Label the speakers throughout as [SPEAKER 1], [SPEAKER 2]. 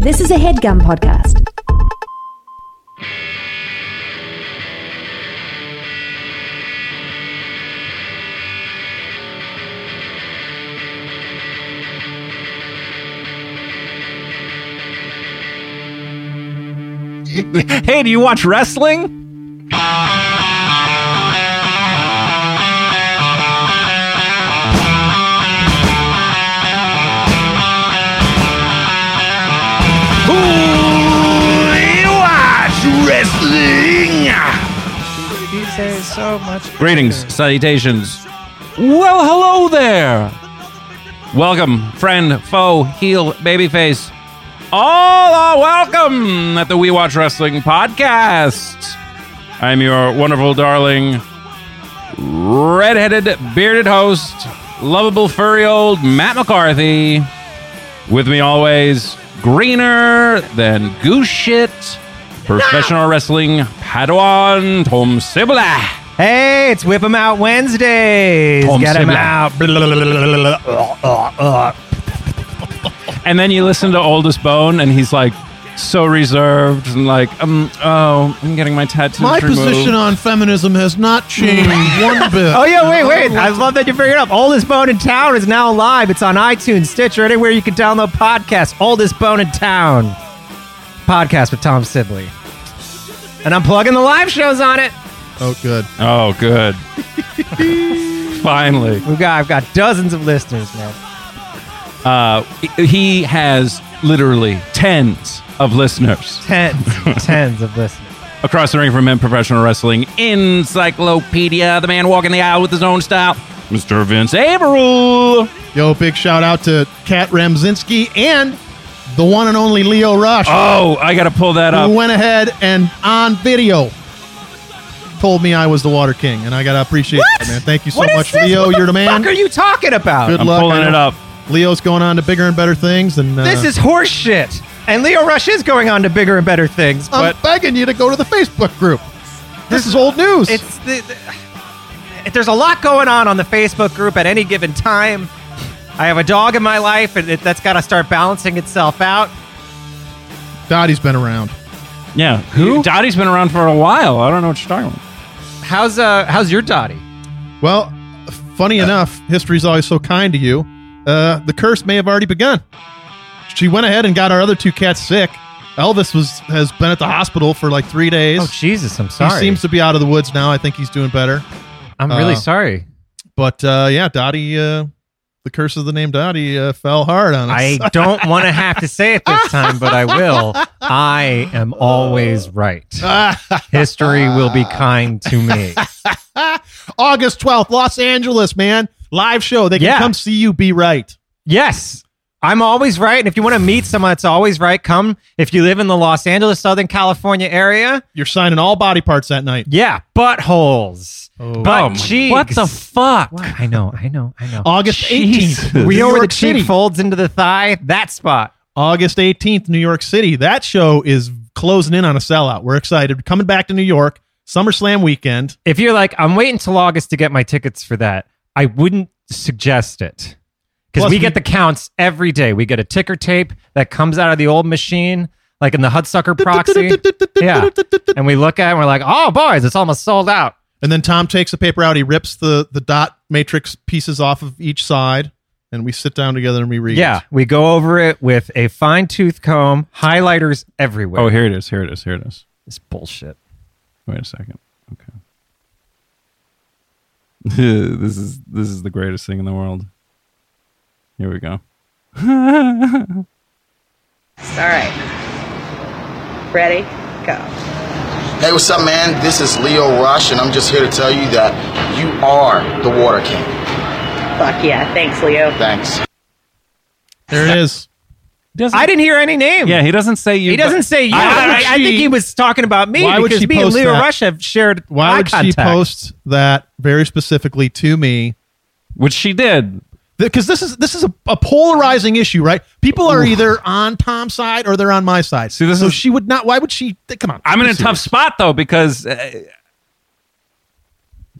[SPEAKER 1] This is a headgum podcast.
[SPEAKER 2] Hey, do you watch wrestling? Who watch wrestling?
[SPEAKER 3] He says so much.
[SPEAKER 2] Greetings, salutations. Well, hello there. Welcome, friend, foe, heel, babyface. All are welcome at the We Watch Wrestling podcast. I'm your wonderful, darling, redheaded, bearded host, lovable, furry old Matt McCarthy. With me always, greener than goose shit, professional wrestling Padawan Tom Sibla.
[SPEAKER 3] Hey, it's Whip 'em Out Wednesdays.
[SPEAKER 2] Tom
[SPEAKER 3] Get 'em
[SPEAKER 2] Sibla.
[SPEAKER 3] out. Blah, blah, blah, blah, blah, blah, blah.
[SPEAKER 2] And then you listen to Oldest Bone, and he's like so reserved and like, um, oh, I'm getting my tattoos
[SPEAKER 4] My
[SPEAKER 2] removed.
[SPEAKER 4] position on feminism has not changed one bit.
[SPEAKER 3] Oh yeah, wait, wait! I love that you figured it up. Oldest Bone in Town is now live. It's on iTunes, Stitcher, anywhere you can download podcasts. Oldest Bone in Town podcast with Tom Sibley, and I'm plugging the live shows on it.
[SPEAKER 4] Oh, good.
[SPEAKER 2] oh, good. Finally,
[SPEAKER 3] We've got I've got dozens of listeners now.
[SPEAKER 2] uh, he has literally tens of listeners
[SPEAKER 3] Tens, tens of listeners.
[SPEAKER 2] across the ring from him. Professional wrestling encyclopedia, the man walking the aisle with his own style, Mr. Vince Averill.
[SPEAKER 4] Yo, big shout out to Kat Ramzinski and the one and only Leo Rush,
[SPEAKER 2] Oh, I gotta pull that
[SPEAKER 4] who
[SPEAKER 2] up.
[SPEAKER 4] went ahead and on video told me I was the Water King, and I gotta appreciate that, man. Thank you so
[SPEAKER 3] What is
[SPEAKER 4] much,
[SPEAKER 3] this?
[SPEAKER 4] Leo.
[SPEAKER 3] What the
[SPEAKER 4] You're the man.
[SPEAKER 3] Fuck, are you talking about?
[SPEAKER 4] Good
[SPEAKER 2] I'm
[SPEAKER 4] luck.
[SPEAKER 2] pulling
[SPEAKER 4] I know
[SPEAKER 2] it up.
[SPEAKER 4] Leo's going on to bigger and better things, and uh,
[SPEAKER 3] This is horseshit. And Leo Rush is going on to bigger and better things,
[SPEAKER 4] I'm
[SPEAKER 3] but
[SPEAKER 4] begging you to go to the Facebook group. This is old news.
[SPEAKER 3] it's the, the- there's a lot going on on the Facebook group at any given time. I have a dog in my life, and it, that's got to start balancing itself out.
[SPEAKER 4] Dottie's been around.
[SPEAKER 2] Yeah, who? Dottie's been around for a while. I don't know what you're talking about.
[SPEAKER 3] How's uh how's your dotty?
[SPEAKER 4] Well, funny enough, history's always so kind to you. Uh, the curse may have already begun. She went ahead and got our other two cats sick. Elvis was has been at the hospital for like three days.
[SPEAKER 3] Oh Jesus, I'm
[SPEAKER 4] he
[SPEAKER 3] sorry.
[SPEAKER 4] seems to be out of the woods now. I think he's doing better.
[SPEAKER 3] I'm really
[SPEAKER 4] uh,
[SPEAKER 3] sorry.
[SPEAKER 4] But uh, yeah, Dottie, uh, the curse of the name Dottie uh, fell hard on us.
[SPEAKER 3] I don't want to have to say it this time, but I will. I am always right. History will be kind to me.
[SPEAKER 4] August twelfth, Los Angeles, man, live show. They can
[SPEAKER 3] Yeah.
[SPEAKER 4] come see you. Be right.
[SPEAKER 3] Yes. I'm always right. And if you want to meet someone that's always right, come. If you live in the Los Angeles, Southern California area,
[SPEAKER 4] You're signing all body parts that night.
[SPEAKER 3] yeah, buttholes.
[SPEAKER 4] Oh.
[SPEAKER 3] Butt
[SPEAKER 2] Oh my-
[SPEAKER 3] cheeks.
[SPEAKER 2] What the fuck?
[SPEAKER 3] What? I know, I know, I know.
[SPEAKER 4] August eighteenth,
[SPEAKER 2] Jesus.
[SPEAKER 3] we know where the
[SPEAKER 4] York City.
[SPEAKER 3] cheek folds into the thigh? That spot.
[SPEAKER 4] August 18th, New York City. That show is closing in on a sellout. We're excited. Coming back to New York, SummerSlam weekend.
[SPEAKER 3] If you're like, I'm waiting till August to get my tickets for that, I wouldn't suggest it. Because
[SPEAKER 4] Plus
[SPEAKER 3] we
[SPEAKER 4] we-
[SPEAKER 3] get the counts every day. We get a ticker tape that comes out of the old machine, like in the Hudsucker proxy. yeah. And we look at it and we're like, oh, boys, it's almost sold out.
[SPEAKER 4] And then Tom takes the paper out. He rips the, the dot matrix pieces off of each side, and we sit down together and we read.
[SPEAKER 3] Yeah, we go over it with a fine tooth comb, highlighters everywhere.
[SPEAKER 2] Oh, here it is. Here it is. Here it is.
[SPEAKER 3] it's bullshit.
[SPEAKER 2] Wait a second. Okay. this is this is the greatest thing in the world. Here we go.
[SPEAKER 5] All right. Ready? Go.
[SPEAKER 6] Hey, what's up, man? This is Leo Rush, and I'm just here to tell you that you are the Water King.
[SPEAKER 5] Fuck yeah. Thanks, Leo.
[SPEAKER 6] Thanks.
[SPEAKER 4] There it is.
[SPEAKER 2] Doesn't,
[SPEAKER 3] I didn't hear any name.
[SPEAKER 2] Yeah, he doesn't say you.
[SPEAKER 3] he doesn't say you.
[SPEAKER 2] I- I-
[SPEAKER 3] I, I
[SPEAKER 2] she-
[SPEAKER 3] think he was talking about me
[SPEAKER 4] Why would
[SPEAKER 3] because
[SPEAKER 4] she
[SPEAKER 3] me and
[SPEAKER 4] post
[SPEAKER 3] Leo
[SPEAKER 4] that?
[SPEAKER 3] Rush have shared
[SPEAKER 4] Why
[SPEAKER 3] eye
[SPEAKER 4] would she
[SPEAKER 3] contact.
[SPEAKER 4] post that very specifically to me?
[SPEAKER 2] which she did.
[SPEAKER 4] Because this is this is a, a polarizing issue, right? People are either on Tom's side or they're on my side.
[SPEAKER 2] See, this
[SPEAKER 4] so
[SPEAKER 2] is-
[SPEAKER 4] she would not. Why would she? Come on.
[SPEAKER 2] I'm in
[SPEAKER 4] Be
[SPEAKER 2] a tough
[SPEAKER 4] serious.
[SPEAKER 2] spot though because uh,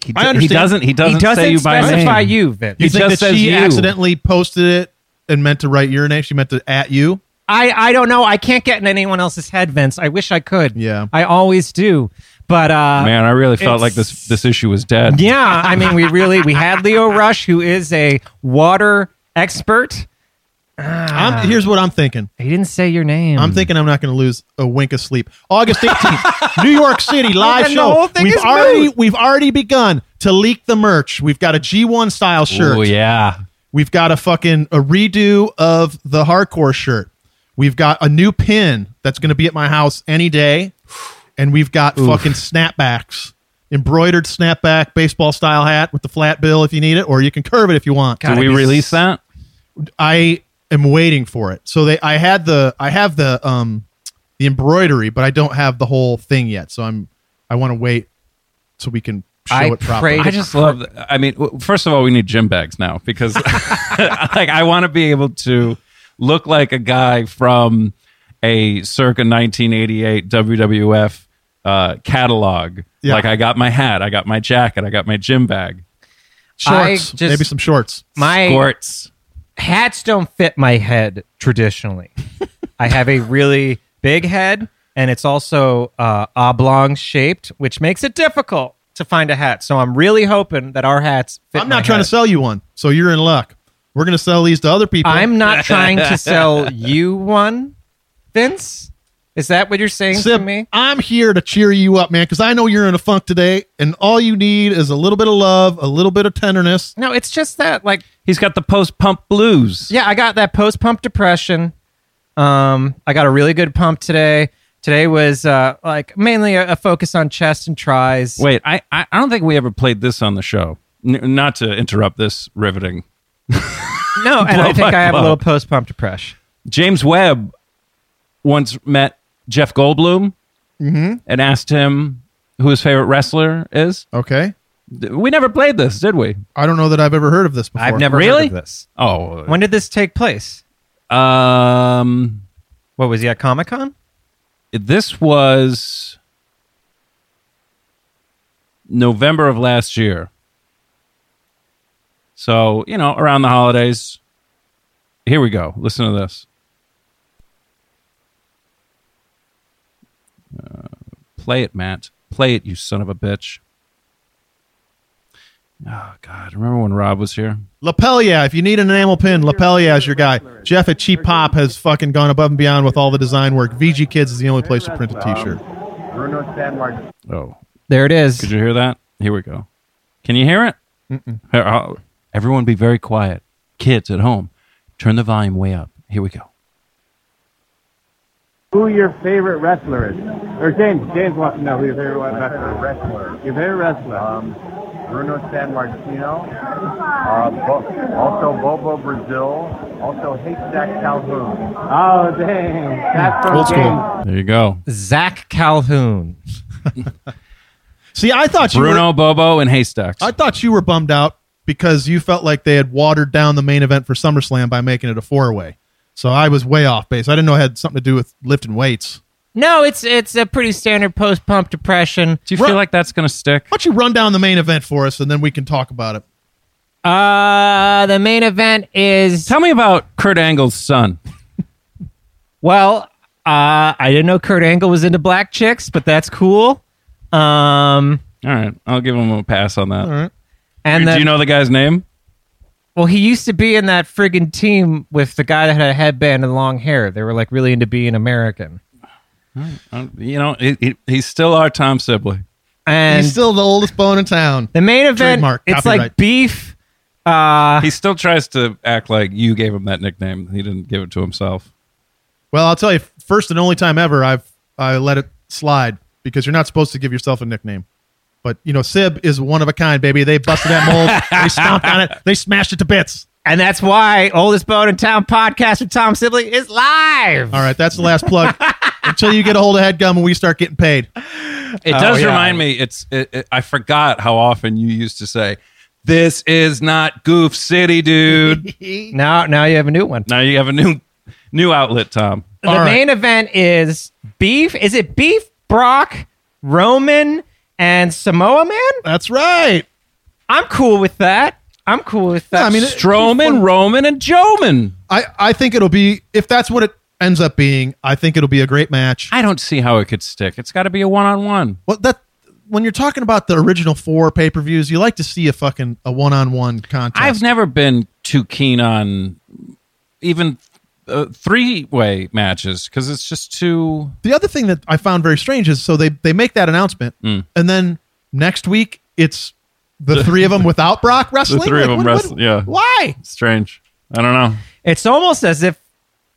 [SPEAKER 2] he, d-
[SPEAKER 4] I
[SPEAKER 2] he
[SPEAKER 4] understand.
[SPEAKER 2] doesn't. He doesn't,
[SPEAKER 3] He doesn't
[SPEAKER 2] say you by
[SPEAKER 3] specify
[SPEAKER 2] name.
[SPEAKER 3] you, Vince.
[SPEAKER 4] You
[SPEAKER 2] He just
[SPEAKER 4] think that
[SPEAKER 2] says
[SPEAKER 4] she
[SPEAKER 2] you.
[SPEAKER 4] accidentally posted it and meant to write your name? She meant to at you.
[SPEAKER 3] I, I don't know. I can't get in anyone else's head, Vince. I wish I could.
[SPEAKER 4] Yeah.
[SPEAKER 3] I always do. But uh,
[SPEAKER 2] Man, I really felt
[SPEAKER 3] It's-
[SPEAKER 2] like this this issue was dead.
[SPEAKER 3] Yeah, I mean, we really we had Leo Rush, who is a water expert. Ah.
[SPEAKER 4] I'm, here's what I'm thinking.
[SPEAKER 3] He didn't say your name.
[SPEAKER 2] Hmm.
[SPEAKER 4] I'm thinking I'm not going to lose a wink of sleep. August 18th, New York City live
[SPEAKER 3] then Oh, the
[SPEAKER 4] show.
[SPEAKER 3] whole thing
[SPEAKER 4] we've
[SPEAKER 3] is
[SPEAKER 4] already
[SPEAKER 3] moot.
[SPEAKER 4] we've already begun to leak the merch. We've got a G1 style shirt.
[SPEAKER 2] Oh yeah.
[SPEAKER 4] We've got a fucking a redo of the hardcore shirt. We've got a new pin that's going to be at my house any day, and we've got fucking snapbacks, embroidered snapback baseball style hat with the flat bill if you need it, or you can curve it if you want.
[SPEAKER 2] Did we release that?
[SPEAKER 4] I am waiting for it. So they, I had the, I have the, um, the embroidery, but I don't have the whole thing yet. So I'm, I want to wait so we can show
[SPEAKER 3] I
[SPEAKER 4] it properly.
[SPEAKER 3] prayed-
[SPEAKER 2] I just love. th- I mean, w- first of all, we need gym bags now because, like, I want to be able to look like a guy from a circa 1988 WWF uh, catalog.
[SPEAKER 4] Yeah.
[SPEAKER 2] Like, I got my hat, I got my jacket, I got my gym bag,
[SPEAKER 3] I
[SPEAKER 4] shorts,
[SPEAKER 3] just-
[SPEAKER 4] maybe some shorts.
[SPEAKER 3] my
[SPEAKER 2] shorts.
[SPEAKER 3] hats don't fit my head traditionally. I have a really big head, and it's also uh, oblong shaped, which makes it difficult to find a hat. So I'm really hoping that our hats fit.
[SPEAKER 4] I'm
[SPEAKER 3] my
[SPEAKER 4] not trying
[SPEAKER 3] head.
[SPEAKER 4] to sell you one, so you're in luck. We're gonna sell these to other people.
[SPEAKER 3] I'm not trying to sell you one, Vince. Is that what you're saying
[SPEAKER 4] Sip,
[SPEAKER 3] to me?
[SPEAKER 4] I'm here to cheer you up, man, because I know you're in a funk today, and all you need is a little bit of love, a little bit of tenderness.
[SPEAKER 3] No, it's just that like
[SPEAKER 2] He's got the post pump blues.
[SPEAKER 3] yeah, I got that post pump depression. Um, I got a really good pump today. Today was uh, like mainly a, a focus on chest and tries.
[SPEAKER 2] Wait, I, I I don't think we ever played this on the show. N- not to interrupt this riveting.
[SPEAKER 3] no, and
[SPEAKER 2] blow
[SPEAKER 3] I think
[SPEAKER 2] by
[SPEAKER 3] I have
[SPEAKER 2] blow.
[SPEAKER 3] a little post pump depression.
[SPEAKER 2] James Webb once met Jeff Goldblum and asked him who his favorite wrestler is.
[SPEAKER 4] Okay,
[SPEAKER 2] We never played this, did we?
[SPEAKER 4] I don't know that I've ever heard of this before.
[SPEAKER 3] I've never
[SPEAKER 2] Really?
[SPEAKER 3] heard of this.
[SPEAKER 2] Oh,
[SPEAKER 3] When did this take place?
[SPEAKER 2] um,
[SPEAKER 3] What was he at Comic Con?
[SPEAKER 2] this was November of last year. So you know, around the holidays. Here we go. Listen to this. Uh, play it, Matt. Play it, you son of a bitch. Oh God! Remember when Rob was here?
[SPEAKER 4] Lapelia, if you need an enamel pin, Lapelia is your guy. Jeff at Cheap Pop has fucking gone above and beyond with all the design work. VG Kids is the only place to print a T-shirt.
[SPEAKER 2] Oh,
[SPEAKER 3] There it is.
[SPEAKER 2] Did you hear that? Here we go. Can you hear it? Here, I'll- everyone be very quiet. Kids at home, turn the volume way up. Here we go.
[SPEAKER 7] who your favorite wrestler is. Or James, James wants to know who your favorite wrestler wrestler. Your favorite wrestler. Um, Bruno San Martino. Uh, Bo- also Bobo Brazil. Also Haystack Calhoun. Oh, dang. That's from
[SPEAKER 4] Old school.
[SPEAKER 7] James.
[SPEAKER 2] There you go.
[SPEAKER 3] Zach Calhoun.
[SPEAKER 4] See, I thought you were,
[SPEAKER 2] Bruno, Bobo, and Haystacks.
[SPEAKER 4] I thought you were bummed out because you felt like they had watered down the main event for SummerSlam by making it a four-way. So I was way off base. I didn't know it had something to do with lifting weights.
[SPEAKER 3] No, it's it's a pretty standard post pump depression.
[SPEAKER 2] Do you
[SPEAKER 4] Ru-
[SPEAKER 2] feel like that's going to stick?
[SPEAKER 4] Why don't you run down the main event for us, and then we can talk about it.
[SPEAKER 3] Uh, the main event is
[SPEAKER 2] Tell me about Kurt Angle's son.
[SPEAKER 3] Well, uh, I didn't know Kurt Angle was into black chicks, but that's cool. Um,
[SPEAKER 2] All right, I'll give him a pass on that.
[SPEAKER 3] and
[SPEAKER 2] Do
[SPEAKER 3] then,
[SPEAKER 2] you know the guy's name?
[SPEAKER 3] well, he used to be in that friggin' team with the guy that had a headband and long hair. They were like really into being American.
[SPEAKER 2] Uh, You know, he, he, he's still our Tom Sibley.
[SPEAKER 3] And
[SPEAKER 4] He's still the oldest bone in town.
[SPEAKER 3] the main event,
[SPEAKER 4] Trademark,
[SPEAKER 3] it's
[SPEAKER 4] copyright.
[SPEAKER 3] like beef. Uh,
[SPEAKER 2] He still tries to act like you gave him that nickname. He didn't give it to himself.
[SPEAKER 4] Well, I'll tell you, first and only time ever I've I let it slide because you're not supposed to give yourself a nickname. But you know, Sib is one of a kind, baby. They busted that mold, they stomped on it, they smashed it to bits.
[SPEAKER 3] and that's why Oldest Bone in Town podcast with Tom Sibley is live.
[SPEAKER 4] All right, that's the last plug. Until you get a hold of headgum and we start getting paid.
[SPEAKER 2] It does
[SPEAKER 3] Oh, yeah.
[SPEAKER 2] remind me. It's it, it, I forgot how often you used to say, "This is not Goof City, dude."
[SPEAKER 3] Now, now you have a new one.
[SPEAKER 2] now you have a new new outlet, Tom.
[SPEAKER 4] All
[SPEAKER 3] the
[SPEAKER 4] right.
[SPEAKER 3] main event is beef. Is it beef, Brock, Roman, and Samoa Man?
[SPEAKER 4] That's right.
[SPEAKER 3] I'm cool with that. I'm cool with that.
[SPEAKER 4] I mean, it-
[SPEAKER 2] Strowman, Roman, and Joman.
[SPEAKER 4] I, I think it'll be if that's what it ends up being, I think it'll be a great match.
[SPEAKER 2] I don't see how it could stick. It's got to be a one on one.
[SPEAKER 4] Well, that when you're talking about the original four pay per views, you like to see a fucking a one on one contest.
[SPEAKER 2] I've never been too keen on even uh, three way matches because it's just too.
[SPEAKER 4] the other thing that I found very strange is so they they make that announcement,
[SPEAKER 2] Hmm.
[SPEAKER 4] and then next week it's the three of them without Brock wrestling.
[SPEAKER 2] three of 'em wrestling, yeah.
[SPEAKER 4] Why?
[SPEAKER 2] strange. I don't know.
[SPEAKER 3] It's almost as if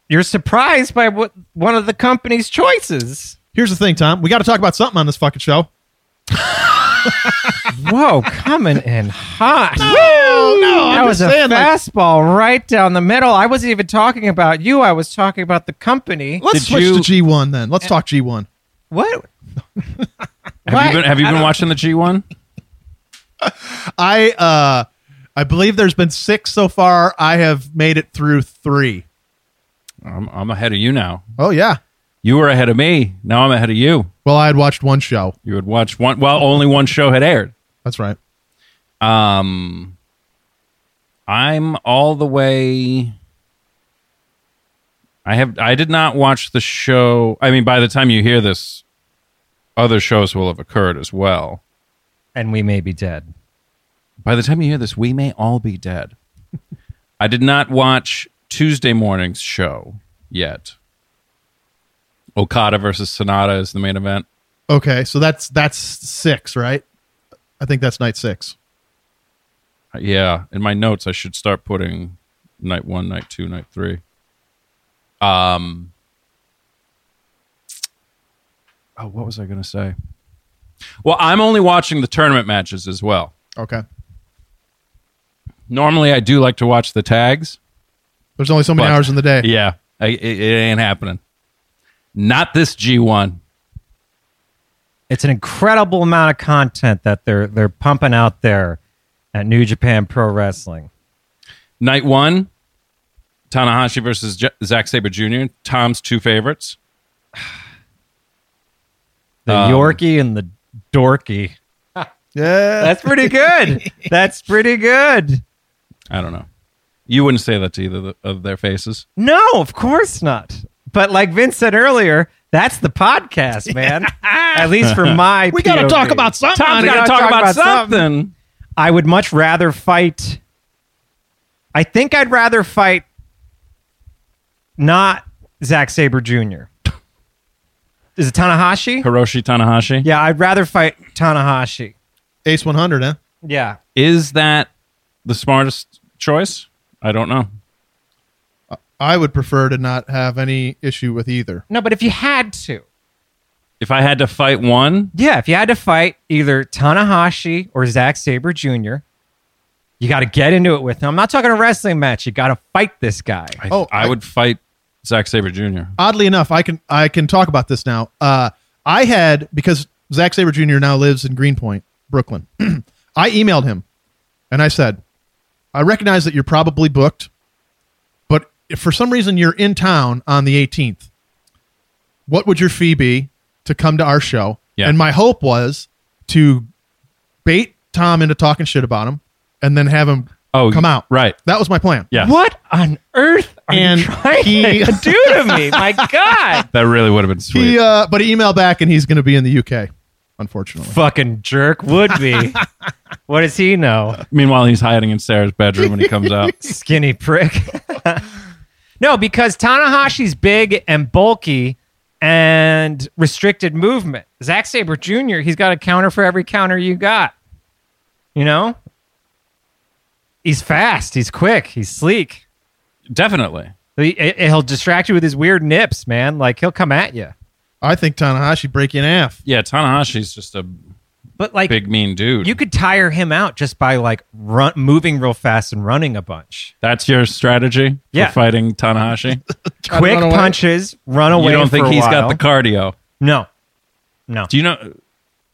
[SPEAKER 3] you're surprised by what one of the company's choices.
[SPEAKER 4] Here's the thing, Tom. We got to talk about something on this fucking show.
[SPEAKER 3] Whoa, coming in hot.
[SPEAKER 4] Oh no!
[SPEAKER 3] that
[SPEAKER 4] I'm
[SPEAKER 3] was
[SPEAKER 4] just
[SPEAKER 3] a
[SPEAKER 4] saying. like,
[SPEAKER 3] fastball right down the middle. I wasn't even talking about you. I was talking about the company.
[SPEAKER 4] let's
[SPEAKER 2] Did
[SPEAKER 4] switch
[SPEAKER 2] you-
[SPEAKER 4] to G one then. Let's talk G one.
[SPEAKER 3] What?
[SPEAKER 2] Have
[SPEAKER 3] Why?
[SPEAKER 2] you been Have you
[SPEAKER 3] I
[SPEAKER 2] been
[SPEAKER 3] don't-
[SPEAKER 2] watching the G one?
[SPEAKER 4] I uh I believe there's been six so far. I have made it through three.
[SPEAKER 2] I'm, I'm ahead of you now.
[SPEAKER 4] Oh yeah.
[SPEAKER 2] You were ahead of me. Now I'm ahead of you.
[SPEAKER 4] Well, I had watched one show.
[SPEAKER 2] You would watch one. Well, only one show had aired.
[SPEAKER 4] That's right.
[SPEAKER 2] Um, I'm all the way. I have. I did not watch the show. I mean, by the time you hear this, other shows will have occurred as well.
[SPEAKER 3] And we may be dead.
[SPEAKER 2] By the time you hear this, we may all be dead. I did not watch Tuesday morning's show yet. Okada versus Sonata is the main event.
[SPEAKER 4] Okay, so that's that's six, right? I think that's night six.
[SPEAKER 2] Uh, Yeah, in my notes, I should start putting night one, night two, night three. Um. Oh, what was I going to say? Well, I'm only watching the tournament matches as well.
[SPEAKER 4] Okay.
[SPEAKER 2] Normally, I do like to watch the tags.
[SPEAKER 4] There's only so many
[SPEAKER 2] But-
[SPEAKER 4] hours in the day.
[SPEAKER 2] Yeah, I, it, it ain't happening. Not this G1.
[SPEAKER 3] It's an incredible amount of content that they're they're pumping out there at New Japan Pro Wrestling.
[SPEAKER 2] Night one, Tanahashi versus J- Zack Sabre Jr., Tom's two favorites.
[SPEAKER 3] The
[SPEAKER 2] Um,
[SPEAKER 3] Yorkie and the Dorky.
[SPEAKER 4] Yeah.
[SPEAKER 3] That's pretty good. That's pretty good.
[SPEAKER 2] I don't know. You wouldn't say that to either of the- of their faces.
[SPEAKER 3] No, of course not. But like Vince said earlier, that's the podcast, man. At least for my
[SPEAKER 4] we got to
[SPEAKER 3] POV.
[SPEAKER 4] talk about something.
[SPEAKER 2] Tom's
[SPEAKER 3] Tom's
[SPEAKER 2] got
[SPEAKER 3] gotta
[SPEAKER 2] to talk, about, something.
[SPEAKER 3] I would much rather fight. I think I'd rather fight not Zack Saber Jr. Is it Tanahashi?
[SPEAKER 2] Hiroshi Tanahashi.
[SPEAKER 3] Yeah, I'd rather fight Tanahashi.
[SPEAKER 4] Ace 100, huh?
[SPEAKER 3] Yeah.
[SPEAKER 2] Is that the smartest choice? I don't know.
[SPEAKER 4] I would prefer to not have any issue with either.
[SPEAKER 3] No, but if you had to.
[SPEAKER 2] If I had to fight one,
[SPEAKER 3] Yeah, if you had to fight either Tanahashi or Zack Saber Jr., you got to get into it with him. I'm not talking a wrestling match. You got to fight this guy.
[SPEAKER 2] I,
[SPEAKER 4] Oh,
[SPEAKER 2] I,
[SPEAKER 4] I- Uh,
[SPEAKER 2] would fight Zack Sabre Jr.
[SPEAKER 4] Oddly enough, I can I can talk about this now. Uh, I had because Zack Saber Jr. now lives in Greenpoint, Brooklyn. I emailed him, and I said, I recognize that you're probably booked, but if for some reason you're in town on the 18th, what would your fee be to come to our show?
[SPEAKER 2] Yeah.
[SPEAKER 4] And my hope was to bait Tom into talking shit about him, and then have him
[SPEAKER 2] Oh,
[SPEAKER 4] come out.
[SPEAKER 2] right.
[SPEAKER 4] That was my plan.
[SPEAKER 2] Yeah.
[SPEAKER 3] What on earth are
[SPEAKER 4] And
[SPEAKER 3] you trying
[SPEAKER 4] he-
[SPEAKER 3] to do to me? My God.
[SPEAKER 2] That really would have been sweet.
[SPEAKER 4] He, uh, but he emailed back, and he's going to be in the UK, unfortunately.
[SPEAKER 3] Fucking jerk would be. what does he know?
[SPEAKER 2] Meanwhile, he's hiding in Sarah's bedroom when he comes out.
[SPEAKER 3] Skinny prick. no, because Tanahashi's big and bulky and restricted movement. Zack Sabre Jr., he's got a counter for every counter you got. You know? He's fast. He's quick. He's sleek.
[SPEAKER 2] Definitely.
[SPEAKER 3] He, he'll distract you with his weird nips, man. Like, he'll come at you.
[SPEAKER 4] I think Tanahashi break you in half.
[SPEAKER 2] Yeah, Tanahashi's just a
[SPEAKER 3] But, like,
[SPEAKER 2] big mean dude.
[SPEAKER 3] you could tire him out just by, like, run, moving real fast and running a bunch.
[SPEAKER 2] That's your strategy
[SPEAKER 3] Yeah.
[SPEAKER 2] for fighting Tanahashi?
[SPEAKER 4] to
[SPEAKER 3] quick
[SPEAKER 4] run away?
[SPEAKER 3] punches, run away.
[SPEAKER 2] you don't
[SPEAKER 3] for
[SPEAKER 2] think
[SPEAKER 3] a
[SPEAKER 2] he's got
[SPEAKER 3] while.
[SPEAKER 2] the cardio?
[SPEAKER 3] No, no.
[SPEAKER 2] Do you know?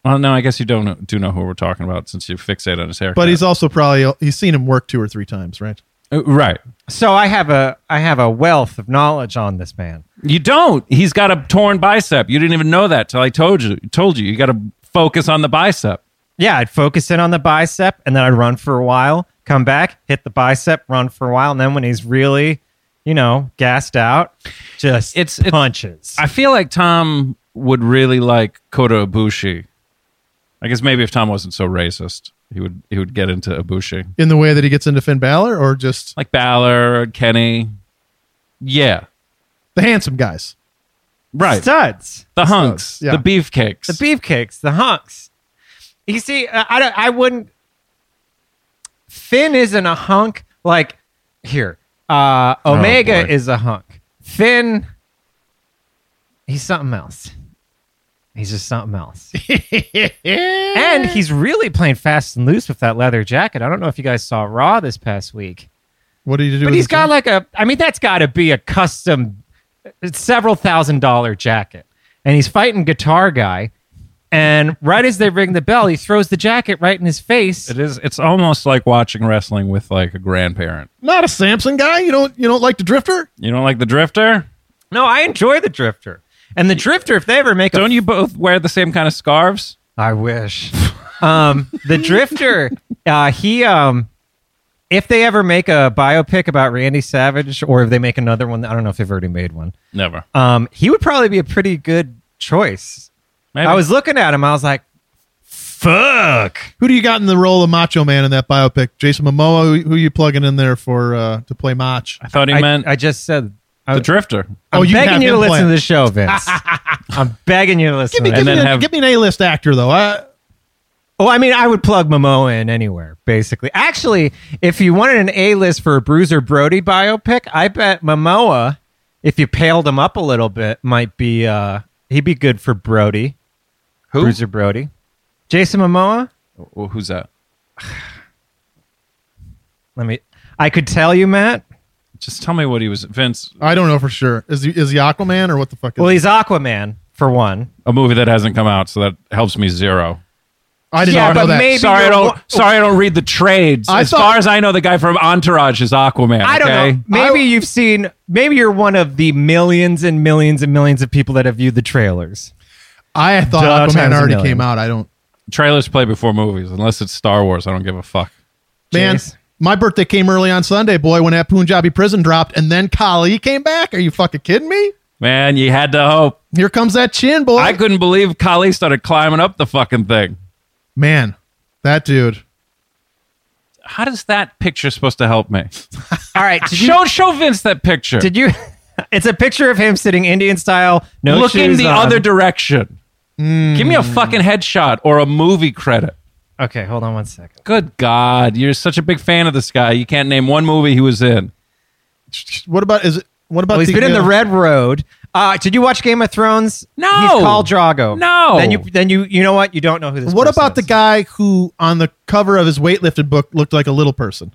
[SPEAKER 2] Well, no, I guess you don't know, do know who we're talking about since you fixate on his haircut.
[SPEAKER 4] But he's also probably he's seen him work two or three times, right?
[SPEAKER 2] Uh, right.
[SPEAKER 3] So I have a I have a wealth of knowledge on this man.
[SPEAKER 2] You don't. He's got a torn bicep. You didn't even know that till I told you. Told you. You got to focus on the bicep.
[SPEAKER 3] Yeah, I'd focus in on the bicep, and then I'd run for a while, come back, hit the bicep, run for a while, and then when he's really you know, gassed out, just
[SPEAKER 2] It's-
[SPEAKER 3] it's,
[SPEAKER 2] it's-
[SPEAKER 3] punches.
[SPEAKER 2] I feel like Tom would really like Kota Ibushi. I guess maybe if Tom wasn't so racist, he would he would get into Ibushi.
[SPEAKER 4] in the way that he gets into Finn Balor, or just
[SPEAKER 2] Like Balor, Kenny. Yeah.
[SPEAKER 4] the handsome guys.
[SPEAKER 2] Right.
[SPEAKER 3] Studs,
[SPEAKER 2] the hunks, the
[SPEAKER 4] yeah.
[SPEAKER 2] beefcakes.
[SPEAKER 3] the beefcakes, the hunks. You see, I I don't, I wouldn't. Finn isn't a hunk. Like here, uh, Omega
[SPEAKER 2] boy.
[SPEAKER 3] is a hunk. Finn, he's something else. He's just something else. and he's really playing fast and loose with that leather jacket. I don't know if you guys saw Raw this past week.
[SPEAKER 4] What did you
[SPEAKER 3] But
[SPEAKER 4] do? with
[SPEAKER 3] he's
[SPEAKER 4] the-
[SPEAKER 3] got like a, I mean, that's got to be a custom, it's several thousand dollar jacket. And he's fighting Guitar Guy. And right as they ring the bell, he throws the jacket right in his face.
[SPEAKER 2] it is it's almost like watching wrestling with like a grandparent.
[SPEAKER 4] not a Samson guy. You don't you don't like the Drifter?
[SPEAKER 2] You don't like the drifter?
[SPEAKER 3] No, I enjoy the Drifter. And the Drifter, if they ever make a
[SPEAKER 2] Don't you both wear the same kind of scarves?
[SPEAKER 3] I wish. um, the Drifter, uh, he, um, if they ever make a biopic about Randy Savage, or if they make another one, I don't know if they've already made one.
[SPEAKER 2] Never.
[SPEAKER 3] Um, he would probably be a pretty good choice.
[SPEAKER 2] Maybe.
[SPEAKER 3] I was looking at him, I was like, "Fuck!"
[SPEAKER 4] Who do you got in the role of Macho Man in that biopic? Jason Momoa. Who, who you plugging in there for uh, to play Mach?
[SPEAKER 2] I thought he
[SPEAKER 3] I,
[SPEAKER 2] meant
[SPEAKER 3] I just said,
[SPEAKER 2] the drifter.
[SPEAKER 3] "I'm
[SPEAKER 4] Oh, you have
[SPEAKER 3] begging you
[SPEAKER 4] him
[SPEAKER 3] to listen
[SPEAKER 4] play it.
[SPEAKER 3] to the show, Vince. I'm begging you to listen."
[SPEAKER 4] Give me,
[SPEAKER 3] to
[SPEAKER 4] give
[SPEAKER 3] it.
[SPEAKER 4] me,
[SPEAKER 2] then
[SPEAKER 4] a-
[SPEAKER 2] have-
[SPEAKER 4] give me an A-list actor though. I,
[SPEAKER 3] Oh, I mean, I would plug Momoa in anywhere, basically. Actually, if you wanted an A list for a Bruiser Brody biopic, I bet Momoa, if you paled him up a little bit, might be uh he'd be good for Brody.
[SPEAKER 2] Who?
[SPEAKER 3] Bruiser Brody. Jason Momoa?
[SPEAKER 2] Well, who's that?
[SPEAKER 3] Let me I could tell you, Matt.
[SPEAKER 2] Just tell me what he was. Vince,
[SPEAKER 4] I don't know for sure. Is he is he Aquaman or what the fuck? Is
[SPEAKER 3] Well,
[SPEAKER 4] he?
[SPEAKER 3] he's Aquaman, for one.
[SPEAKER 2] a movie that hasn't come out, so that helps me zero.
[SPEAKER 4] I didn't
[SPEAKER 3] yeah,
[SPEAKER 4] know
[SPEAKER 3] but
[SPEAKER 4] that.
[SPEAKER 3] maybe-
[SPEAKER 2] Sorry, I
[SPEAKER 3] you're
[SPEAKER 2] don't.
[SPEAKER 3] wa-
[SPEAKER 2] Sorry, I don't read the trades.
[SPEAKER 4] I
[SPEAKER 2] as
[SPEAKER 4] thought-
[SPEAKER 2] far as I know, the guy from Entourage is Aquaman.
[SPEAKER 3] I don't
[SPEAKER 2] okay?
[SPEAKER 3] know. Maybe you've seen maybe you're one of the millions and millions and millions of people that have viewed the trailers.
[SPEAKER 4] I thought
[SPEAKER 3] Duh, times
[SPEAKER 4] Aquaman
[SPEAKER 3] a
[SPEAKER 4] already
[SPEAKER 3] million.
[SPEAKER 4] came out. I don't.
[SPEAKER 2] Trailers play before movies, unless it's Star Wars. I don't give a fuck.
[SPEAKER 4] Man,
[SPEAKER 3] Jeez.
[SPEAKER 4] my birthday came early on Sunday, boy, when that Punjabi prison dropped, and then Kali came back. Are you fucking kidding me?
[SPEAKER 2] Man, you had to hope.
[SPEAKER 4] Here comes that chin, boy.
[SPEAKER 2] I couldn't believe Kali started climbing up the fucking thing.
[SPEAKER 4] Man, that dude.
[SPEAKER 2] How does that picture supposed to help me?
[SPEAKER 3] All right, did you-
[SPEAKER 2] Show show Vince that picture.
[SPEAKER 3] Did you? It's a picture of him sitting Indian style, no
[SPEAKER 2] Look in
[SPEAKER 3] shoes
[SPEAKER 2] the
[SPEAKER 3] on. Hmm.
[SPEAKER 2] other direction. Give me a fucking headshot or a movie credit.
[SPEAKER 3] okay, hold on one second.
[SPEAKER 2] Good God, you're such a big fan of this guy. You can't name one movie he was in.
[SPEAKER 4] What about is it? What about?
[SPEAKER 3] Well, Oh, he's
[SPEAKER 4] the,
[SPEAKER 3] been in the
[SPEAKER 4] uh,
[SPEAKER 3] Red Road. Uh, did you watch Game of Thrones?
[SPEAKER 2] No.
[SPEAKER 3] he's Khal Drago.
[SPEAKER 2] No.
[SPEAKER 3] then you then you you know what? You don't know who this.
[SPEAKER 4] What
[SPEAKER 3] person
[SPEAKER 4] about the
[SPEAKER 3] is.
[SPEAKER 4] guy who on the cover of his weightlifted book looked like a little person?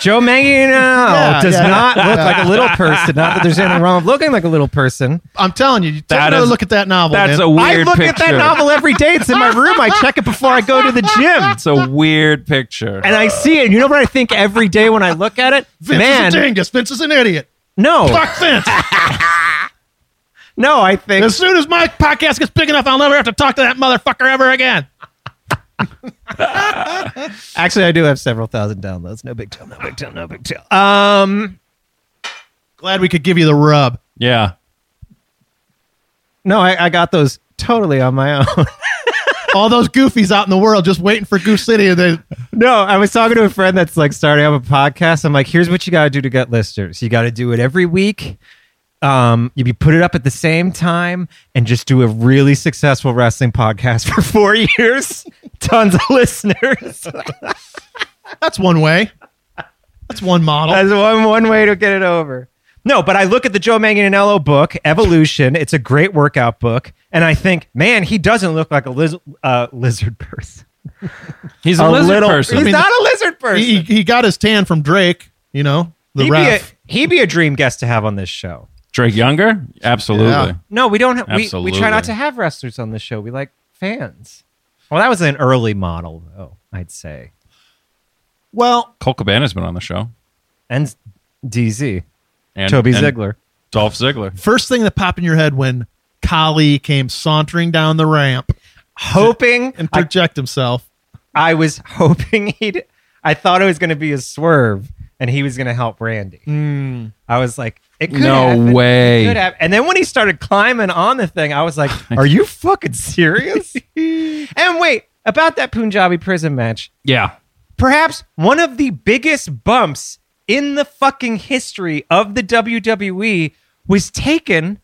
[SPEAKER 3] Joe Manganiello
[SPEAKER 4] Yeah,
[SPEAKER 3] does
[SPEAKER 4] yeah,
[SPEAKER 3] not look like a little person. Not that there's anything wrong with looking like a little person.
[SPEAKER 4] I'm telling you, you take
[SPEAKER 2] That
[SPEAKER 4] another
[SPEAKER 2] is-
[SPEAKER 4] look at that novel.
[SPEAKER 2] That's
[SPEAKER 4] man.
[SPEAKER 2] a weird
[SPEAKER 3] I look
[SPEAKER 2] picture.
[SPEAKER 3] at that novel every day. It's in my room. I check it before I go to the gym.
[SPEAKER 2] It's a weird picture.
[SPEAKER 3] And I see it. You know what I think every day when I look at it?
[SPEAKER 4] Vince is a
[SPEAKER 3] Man,
[SPEAKER 4] dingus. Vince is an idiot.
[SPEAKER 3] no,
[SPEAKER 4] Fuck Vince.
[SPEAKER 3] no. I think
[SPEAKER 4] as soon as my podcast gets big enough, I'll never have to talk to that motherfucker ever again.
[SPEAKER 3] Actually, I do have several thousand downloads. No big deal. No big deal. No big deal. Um,
[SPEAKER 4] Glad we could give you the rub.
[SPEAKER 2] yeah.
[SPEAKER 3] no, I, I got those totally on my own.
[SPEAKER 4] All those goofies out in the world just waiting for Goof City, and they
[SPEAKER 3] no, I was talking to a friend that's like starting up a podcast. I'm like, here's what you got to do to get listeners. You got to do it every week. Um, you put it up at the same time and just do a really successful wrestling podcast for four years. Tons of listeners.
[SPEAKER 4] That's one way. That's one model.
[SPEAKER 3] That's one one way to get it over. No, but I look at the Joe Manganiello book, Evolution. It's a great workout book, and I think, man, he doesn't look like a liz- uh, lizard person.
[SPEAKER 2] He's a, lizard
[SPEAKER 3] little-
[SPEAKER 2] person.
[SPEAKER 3] He's
[SPEAKER 4] I mean,
[SPEAKER 3] not a lizard person.
[SPEAKER 4] he, he got his tan from Drake, you know, the
[SPEAKER 3] he'd,
[SPEAKER 4] ref.
[SPEAKER 3] Be a, he'd be a dream guest to have on this show.
[SPEAKER 2] Drake Younger? Absolutely.
[SPEAKER 4] Yeah.
[SPEAKER 3] No, we don't. Ha- we, we try
[SPEAKER 2] Absolutely.
[SPEAKER 3] not to have wrestlers on this show. We like fans. Well, that was an early model, though. I'd say,
[SPEAKER 4] well,
[SPEAKER 2] Cole Cabana's been on the show.
[SPEAKER 3] and DZ,
[SPEAKER 2] And,
[SPEAKER 3] Toby
[SPEAKER 2] and
[SPEAKER 3] Ziegler.
[SPEAKER 2] Dolph Ziggler.
[SPEAKER 4] first thing that popped in your head when Kali came sauntering down the ramp
[SPEAKER 3] hoping
[SPEAKER 4] and
[SPEAKER 3] I
[SPEAKER 4] project himself.
[SPEAKER 3] I was
[SPEAKER 4] Hmm.
[SPEAKER 3] hoping he'd. I thought it was going to be a swerve, and he was going to help Randy. I was like, it could
[SPEAKER 2] No
[SPEAKER 3] happen. It
[SPEAKER 2] way.
[SPEAKER 3] could happen. And then when he started climbing on the thing, I was like, are you fucking serious? and wait, about that Punjabi prison match,
[SPEAKER 2] Yeah.
[SPEAKER 3] perhaps one of the biggest bumps in the fucking history of the WWE was taken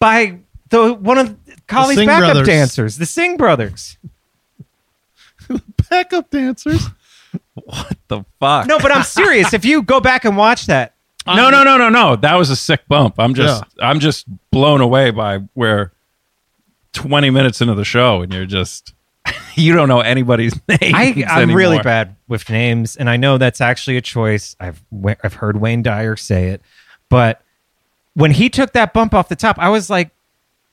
[SPEAKER 3] by the one of Kali's
[SPEAKER 4] Singh
[SPEAKER 3] backup
[SPEAKER 4] brothers.
[SPEAKER 3] dancers, the Singh brothers.
[SPEAKER 4] Backup dancers.
[SPEAKER 2] The fuck?
[SPEAKER 3] No, but I'm serious. if you go back and watch that,
[SPEAKER 2] no, no, no, no, no. That was a sick bump. I'm just, I'm just blown away by where 20 minutes into the show and you're just, you don't know anybody's name.
[SPEAKER 3] I, I'm really bad with names, and I know that's actually a choice. I've wa- I've heard Wayne Dyer say it, but when he took that bump off the top, I was like,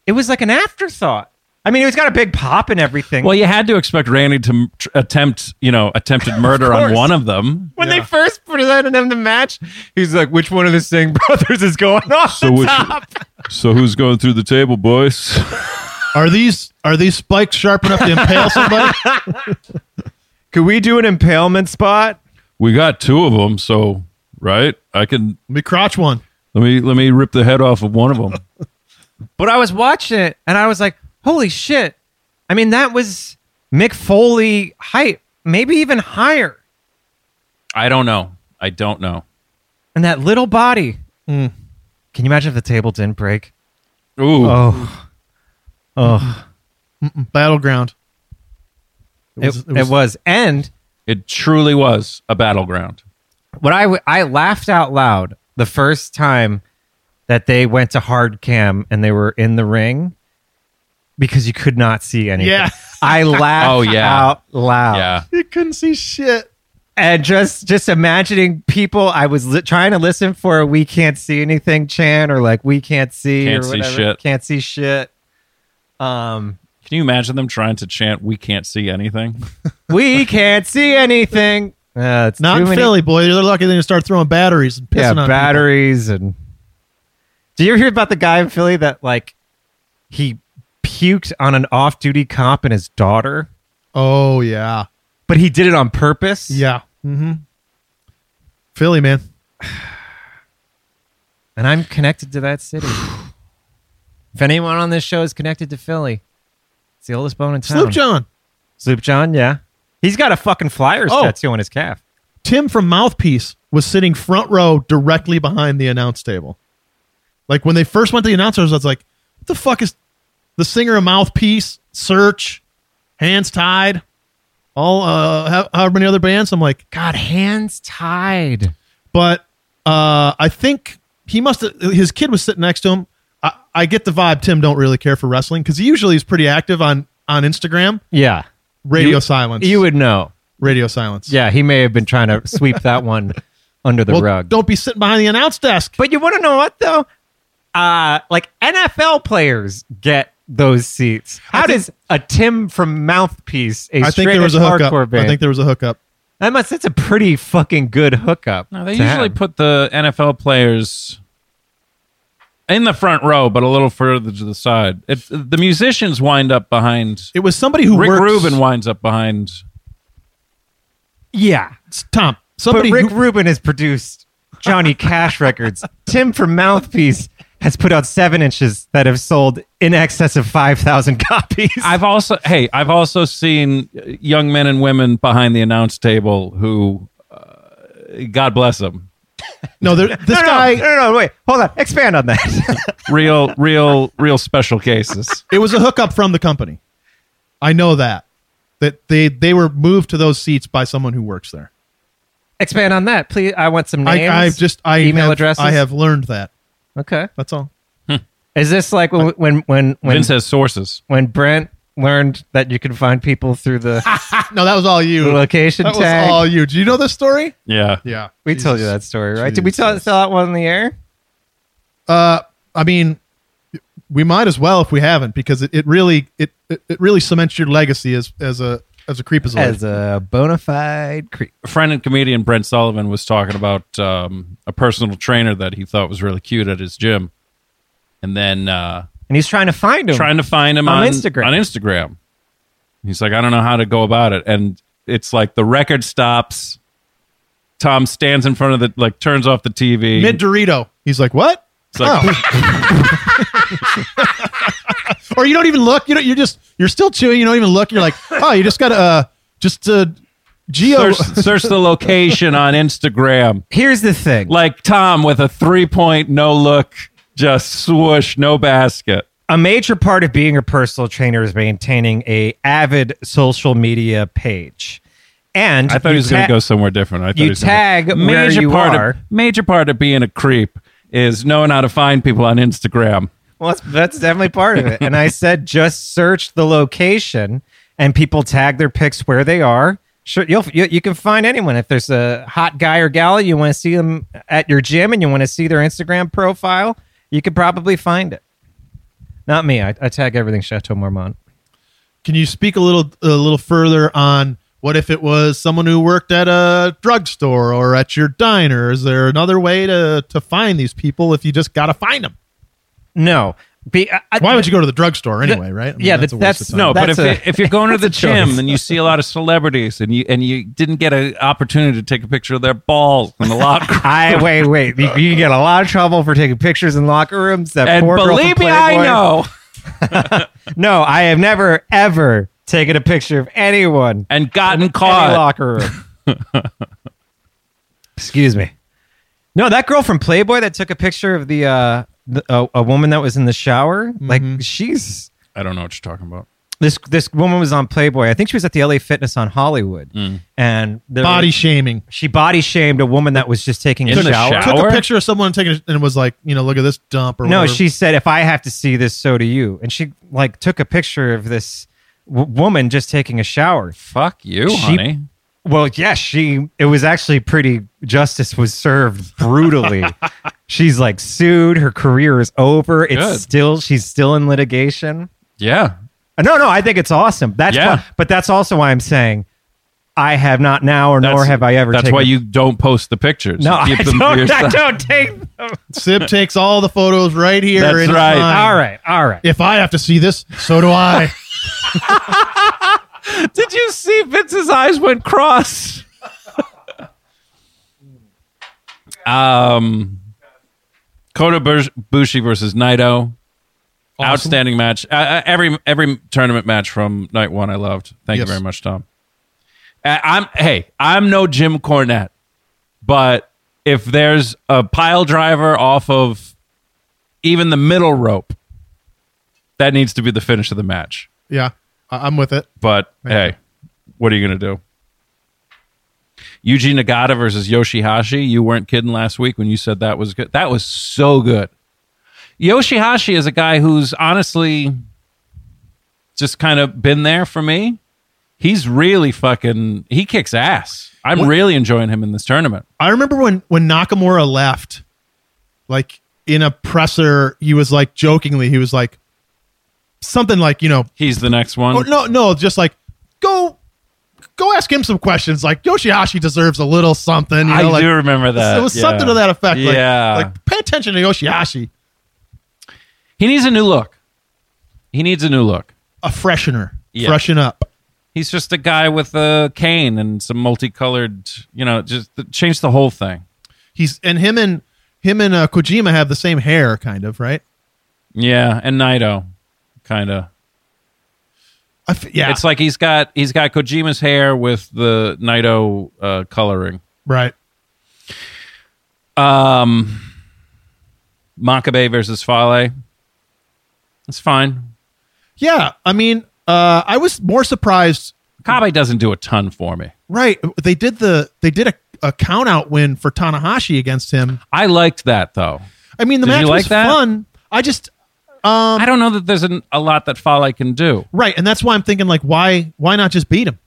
[SPEAKER 3] it was like an afterthought. I mean, it was got a big pop and everything.
[SPEAKER 2] Well, you had to expect Randy to m- tr- attempt, you know, attempted murder on
[SPEAKER 3] course.
[SPEAKER 2] one of them.
[SPEAKER 3] when they first presented him the match, he's like, "Which one of the Singh brothers is going off
[SPEAKER 2] So
[SPEAKER 3] the
[SPEAKER 2] which-
[SPEAKER 3] top?"
[SPEAKER 2] So who's going through the table, boys?
[SPEAKER 4] Are these are these spikes sharp enough to impale somebody?
[SPEAKER 3] Could we do an impalement spot?
[SPEAKER 2] we got two of them, so right? I can
[SPEAKER 4] Let me crotch one.
[SPEAKER 2] let me let me rip the head off of one of them.
[SPEAKER 3] But I was watching it and I was like, holy shit. I mean, that was Mick Foley height, maybe even higher.
[SPEAKER 2] I don't know. I don't know.
[SPEAKER 3] And that little body. Can you imagine if the table didn't break?
[SPEAKER 2] Ooh,
[SPEAKER 3] Oh, oh,
[SPEAKER 4] Battleground.
[SPEAKER 3] it, it was, And
[SPEAKER 2] it truly was a battleground.
[SPEAKER 3] what I, w- I laughed out loud the first time that they went to hard cam and they were in the ring because you could not see anything.
[SPEAKER 4] Yeah.
[SPEAKER 3] I laughed
[SPEAKER 2] Oh, yeah.
[SPEAKER 3] out loud.
[SPEAKER 2] Yeah.
[SPEAKER 4] You couldn't see shit.
[SPEAKER 3] and just just imagining people i was li- trying to listen for a we can't see anything chan or like we can't see
[SPEAKER 2] Can't
[SPEAKER 3] or
[SPEAKER 2] see
[SPEAKER 3] whatever
[SPEAKER 2] shit.
[SPEAKER 3] can't see shit um
[SPEAKER 2] Can you imagine them trying to chant "We can't see anything"?
[SPEAKER 3] we can't see anything uh, it's
[SPEAKER 4] Not
[SPEAKER 3] too
[SPEAKER 4] in
[SPEAKER 3] many-
[SPEAKER 4] Philly, boy. They're lucky they didn't start throwing batteries and pissing
[SPEAKER 3] yeah
[SPEAKER 4] on people.
[SPEAKER 3] batteries and do you hear about the guy in philly that like he puked on an off-duty cop and his daughter
[SPEAKER 4] Oh yeah,
[SPEAKER 3] but he did it on purpose
[SPEAKER 4] yeah. Mm-hmm. Philly, man.
[SPEAKER 3] and i'm connected to that city if anyone on this show is connected to philly it's the oldest bone in town
[SPEAKER 4] Sloop John.
[SPEAKER 3] Sloop John, yeah. He's got a fucking Flyers
[SPEAKER 4] Oh.
[SPEAKER 3] tattoo on his calf.
[SPEAKER 4] Tim from Mouthpiece was sitting front row directly behind the announce table. Like when they first went to the announcers, I was like, what the fuck is the singer of Mouthpiece, Search, Hands Tied, all uh how, however many other bands? I'm like,
[SPEAKER 3] God, hands tied.
[SPEAKER 4] but uh I think he must have his kid was sitting next to him. I, I get the vibe Tim don't really care for wrestling because he usually is pretty active on on Instagram.
[SPEAKER 3] Yeah.
[SPEAKER 4] Radio silence.
[SPEAKER 3] You would know.
[SPEAKER 4] radio silence.
[SPEAKER 3] Yeah, he may have been trying to sweep that one under the
[SPEAKER 4] Well,
[SPEAKER 3] rug.
[SPEAKER 4] don't be sitting behind the announce desk.
[SPEAKER 3] but you want to know what, though? Uh, like NFL players get those seats. How does a Tim from Mouthpiece, a
[SPEAKER 4] I think
[SPEAKER 3] straight
[SPEAKER 4] there was a hookup.
[SPEAKER 3] hardcore band,
[SPEAKER 4] I think there was a hookup.
[SPEAKER 3] I must, that's a pretty fucking good hookup.
[SPEAKER 2] No, they
[SPEAKER 3] to
[SPEAKER 2] usually
[SPEAKER 3] have.
[SPEAKER 2] put the NFL players in the front row, but a little further to the side. It, the musicians wind up behind.
[SPEAKER 4] It was somebody who
[SPEAKER 2] Rick
[SPEAKER 4] works.
[SPEAKER 2] Rubin winds up behind.
[SPEAKER 3] Yeah.
[SPEAKER 4] Tom.
[SPEAKER 3] But
[SPEAKER 4] Somebody.
[SPEAKER 3] Rick
[SPEAKER 4] who-
[SPEAKER 3] Rubin has produced Johnny Cash records. Tim from Mouthpiece has put out seven inches that have sold in excess of 5,000 copies.
[SPEAKER 2] I've also hey, I've also seen uh, young men and women behind the announce table who, uh, God bless them,
[SPEAKER 4] no, there, this
[SPEAKER 3] no, no,
[SPEAKER 4] guy.
[SPEAKER 3] no, no, no, wait, hold on. Expand on that.
[SPEAKER 2] real, real, real special cases.
[SPEAKER 4] It was a hookup from the company. I know that. That they they were moved to those seats by someone who works there.
[SPEAKER 3] Expand on that, please. I want some
[SPEAKER 4] I,
[SPEAKER 3] names.
[SPEAKER 4] I just I
[SPEAKER 3] email
[SPEAKER 4] have,
[SPEAKER 3] addresses.
[SPEAKER 4] I have learned that.
[SPEAKER 3] Okay.
[SPEAKER 4] That's all.
[SPEAKER 3] Is this like when when when when,
[SPEAKER 2] Vince has sources.
[SPEAKER 3] when Brent learned that you can find people through the
[SPEAKER 2] Ah!
[SPEAKER 4] No, that was all you.
[SPEAKER 3] location
[SPEAKER 4] That was
[SPEAKER 3] tag?
[SPEAKER 4] all you. Do you know this story?
[SPEAKER 2] Yeah,
[SPEAKER 4] Yeah,
[SPEAKER 3] we told you that story, right? Did we tell,
[SPEAKER 4] Jesus.
[SPEAKER 3] tell that one in the air?
[SPEAKER 4] Uh, I mean, we might as well if we haven't because it, it really it, it it really cements your legacy as as a as a creepazoid.
[SPEAKER 3] As a bona fide creep.
[SPEAKER 2] A friend and comedian Brent Sullivan was talking about um, a personal trainer that he thought was really cute at his gym, and then uh,
[SPEAKER 3] And he's trying to find him.
[SPEAKER 2] trying to find him
[SPEAKER 3] On
[SPEAKER 2] on,
[SPEAKER 3] Instagram.
[SPEAKER 2] On Instagram, he's like, I don't know how to go about it, and it's like the record stops. Tom stands in front of the like turns off the TV.
[SPEAKER 4] Mid Dorito. He's like, what?
[SPEAKER 2] It's like-
[SPEAKER 4] Oh. or you don't even look. You know, you're just you're still chewing. You don't even look. You're like, oh, you just gotta uh, just uh,
[SPEAKER 3] Oh.
[SPEAKER 4] geo.
[SPEAKER 2] search, search the location on Instagram.
[SPEAKER 3] Here's the thing.
[SPEAKER 2] Like Tom with a three point no look, just swoosh, no basket.
[SPEAKER 3] a major part of being a personal trainer is maintaining a avid social media page. And
[SPEAKER 2] I thought
[SPEAKER 3] you
[SPEAKER 2] he was going
[SPEAKER 3] ta-
[SPEAKER 2] to go somewhere different. I thought
[SPEAKER 3] you
[SPEAKER 2] he was gonna-
[SPEAKER 3] tag where you
[SPEAKER 2] part
[SPEAKER 3] are.
[SPEAKER 2] Of, major part of being a creep is knowing how to find people on Instagram.
[SPEAKER 3] Well, that's, that's definitely part of it. And I said, just search the location, and people tag their pics where they are. Sure, you'll, you you can find anyone if there's a hot guy or gal you want to see them at your gym and you want to see their Instagram profile, you could probably find it. Not me. I, I tag everything Chateau Marmont.
[SPEAKER 4] Can you speak a little a little further on what if it was someone who worked at a drugstore or at your diner? Is there another way to to find these people if you just gotta find them?
[SPEAKER 3] No. Be, I, I-
[SPEAKER 4] Why would you go to the drugstore anyway? Right? I mean,
[SPEAKER 3] yeah, but
[SPEAKER 4] a waste
[SPEAKER 3] that's-
[SPEAKER 4] of time.
[SPEAKER 2] No, but
[SPEAKER 3] That's
[SPEAKER 2] if,
[SPEAKER 3] a-
[SPEAKER 2] if you're going to the
[SPEAKER 3] that's a choice.
[SPEAKER 2] gym and you see a lot of celebrities and you and you didn't get an opportunity to take a picture of their balls in the locker room,
[SPEAKER 3] I wait, wait. You, you can get a lot of trouble for taking pictures in locker rooms. That
[SPEAKER 2] and
[SPEAKER 3] poor girl from
[SPEAKER 2] believe me, I
[SPEAKER 3] Playboy.
[SPEAKER 2] know.
[SPEAKER 3] No, I have never ever taken a picture of anyone
[SPEAKER 2] And gotten
[SPEAKER 3] any
[SPEAKER 2] caught.
[SPEAKER 3] locker room. Excuse me. No, that girl from Playboy that took a picture of the uh, the, uh a woman that was in the shower. Like
[SPEAKER 2] Mm-hmm.
[SPEAKER 3] she's
[SPEAKER 2] I don't know what you're talking about.
[SPEAKER 3] this this woman was on Playboy. I think she was at the LA Fitness on Hollywood,
[SPEAKER 2] Mm.
[SPEAKER 3] and there
[SPEAKER 4] body
[SPEAKER 3] was-
[SPEAKER 4] shaming.
[SPEAKER 3] she body shamed a woman that was just taking
[SPEAKER 2] In
[SPEAKER 3] a
[SPEAKER 2] the shower?
[SPEAKER 4] Took
[SPEAKER 2] Hour?
[SPEAKER 4] a picture of someone taking it and was like, you know, look at this dump or
[SPEAKER 3] No,
[SPEAKER 4] whatever.
[SPEAKER 3] she said, if I have to see this, so do you. And she like took a picture of this w- woman just taking a shower.
[SPEAKER 2] Fuck you,
[SPEAKER 3] She-
[SPEAKER 2] honey.
[SPEAKER 3] Well, yes, she. It was actually pretty. Justice was served brutally. she's like sued. Her career is over. It's
[SPEAKER 2] Good.
[SPEAKER 3] still. She's still in litigation.
[SPEAKER 2] Yeah.
[SPEAKER 3] Uh, No, no, I think it's awesome. That's
[SPEAKER 2] Yeah.
[SPEAKER 3] why- but that's also why I'm saying I have not now, or nor
[SPEAKER 2] That's-
[SPEAKER 3] have I ever.
[SPEAKER 2] That's
[SPEAKER 3] taken
[SPEAKER 2] why
[SPEAKER 3] a-
[SPEAKER 2] you don't post the pictures.
[SPEAKER 3] No,
[SPEAKER 2] You
[SPEAKER 3] I
[SPEAKER 2] keep them to
[SPEAKER 3] don't. I
[SPEAKER 2] yourself.
[SPEAKER 3] don't take. Them.
[SPEAKER 4] Sib takes all the photos right here.
[SPEAKER 2] That's
[SPEAKER 4] in his
[SPEAKER 2] right.
[SPEAKER 4] mind.
[SPEAKER 3] All right, all right.
[SPEAKER 4] If I have to see this, so do I.
[SPEAKER 2] Did you see Vince's eyes went cross? um, Kota Bus- Bushi versus Naito. Outstanding match. Uh, Uh, every every tournament match from night one, I loved. Thank
[SPEAKER 4] Yes.
[SPEAKER 2] you very much, Tom. Uh, I'm hey, I'm no Jim Cornette, but if there's a pile driver off of even the middle rope, that needs to be the finish of the match.
[SPEAKER 4] yeah, I- I'm with it.
[SPEAKER 2] But
[SPEAKER 4] Yeah.
[SPEAKER 2] hey, what are you going to do? Yuji Nagata versus Yoshihashi. You weren't kidding last week when you said that was good. That was so good. Yoshihashi is a guy who's honestly just kind of been there for me. He's really fucking, he kicks ass. I'm really enjoying him in this tournament.
[SPEAKER 4] I remember when when Nakamura left, like in a presser, he was like jokingly, he was like something like, you know,
[SPEAKER 2] He's the next one.
[SPEAKER 4] oh, no, no, just like go go ask him some questions. Like Yoshihashi deserves a little something. You know,
[SPEAKER 2] I
[SPEAKER 4] like,
[SPEAKER 2] do remember that.
[SPEAKER 4] It was
[SPEAKER 2] yeah.
[SPEAKER 4] something to that effect. Like,
[SPEAKER 2] Yeah.
[SPEAKER 4] like pay attention to Yoshihashi,
[SPEAKER 2] he needs a new look. He needs a new look.
[SPEAKER 4] a freshener,
[SPEAKER 2] Yeah.
[SPEAKER 4] freshen up.
[SPEAKER 2] He's just a guy with a cane and some multicolored, you know, just th- change the whole thing.
[SPEAKER 4] He's and him and him and uh, Kojima have the same hair, kind of, right?
[SPEAKER 2] Yeah, and Naito, kind of.
[SPEAKER 4] I f- yeah,
[SPEAKER 2] It's like he's got he's got Kojima's hair with the Naito uh, coloring.
[SPEAKER 4] right.
[SPEAKER 2] Makabe versus Fale. It's fine.
[SPEAKER 4] Yeah, I mean, uh, I was more surprised.
[SPEAKER 2] Kabe doesn't do a ton for me.
[SPEAKER 4] Right, they did the they did a, a count out win for Tanahashi against him.
[SPEAKER 2] I liked that though.
[SPEAKER 4] I mean, the
[SPEAKER 2] Did you
[SPEAKER 4] match
[SPEAKER 2] like
[SPEAKER 4] was
[SPEAKER 2] that?
[SPEAKER 4] fun. I just Um,
[SPEAKER 2] I don't know that there's an, a lot that Fale can do.
[SPEAKER 4] right, and that's why I'm thinking like, why why not just beat him?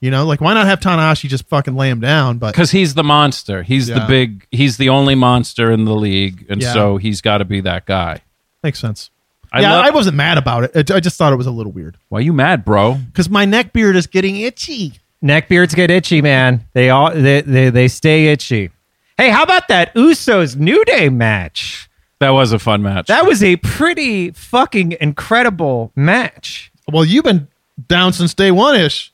[SPEAKER 4] You know, like why not have Tanahashi just fucking lay him down? But
[SPEAKER 2] because he's the monster. He's the
[SPEAKER 4] Yeah.
[SPEAKER 2] big. He's the only monster in the league, and
[SPEAKER 4] Yeah.
[SPEAKER 2] so he's got to be that guy.
[SPEAKER 4] makes sense.
[SPEAKER 2] I
[SPEAKER 4] yeah,
[SPEAKER 2] love-
[SPEAKER 4] I wasn't mad about it. I I just thought it was a little weird
[SPEAKER 2] Why you mad, bro?
[SPEAKER 4] because my neck beard is getting itchy.
[SPEAKER 3] Neckbeards get itchy, man. They all they, they they stay itchy. Hey, how about that Usos New Day match?
[SPEAKER 2] That was a fun match.
[SPEAKER 3] That was a pretty fucking incredible match.
[SPEAKER 4] Well, you've been down since day one ish.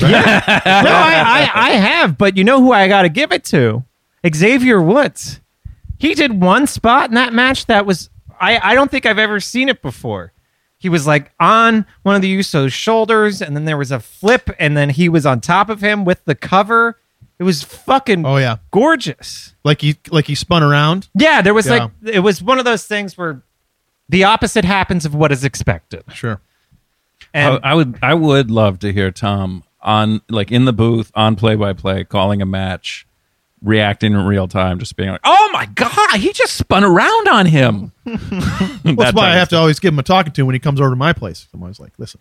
[SPEAKER 3] No, I, I, I have, but you know who I got to give it to? Xavier Woods. He did one spot in that match that was, I, I don't think I've ever seen it before. He was like on one of the Usos' shoulders, and then there was a flip, and then he was on top of him with the cover. It was fucking
[SPEAKER 4] Oh, yeah.
[SPEAKER 3] gorgeous.
[SPEAKER 4] Like he like he spun around.
[SPEAKER 3] Yeah, there was
[SPEAKER 4] Yeah.
[SPEAKER 3] like, it was one of those things where the opposite happens of what is expected.
[SPEAKER 4] Sure.
[SPEAKER 2] I,
[SPEAKER 4] Oh,
[SPEAKER 3] And
[SPEAKER 2] I would I would love to hear Tom on like in the booth on play by play calling a match, reacting in real time, just being like, "Oh my god, he just spun around on him."
[SPEAKER 4] That's why I have to always give him a talking to when he comes over to my place. I'm always like, listen,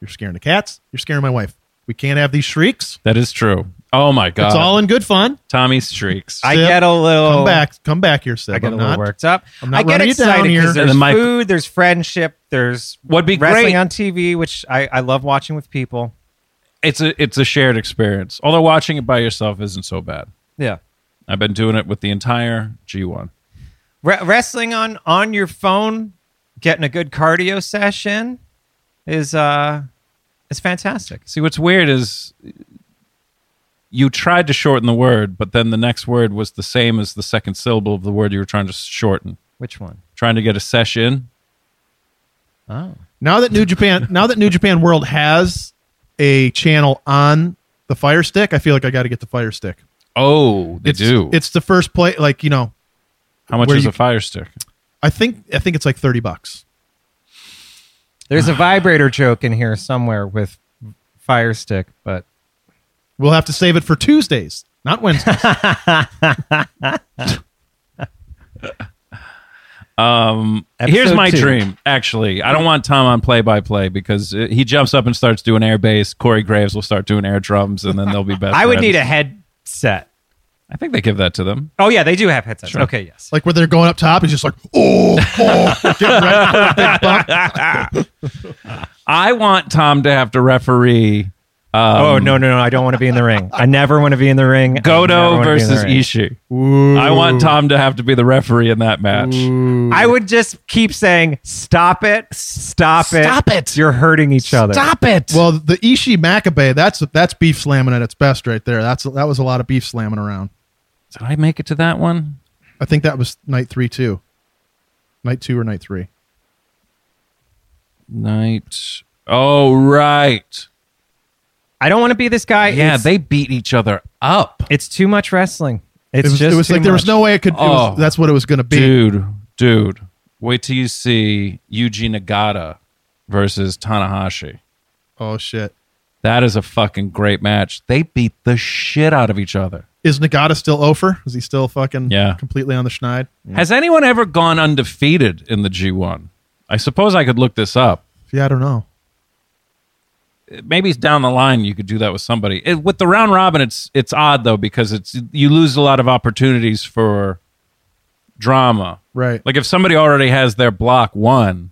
[SPEAKER 4] you're scaring the cats. You're scaring my wife. We can't have these shrieks.
[SPEAKER 2] That is true. Oh my god,
[SPEAKER 4] It's all in good fun.
[SPEAKER 2] Tommy streaks.
[SPEAKER 3] Uh, I
[SPEAKER 4] Sip.
[SPEAKER 3] get a little.
[SPEAKER 4] Come back. Come back here, Sib.
[SPEAKER 3] I get
[SPEAKER 4] I'm
[SPEAKER 3] a little
[SPEAKER 4] not-
[SPEAKER 3] worked up.
[SPEAKER 4] I'm not
[SPEAKER 3] I get
[SPEAKER 4] running you down
[SPEAKER 3] excited
[SPEAKER 4] here.
[SPEAKER 3] because
[SPEAKER 2] And
[SPEAKER 3] there's
[SPEAKER 2] the mic-
[SPEAKER 3] food, there's friendship, there's
[SPEAKER 2] What'd be
[SPEAKER 3] wrestling
[SPEAKER 2] great-
[SPEAKER 3] on TV, which I, I love watching with people.
[SPEAKER 2] it's a it's a shared experience. Although watching it by yourself isn't so bad.
[SPEAKER 3] Yeah,
[SPEAKER 2] I've been doing it with the entire G1.
[SPEAKER 3] Re- wrestling on on your phone, getting a good cardio session is uh is fantastic.
[SPEAKER 2] See, what's weird is you tried to shorten the word, but then the next word was the same as the second syllable of the word you were trying to shorten.
[SPEAKER 3] Which one?
[SPEAKER 2] Trying to get a session.
[SPEAKER 4] Now that New Japan, now that New Japan World has a channel on the Fire Stick, I feel like I got to get the Fire Stick.
[SPEAKER 2] Oh, they
[SPEAKER 4] it's,
[SPEAKER 2] do.
[SPEAKER 4] It's the first play. Like you know,
[SPEAKER 2] How much
[SPEAKER 4] where
[SPEAKER 2] is
[SPEAKER 4] you-
[SPEAKER 2] a fire stick?
[SPEAKER 4] I think I think it's like thirty bucks.
[SPEAKER 3] There's a vibrator joke in here somewhere with Fire Stick, but
[SPEAKER 4] We'll have to save it for Tuesdays, not Wednesdays.
[SPEAKER 2] Here's
[SPEAKER 3] Episode
[SPEAKER 2] my
[SPEAKER 3] two.
[SPEAKER 2] dream, actually. I don't want Tom on play by play because uh, he jumps up and starts doing air bass. Corey Graves will start doing air drums, and then they'll be best.
[SPEAKER 3] I would need a
[SPEAKER 2] friends.
[SPEAKER 3] headset.
[SPEAKER 2] I think they give that to them.
[SPEAKER 3] Oh yeah, they do have headsets.
[SPEAKER 2] Sure.
[SPEAKER 3] Okay, yes.
[SPEAKER 4] like where they're going up top and just like, oh, oh, getting ready for a big bump.
[SPEAKER 2] I want Tom to have to referee Um,
[SPEAKER 3] oh no, no, no! I don't want to be in the ring. I never want to be in the ring. I never
[SPEAKER 2] Godo
[SPEAKER 3] wanna be in the
[SPEAKER 2] versus
[SPEAKER 3] ring.
[SPEAKER 2] Ishii. I want Tom to have to be the referee in that match.
[SPEAKER 3] I
[SPEAKER 4] Mm.
[SPEAKER 3] would just keep saying, "Stop it! Stop it!
[SPEAKER 2] Stop it.
[SPEAKER 3] You're hurting each other."
[SPEAKER 2] it.
[SPEAKER 4] Well, the Ishii Makabe, that's that's beef slamming at its best right there. That's that was a lot of beef slamming around.
[SPEAKER 2] Did I make it to that one?
[SPEAKER 4] I think that was night three too. Night two or night three.
[SPEAKER 2] Night. Oh, right.
[SPEAKER 3] I don't want to be this guy.
[SPEAKER 2] Yeah,
[SPEAKER 3] it's,
[SPEAKER 2] they beat each other up.
[SPEAKER 3] it's too much wrestling. It's
[SPEAKER 4] It was,
[SPEAKER 3] just
[SPEAKER 4] it was
[SPEAKER 3] too
[SPEAKER 4] like there was
[SPEAKER 3] much.
[SPEAKER 4] no way it could. It was,
[SPEAKER 2] Oh.
[SPEAKER 4] that's what it was going to be.
[SPEAKER 2] Dude, dude. Wait till you see Yuji Nagata versus Tanahashi.
[SPEAKER 4] Oh shit!
[SPEAKER 2] That is a fucking great match. They beat the shit out of each other.
[SPEAKER 4] Is Nagata still over? Is he still fucking
[SPEAKER 2] Yeah.
[SPEAKER 4] completely on the schneid?
[SPEAKER 2] Has anyone ever gone undefeated in the G1? I suppose I could look this up.
[SPEAKER 4] Yeah, I don't know.
[SPEAKER 2] maybe down the line you could do that with somebody. It, with the round robin, it's it's odd though because it's you lose a lot of opportunities for drama.
[SPEAKER 4] Right.
[SPEAKER 2] Like if somebody already has their block won,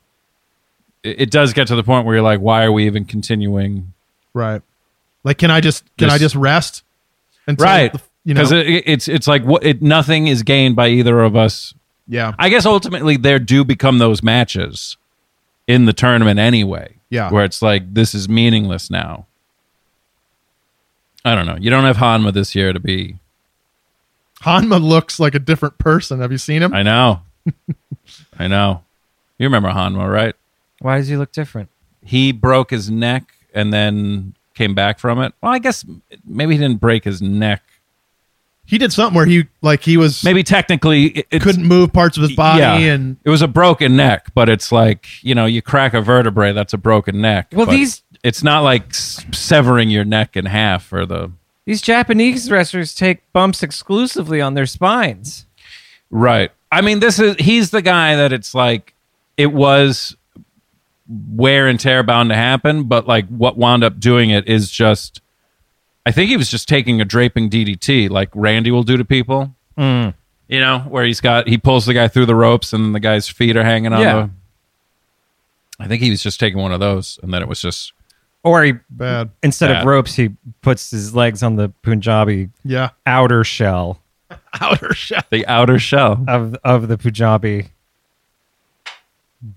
[SPEAKER 2] it, it does get to the point where you're like, why are we even continuing?
[SPEAKER 4] Right. Like, can I just can I
[SPEAKER 2] Just-
[SPEAKER 4] just rest? Until
[SPEAKER 2] Right.
[SPEAKER 4] the- you know.
[SPEAKER 2] Because it, it's it's like what it, nothing is gained by either of us.
[SPEAKER 4] yeah.
[SPEAKER 2] I guess ultimately there do become those matches in the tournament anyway.
[SPEAKER 4] Yeah.
[SPEAKER 2] Where it's like this is meaningless now. I don't know. You don't have Hanma this year to be
[SPEAKER 4] Hanma looks like a different person. Have you seen him?
[SPEAKER 2] I know. I know. You remember Hanma, right?
[SPEAKER 3] Why does he look different?
[SPEAKER 2] He broke his neck and then came back from it. Well, I guess maybe he didn't break his neck.
[SPEAKER 4] he did something where he like he was
[SPEAKER 2] Maybe technically it it's-
[SPEAKER 4] couldn't move parts of his body
[SPEAKER 2] yeah.
[SPEAKER 4] and
[SPEAKER 2] it was a broken neck, but it's like, you know, you crack a vertebrae, that's a broken neck.
[SPEAKER 3] Well,
[SPEAKER 2] but
[SPEAKER 3] these-
[SPEAKER 2] it's not like s- severing your neck in half or the
[SPEAKER 3] These Japanese wrestlers take bumps exclusively on their spines.
[SPEAKER 2] Right. I mean, this is he's the guy that it's like it was wear and tear bound to happen, but like what wound up doing it is just I think he was just taking a draping DDT like Randy will do to people. Mm. You know, where he's got he pulls the guy through the ropes and the guy's feet are hanging on
[SPEAKER 3] Yeah.
[SPEAKER 2] the I think he was just taking one of those and then it was just
[SPEAKER 3] Or he,
[SPEAKER 4] bad.
[SPEAKER 3] instead
[SPEAKER 2] Bad.
[SPEAKER 3] of ropes, he puts his legs on the Punjabi
[SPEAKER 4] Yeah.
[SPEAKER 3] outer shell
[SPEAKER 4] Outer shell.
[SPEAKER 2] the outer shell.
[SPEAKER 3] of of the Punjabi.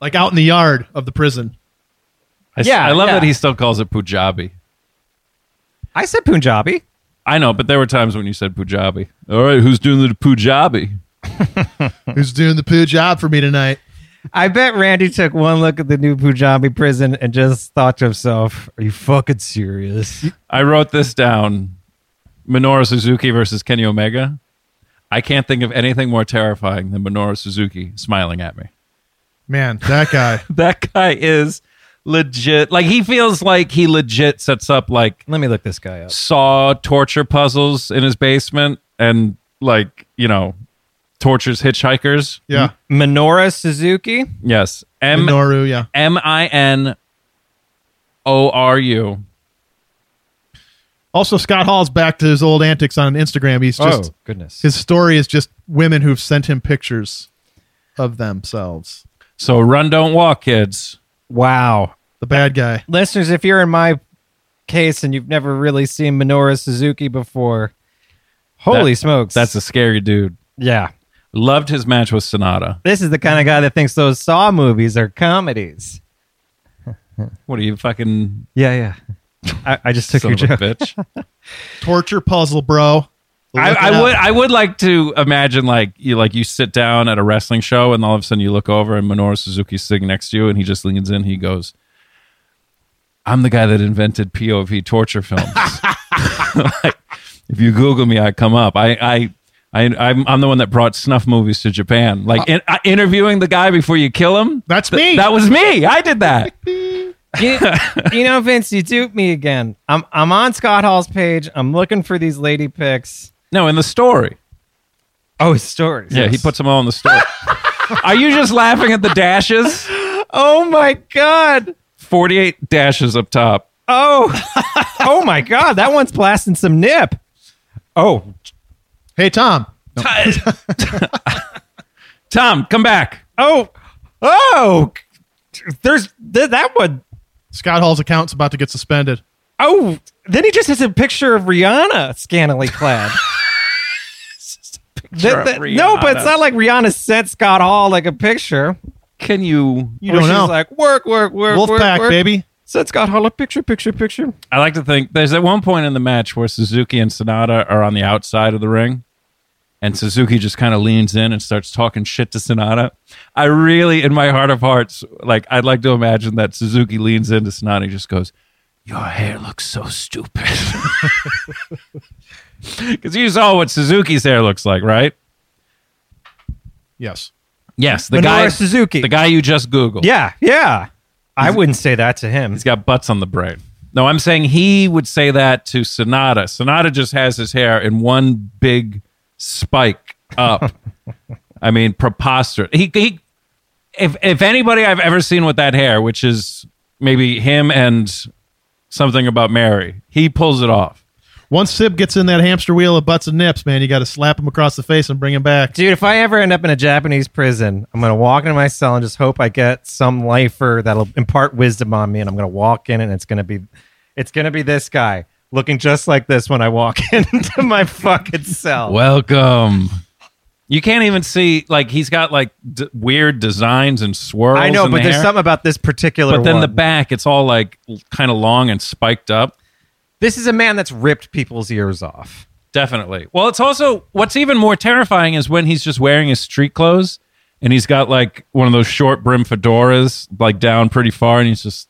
[SPEAKER 4] Like out in the yard of the prison.
[SPEAKER 2] I s-
[SPEAKER 3] yeah,
[SPEAKER 2] I love
[SPEAKER 3] yeah.
[SPEAKER 2] that he still calls it Pujabi.
[SPEAKER 3] I said Punjabi.
[SPEAKER 2] I know, but there were times when you said Pujabi. All right, who's doing the Pujabi?
[SPEAKER 4] Who's doing the poo job for me tonight?
[SPEAKER 3] I bet Randy took one look at the new Punjabi prison and just thought to himself, "Are you fucking serious?"
[SPEAKER 2] I wrote this down. Minoru Suzuki versus Kenny Omega. I can't think of anything more terrifying than Minoru Suzuki smiling at me.
[SPEAKER 4] Man, that guy.
[SPEAKER 2] That guy is legit. Like he feels like he legit sets up like
[SPEAKER 3] Let me look this guy up.
[SPEAKER 2] saw torture puzzles in his basement and like, you know, tortures hitchhikers.
[SPEAKER 4] Yeah.
[SPEAKER 3] Minoru Suzuki.
[SPEAKER 2] Yes. M
[SPEAKER 4] Minoru, yeah.
[SPEAKER 2] M I N O R U.
[SPEAKER 4] Also, Scott Hall's back to his old antics on Instagram. He's just
[SPEAKER 3] oh goodness.
[SPEAKER 4] his story is just women who've sent him pictures of themselves.
[SPEAKER 2] So run don't walk kids.
[SPEAKER 3] wow.
[SPEAKER 4] The bad guy.
[SPEAKER 3] listeners, if you're in my case and you've never really seen Minoru Suzuki before, holy
[SPEAKER 2] That-
[SPEAKER 3] smokes,
[SPEAKER 2] That's a scary dude.
[SPEAKER 3] yeah.
[SPEAKER 2] Loved his match with Sonata.
[SPEAKER 3] This is the kind of guy that thinks those Saw movies are comedies.
[SPEAKER 2] What are you fucking
[SPEAKER 3] Yeah, yeah. I, I just took
[SPEAKER 2] son
[SPEAKER 3] your
[SPEAKER 2] of a
[SPEAKER 3] joke.
[SPEAKER 2] bitch?
[SPEAKER 4] Torture puzzle, bro.
[SPEAKER 2] I,
[SPEAKER 4] Look it
[SPEAKER 2] I
[SPEAKER 4] up.
[SPEAKER 2] would I would like to imagine like you like you sit down at a wrestling show and all of a sudden you look over and Minoru Suzuki's sitting next to you and he just leans in he goes I'm the guy that invented POV torture films. Like, if you Google me, I come up. I I. I, I'm, I'm the one that brought snuff movies to Japan. Like in, uh, interviewing the guy before you kill him.
[SPEAKER 4] That's
[SPEAKER 2] Th-
[SPEAKER 4] me.
[SPEAKER 2] That was me. I did that.
[SPEAKER 3] you, you know, Vince, you duped me again. I'm I'm on Scott Hall's page. I'm looking for these lady pics.
[SPEAKER 2] No, in the story.
[SPEAKER 3] Oh, his stories.
[SPEAKER 2] Yeah, he puts them all in the story. Are you just laughing at the dashes?
[SPEAKER 3] Oh my god.
[SPEAKER 2] 48 dashes up top.
[SPEAKER 3] Oh, oh my god. That one's blasting some nip. Oh,
[SPEAKER 4] hey, Tom.
[SPEAKER 2] Tom, come back.
[SPEAKER 3] Oh, oh, there's th- that one.
[SPEAKER 4] Scott Hall's account's about to get suspended.
[SPEAKER 3] Oh, then he just has a picture of Rihanna scantily clad. Th- th- no, but it's not like Rihanna sent Scott Hall like a picture.
[SPEAKER 2] Can you?
[SPEAKER 4] You
[SPEAKER 3] where she's
[SPEAKER 4] don't know.
[SPEAKER 3] like work, work, work, work,
[SPEAKER 4] Wolfpack,
[SPEAKER 3] work.
[SPEAKER 4] baby.
[SPEAKER 3] Sent Scott Hall a picture, picture, picture.
[SPEAKER 2] I like to think there's at one point in the match where Suzuki and Sonata are on the outside of the ring, and Suzuki just kind of leans in and starts talking shit to Sonata. I really, in my heart of hearts, like I'd like to imagine that Suzuki leans into Sonata and just goes, "Your hair looks so stupid," because you saw what Suzuki's hair looks like, right?
[SPEAKER 4] Yes.
[SPEAKER 2] Yes, the
[SPEAKER 3] Minoru
[SPEAKER 2] guy
[SPEAKER 3] Suzuki.
[SPEAKER 2] the guy you just googled.
[SPEAKER 3] Yeah, yeah. I wouldn't say that to him.
[SPEAKER 2] He's got butts on the brain. No, I'm saying he would say that to Sonata. Sonata just has his hair in one big spike up. I mean, preposterous. He, he, if if anybody I've ever seen with that hair, which is maybe him and something about Mary, he pulls it off.
[SPEAKER 4] Once Sib gets in that hamster wheel of butts and nips, man, you got to slap him across the face and bring him back.
[SPEAKER 3] Dude, if I ever end up in a Japanese prison, I'm gonna walk into my cell and just hope I get some lifer that'll impart wisdom on me, and I'm gonna walk in and it's gonna be, it's gonna be this guy looking just like this when I walk into my fucking cell.
[SPEAKER 2] Welcome. You can't even see like he's got like d- weird designs and swirls.
[SPEAKER 3] I know,
[SPEAKER 2] in
[SPEAKER 3] but
[SPEAKER 2] the
[SPEAKER 3] there's
[SPEAKER 2] hair.
[SPEAKER 3] something about this particular.
[SPEAKER 2] But then
[SPEAKER 3] one.
[SPEAKER 2] the back, it's all like kind of long and spiked up.
[SPEAKER 3] this is a man that's ripped people's ears off.
[SPEAKER 2] Definitely. Well, it's also what's even more terrifying is when he's just wearing his street clothes and he's got like one of those short brim fedoras like down pretty far and he's just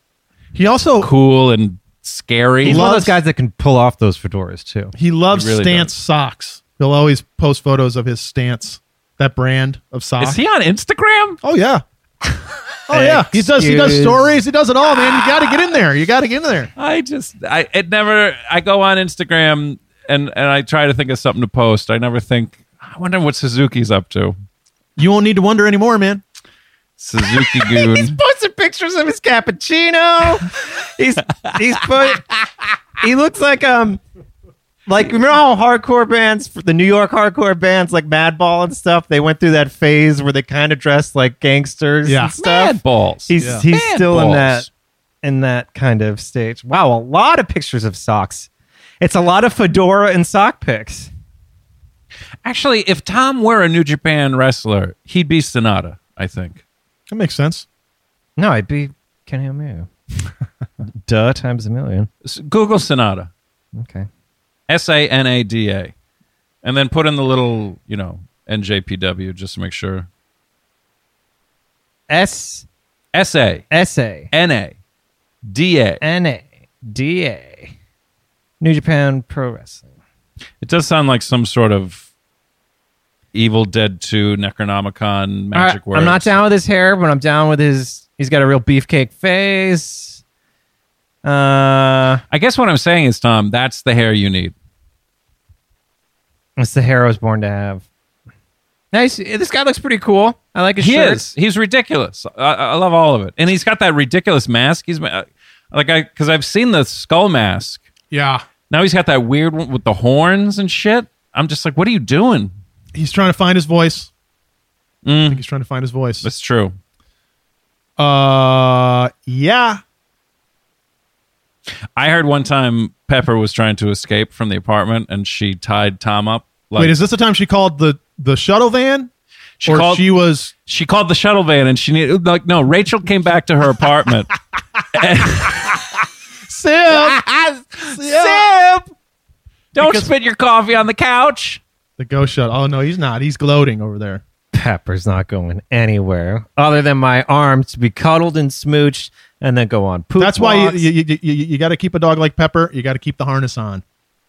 [SPEAKER 4] He also
[SPEAKER 2] cool and scary.
[SPEAKER 3] He's one of
[SPEAKER 4] loves-
[SPEAKER 3] those guys that can pull off those fedoras too.
[SPEAKER 4] he loves
[SPEAKER 2] He really
[SPEAKER 4] stance socks. He'll always post photos of his stance, that brand of socks.
[SPEAKER 2] is he on Instagram?
[SPEAKER 4] Oh yeah. Oh yeah. He does he does
[SPEAKER 3] Excuse-
[SPEAKER 4] stories. He does it all, man. You gotta get in there. You gotta get in there.
[SPEAKER 2] I just I it never I go on Instagram and and I try to think of something to post. I never think I wonder what Suzuki's up to.
[SPEAKER 4] You won't need to wonder anymore, man.
[SPEAKER 2] Suzuki goon.
[SPEAKER 3] posted pictures of his cappuccino. he's he's put. He looks like um, like remember how hardcore bands, the New York hardcore bands like Madball and stuff, they went through that phase where they kind of dressed like gangsters
[SPEAKER 4] Yeah.
[SPEAKER 3] and stuff.
[SPEAKER 2] Mad balls.
[SPEAKER 3] He's
[SPEAKER 4] Yeah.
[SPEAKER 3] he's
[SPEAKER 2] Mad
[SPEAKER 3] still in
[SPEAKER 2] balls.
[SPEAKER 3] that in that kind of stage. Wow, a lot of pictures of socks. It's a lot of fedora and sock pics.
[SPEAKER 2] Actually, if Tom were a New Japan wrestler, he'd be Sonata, I think.
[SPEAKER 4] That makes sense.
[SPEAKER 3] No, I'd be Kenny Omega. Duh, times a million.
[SPEAKER 2] S- Google Sonata.
[SPEAKER 3] Okay.
[SPEAKER 2] S A N A D A. And then put in the little, you know, NJPW just to make sure.
[SPEAKER 3] S
[SPEAKER 2] S A
[SPEAKER 3] S A
[SPEAKER 2] N A D A.
[SPEAKER 3] N A D A. New Japan Pro Wrestling.
[SPEAKER 2] It does sound like some sort of Evil Dead 2 Necronomicon
[SPEAKER 3] All
[SPEAKER 2] magic
[SPEAKER 3] right,
[SPEAKER 2] word.
[SPEAKER 3] I'm not down with his hair, but I'm down with his. He's got a real beefcake face. Uh,
[SPEAKER 2] I guess what I'm saying is, Tom, that's the hair you need.
[SPEAKER 3] it's the hair I was born to have. Nice. This guy looks pretty cool. I like his
[SPEAKER 2] He
[SPEAKER 3] shirt.
[SPEAKER 2] is. He's ridiculous. I, I love all of it. And he's got that ridiculous mask. He's ma- uh, like, I, because I've seen the skull mask.
[SPEAKER 4] Yeah.
[SPEAKER 2] Now he's got that weird one with the horns and shit. I'm just like, what are you doing?
[SPEAKER 4] He's trying to find his voice.
[SPEAKER 2] Mm.
[SPEAKER 4] I think he's trying to find his voice.
[SPEAKER 2] That's true.
[SPEAKER 4] Uh, yeah.
[SPEAKER 2] I heard one time Pepper was trying to escape from the apartment and she tied Tom up. Like,
[SPEAKER 4] Wait, is this the time she called the the shuttle van?
[SPEAKER 2] she
[SPEAKER 4] or
[SPEAKER 2] called
[SPEAKER 4] she was
[SPEAKER 2] she called the shuttle van and she needed like no. Rachel came back to her apartment.
[SPEAKER 4] Sip
[SPEAKER 2] Sip, don't spit your coffee on the couch.
[SPEAKER 4] the ghost shuttle. Oh no, he's not. He's gloating over there.
[SPEAKER 3] Pepper's not going anywhere other than my arm to be cuddled and smooched and then go on poop.
[SPEAKER 4] That's why
[SPEAKER 3] walks.
[SPEAKER 4] you you, you, you, you got to keep a dog like Pepper. You got to keep the harness on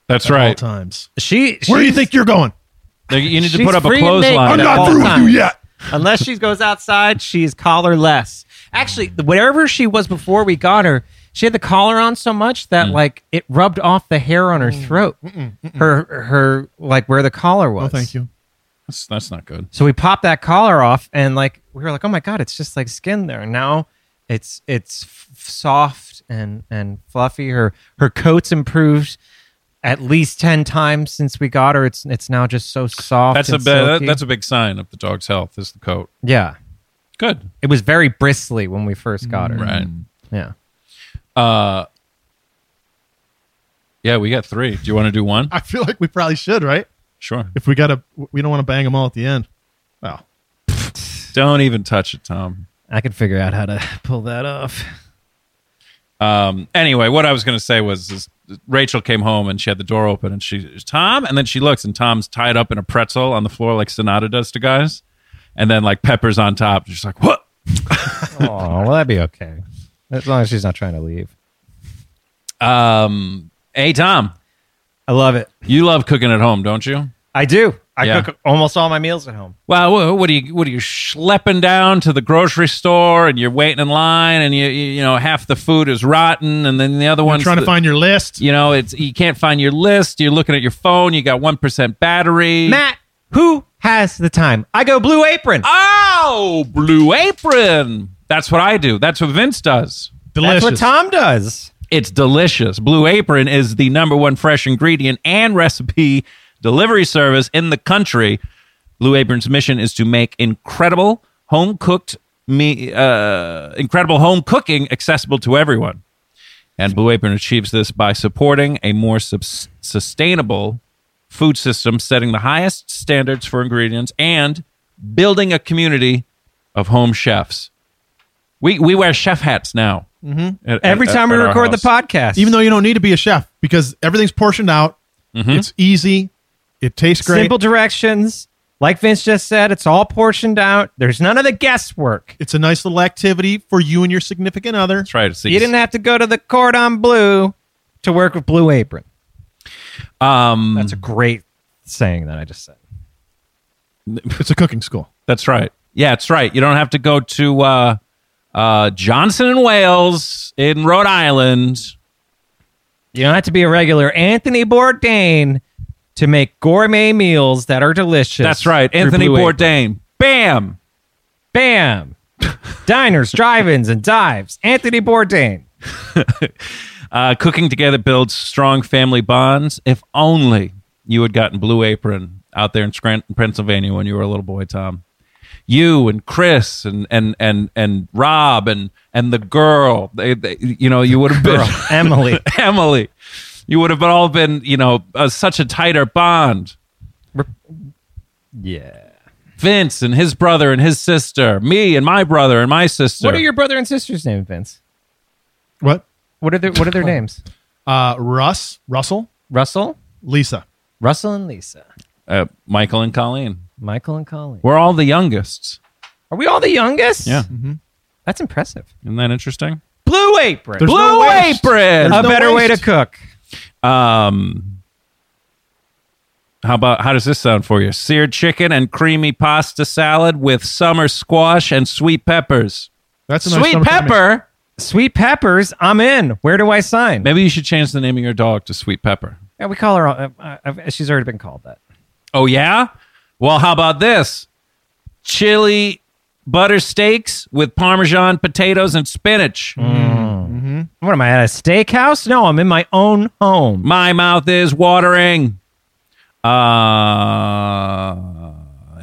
[SPEAKER 2] That's
[SPEAKER 4] at all
[SPEAKER 2] right.
[SPEAKER 4] times.
[SPEAKER 3] she,
[SPEAKER 4] Where do you
[SPEAKER 3] she's-
[SPEAKER 4] think you're going?
[SPEAKER 2] Like, you need to
[SPEAKER 3] She's
[SPEAKER 2] put up a
[SPEAKER 3] free to
[SPEAKER 2] clothesline.
[SPEAKER 3] make- Oh, I'm
[SPEAKER 2] at
[SPEAKER 3] not
[SPEAKER 2] all
[SPEAKER 3] through with
[SPEAKER 2] times.
[SPEAKER 3] you yet. unless she goes outside, she's collarless. Actually, wherever she was before we got her, she had the collar on so much that like it rubbed off the hair on her throat, her her like where the collar was.
[SPEAKER 4] Oh, thank you.
[SPEAKER 2] That's, that's not good.
[SPEAKER 3] So we popped that collar off, and like we were like, oh my god, it's just like skin there. And now it's it's f- soft and and fluffy. Her her coat's improved at least ten times since we got her. It's it's now just so soft.
[SPEAKER 2] That's a
[SPEAKER 3] and
[SPEAKER 2] big, that,
[SPEAKER 3] silky.
[SPEAKER 2] that's a big sign of the dog's health is the coat.
[SPEAKER 3] yeah.
[SPEAKER 2] Good.
[SPEAKER 3] It was very bristly when we first got her.
[SPEAKER 2] Right.
[SPEAKER 3] Yeah.
[SPEAKER 2] Yeah, we got three. Do you want to do one?
[SPEAKER 4] I feel like we probably should, right?
[SPEAKER 2] Sure.
[SPEAKER 4] If we got to, we don't want to bang them all at the end. Well,
[SPEAKER 2] Don't even touch it, Tom.
[SPEAKER 3] I could figure out how to pull that off.
[SPEAKER 2] Um, anyway, what I was going to say was is Rachel came home and she had the door open and she, Tom, and then she looks and Tom's tied up in a pretzel on the floor like Sonata does to guys. And then like Pepper's on top. She's like, what?
[SPEAKER 3] oh, well, that'd be okay. As long as she's not trying to leave.
[SPEAKER 2] Um, hey, Tom,
[SPEAKER 3] I love it.
[SPEAKER 2] you love cooking at home, don't you?
[SPEAKER 3] I do. I
[SPEAKER 2] Yeah.
[SPEAKER 3] cook almost all my meals at home.
[SPEAKER 2] Well, wha- what are you? What are you schlepping down to the grocery store, and you're waiting in line, and you you you know half the food is rotten, and then the other
[SPEAKER 4] I'm
[SPEAKER 2] one's
[SPEAKER 4] trying to
[SPEAKER 2] the-
[SPEAKER 4] find your list.
[SPEAKER 2] You know, it's you can't find your list. You're looking at your phone. You got one percent battery.
[SPEAKER 3] Matt, who has the time? I go blue apron.
[SPEAKER 2] Oh, Blue Apron. That's what I do. That's what Vince does.
[SPEAKER 4] Delicious.
[SPEAKER 3] That's what Tom does.
[SPEAKER 2] It's delicious. Blue Apron is the number one fresh ingredient and recipe delivery service in the country. Blue Apron's mission is to make incredible home cooked me uh, incredible home cooking accessible to everyone. And Blue Apron achieves this by supporting a more subs- sustainable food system, setting the highest standards for ingredients, and building a community of home chefs. We, we wear chef hats now. Mm-hmm.
[SPEAKER 3] Every time we record the podcast.
[SPEAKER 4] Even though you don't need to be a chef because everything's portioned out. It's easy. It tastes great.
[SPEAKER 3] simple directions, like Vince just said, it's all portioned out. There's none of the guesswork.
[SPEAKER 4] It's a nice little activity for you and your significant other.
[SPEAKER 2] Try to see.
[SPEAKER 3] You didn't have to go to the cordon bleu to work with Blue Apron.
[SPEAKER 2] Um,
[SPEAKER 3] That's a great saying that I just said.
[SPEAKER 4] It's a cooking school.
[SPEAKER 2] that's right. Yeah, that's right. You don't have to go to uh, uh, Johnson and Wales in Rhode Island.
[SPEAKER 3] You don't have to be a regular Anthony Bourdain to make gourmet meals that are delicious.
[SPEAKER 2] That's right.
[SPEAKER 3] through
[SPEAKER 2] Anthony
[SPEAKER 3] Blue Apron.
[SPEAKER 2] Bourdain. Bam.
[SPEAKER 3] Bam. Diners, drive-ins, and dives. Anthony Bourdain.
[SPEAKER 2] Uh, cooking together builds strong family bonds. If only you had gotten Blue Apron out there in Scranton, Pennsylvania, when you were a little boy, Tom. You and Chris and and and and Rob and and the girl. They, they, you know, you would have been.
[SPEAKER 3] Emily.
[SPEAKER 2] Emily. You would have all been, you know, uh, such a tighter bond.
[SPEAKER 3] yeah.
[SPEAKER 2] Vince and his brother and his sister, me and my brother and my sister.
[SPEAKER 3] What are your brother and sister's name, Vince?
[SPEAKER 4] What?
[SPEAKER 3] What are their What are their names?
[SPEAKER 4] Uh, Russ, Russell,
[SPEAKER 3] Russell,
[SPEAKER 4] Lisa.
[SPEAKER 3] Russell and Lisa,
[SPEAKER 2] Uh, Michael and Colleen.
[SPEAKER 3] Michael and Colleen.
[SPEAKER 2] We're all the youngest.
[SPEAKER 3] Are we all the youngest?
[SPEAKER 2] Yeah.
[SPEAKER 3] That's impressive.
[SPEAKER 2] Isn't that interesting?
[SPEAKER 3] Blue apron.
[SPEAKER 4] There's
[SPEAKER 2] Blue
[SPEAKER 4] no waste.
[SPEAKER 2] apron.
[SPEAKER 4] There's
[SPEAKER 3] a
[SPEAKER 4] no
[SPEAKER 3] better way to
[SPEAKER 4] waste.
[SPEAKER 3] cook.
[SPEAKER 2] Um, how about how does this sound for you? Seared chicken and creamy pasta salad with summer squash and sweet peppers.
[SPEAKER 4] That's a nice
[SPEAKER 2] Sweet
[SPEAKER 4] summertime
[SPEAKER 2] pepper.
[SPEAKER 3] Sweet peppers, I'm in. Where do I sign?
[SPEAKER 2] Maybe you should change the name of your dog to Sweet Pepper.
[SPEAKER 3] Yeah, we call her. Uh, uh, uh, she's already been called that.
[SPEAKER 2] Oh yeah? Well, how about this? Chili butter steaks with parmesan potatoes and spinach.
[SPEAKER 3] What am I at a steakhouse? No, I'm in my own home.
[SPEAKER 2] My mouth is watering. Uh,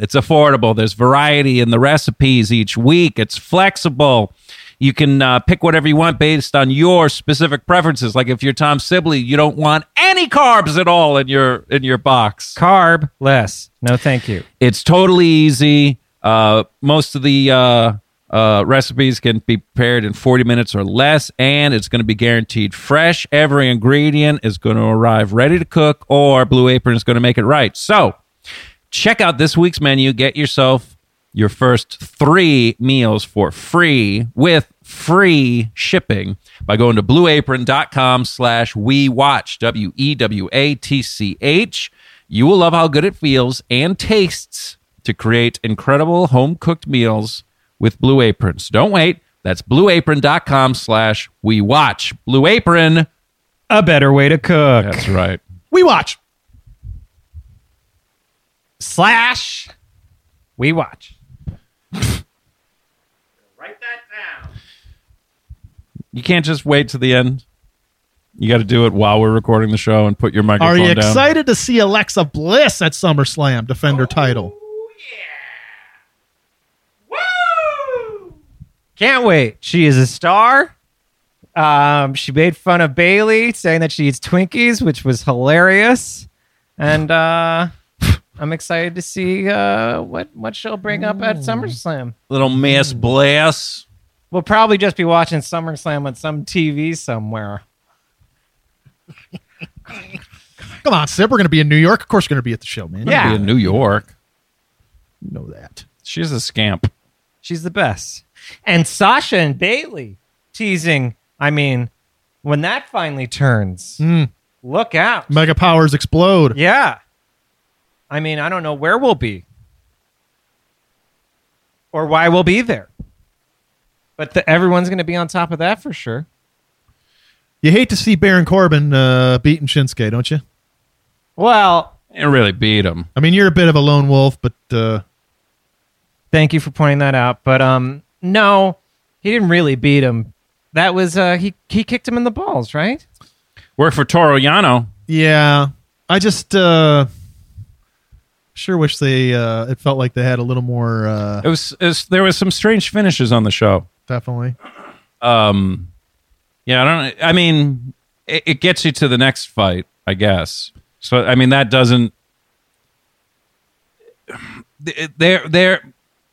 [SPEAKER 2] it's affordable. There's variety in the recipes each week. It's flexible. You can uh, pick whatever you want based on your specific preferences. Like if you're Tom Sibley, you don't want any carbs at all in your in your box.
[SPEAKER 3] Carb less. No, thank you.
[SPEAKER 2] It's totally easy. Uh, most of the uh, uh, recipes can be prepared in 40 minutes or less, and it's going to be guaranteed fresh. Every ingredient is going to arrive ready to cook, or Blue Apron is going to make it right. So, check out this week's menu. Get yourself your first three meals for free with free shipping by going to blueapron.com slash we watch E w-e-w-a-t-c-h you will love how good it feels and tastes to create incredible home cooked meals with blue apron so don't wait that's blueapron.com slash we watch blue apron
[SPEAKER 3] A better way to cook.
[SPEAKER 2] that's right
[SPEAKER 4] We watch.
[SPEAKER 3] Slash. We watch.
[SPEAKER 2] you can't just wait to the end you got to do it while we're recording the show and put your microphone
[SPEAKER 4] Are you
[SPEAKER 2] down
[SPEAKER 4] excited to see Alexa Bliss at SummerSlam defend her title?
[SPEAKER 3] Can't wait. She is a star. Um, she made fun of Bailey, saying that she eats Twinkies, which was hilarious. And uh, I'm excited to see uh, what what she'll bring up at SummerSlam.
[SPEAKER 2] little Miss Bliss.
[SPEAKER 3] We'll probably just be watching SummerSlam on some TV somewhere.
[SPEAKER 4] Come on, Sib. We're going to be in New York. Of course, we're going to be at the show, man.
[SPEAKER 3] Yeah.
[SPEAKER 2] Be in New York.
[SPEAKER 4] You know that.
[SPEAKER 2] She's a scamp.
[SPEAKER 3] She's the best. And Sasha and Bailey teasing. I mean, when that finally turns, look out.
[SPEAKER 4] Mega powers explode.
[SPEAKER 3] Yeah. I mean, I don't know where we'll be or why we'll be there. But the, everyone's going to be on top of that for sure.
[SPEAKER 4] You hate to see Baron Corbin uh, beating Shinsuke, don't you?
[SPEAKER 3] Well,
[SPEAKER 2] It really beat him.
[SPEAKER 4] I mean, you're a bit of a lone wolf, but uh,
[SPEAKER 3] thank you for pointing that out, but um no, he didn't really beat him. That was uh he he kicked him in the balls, right?
[SPEAKER 2] Worked for Toro Yano.
[SPEAKER 4] yeah, I just uh, sure wish they. Uh, it felt like they had a little more. Uh,
[SPEAKER 2] It was, it was there was some strange finishes on the show.
[SPEAKER 4] definitely.
[SPEAKER 2] Um, yeah, I don't. I mean, it, it gets you to the next fight, I guess. So I mean, that doesn't. They're they're.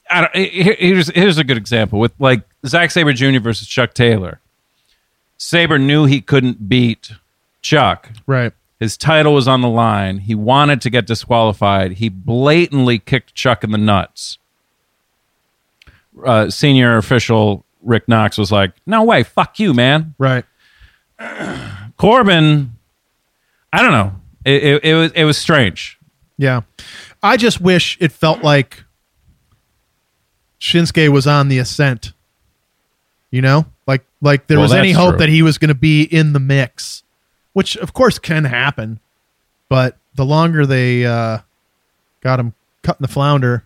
[SPEAKER 2] I don't, here- here's here's a good example with like Zack Saber Jr. versus Chuck Taylor. Saber knew he couldn't beat Chuck,
[SPEAKER 4] Right.
[SPEAKER 2] His title was on the line. He wanted to get disqualified. He blatantly kicked Chuck in the nuts. Uh, senior official Rick Knox was like, No way, fuck you, man.
[SPEAKER 4] Right.
[SPEAKER 2] Corbin, I don't know. It, it, it, was, it was strange.
[SPEAKER 4] Yeah. I just wish it felt like Shinsuke was on the ascent. You know? Like like there
[SPEAKER 2] Well,
[SPEAKER 4] was any
[SPEAKER 2] that's
[SPEAKER 4] hope
[SPEAKER 2] true.
[SPEAKER 4] that he was going to be in the mix, which of course can happen. But the longer they uh, got him cutting the flounder,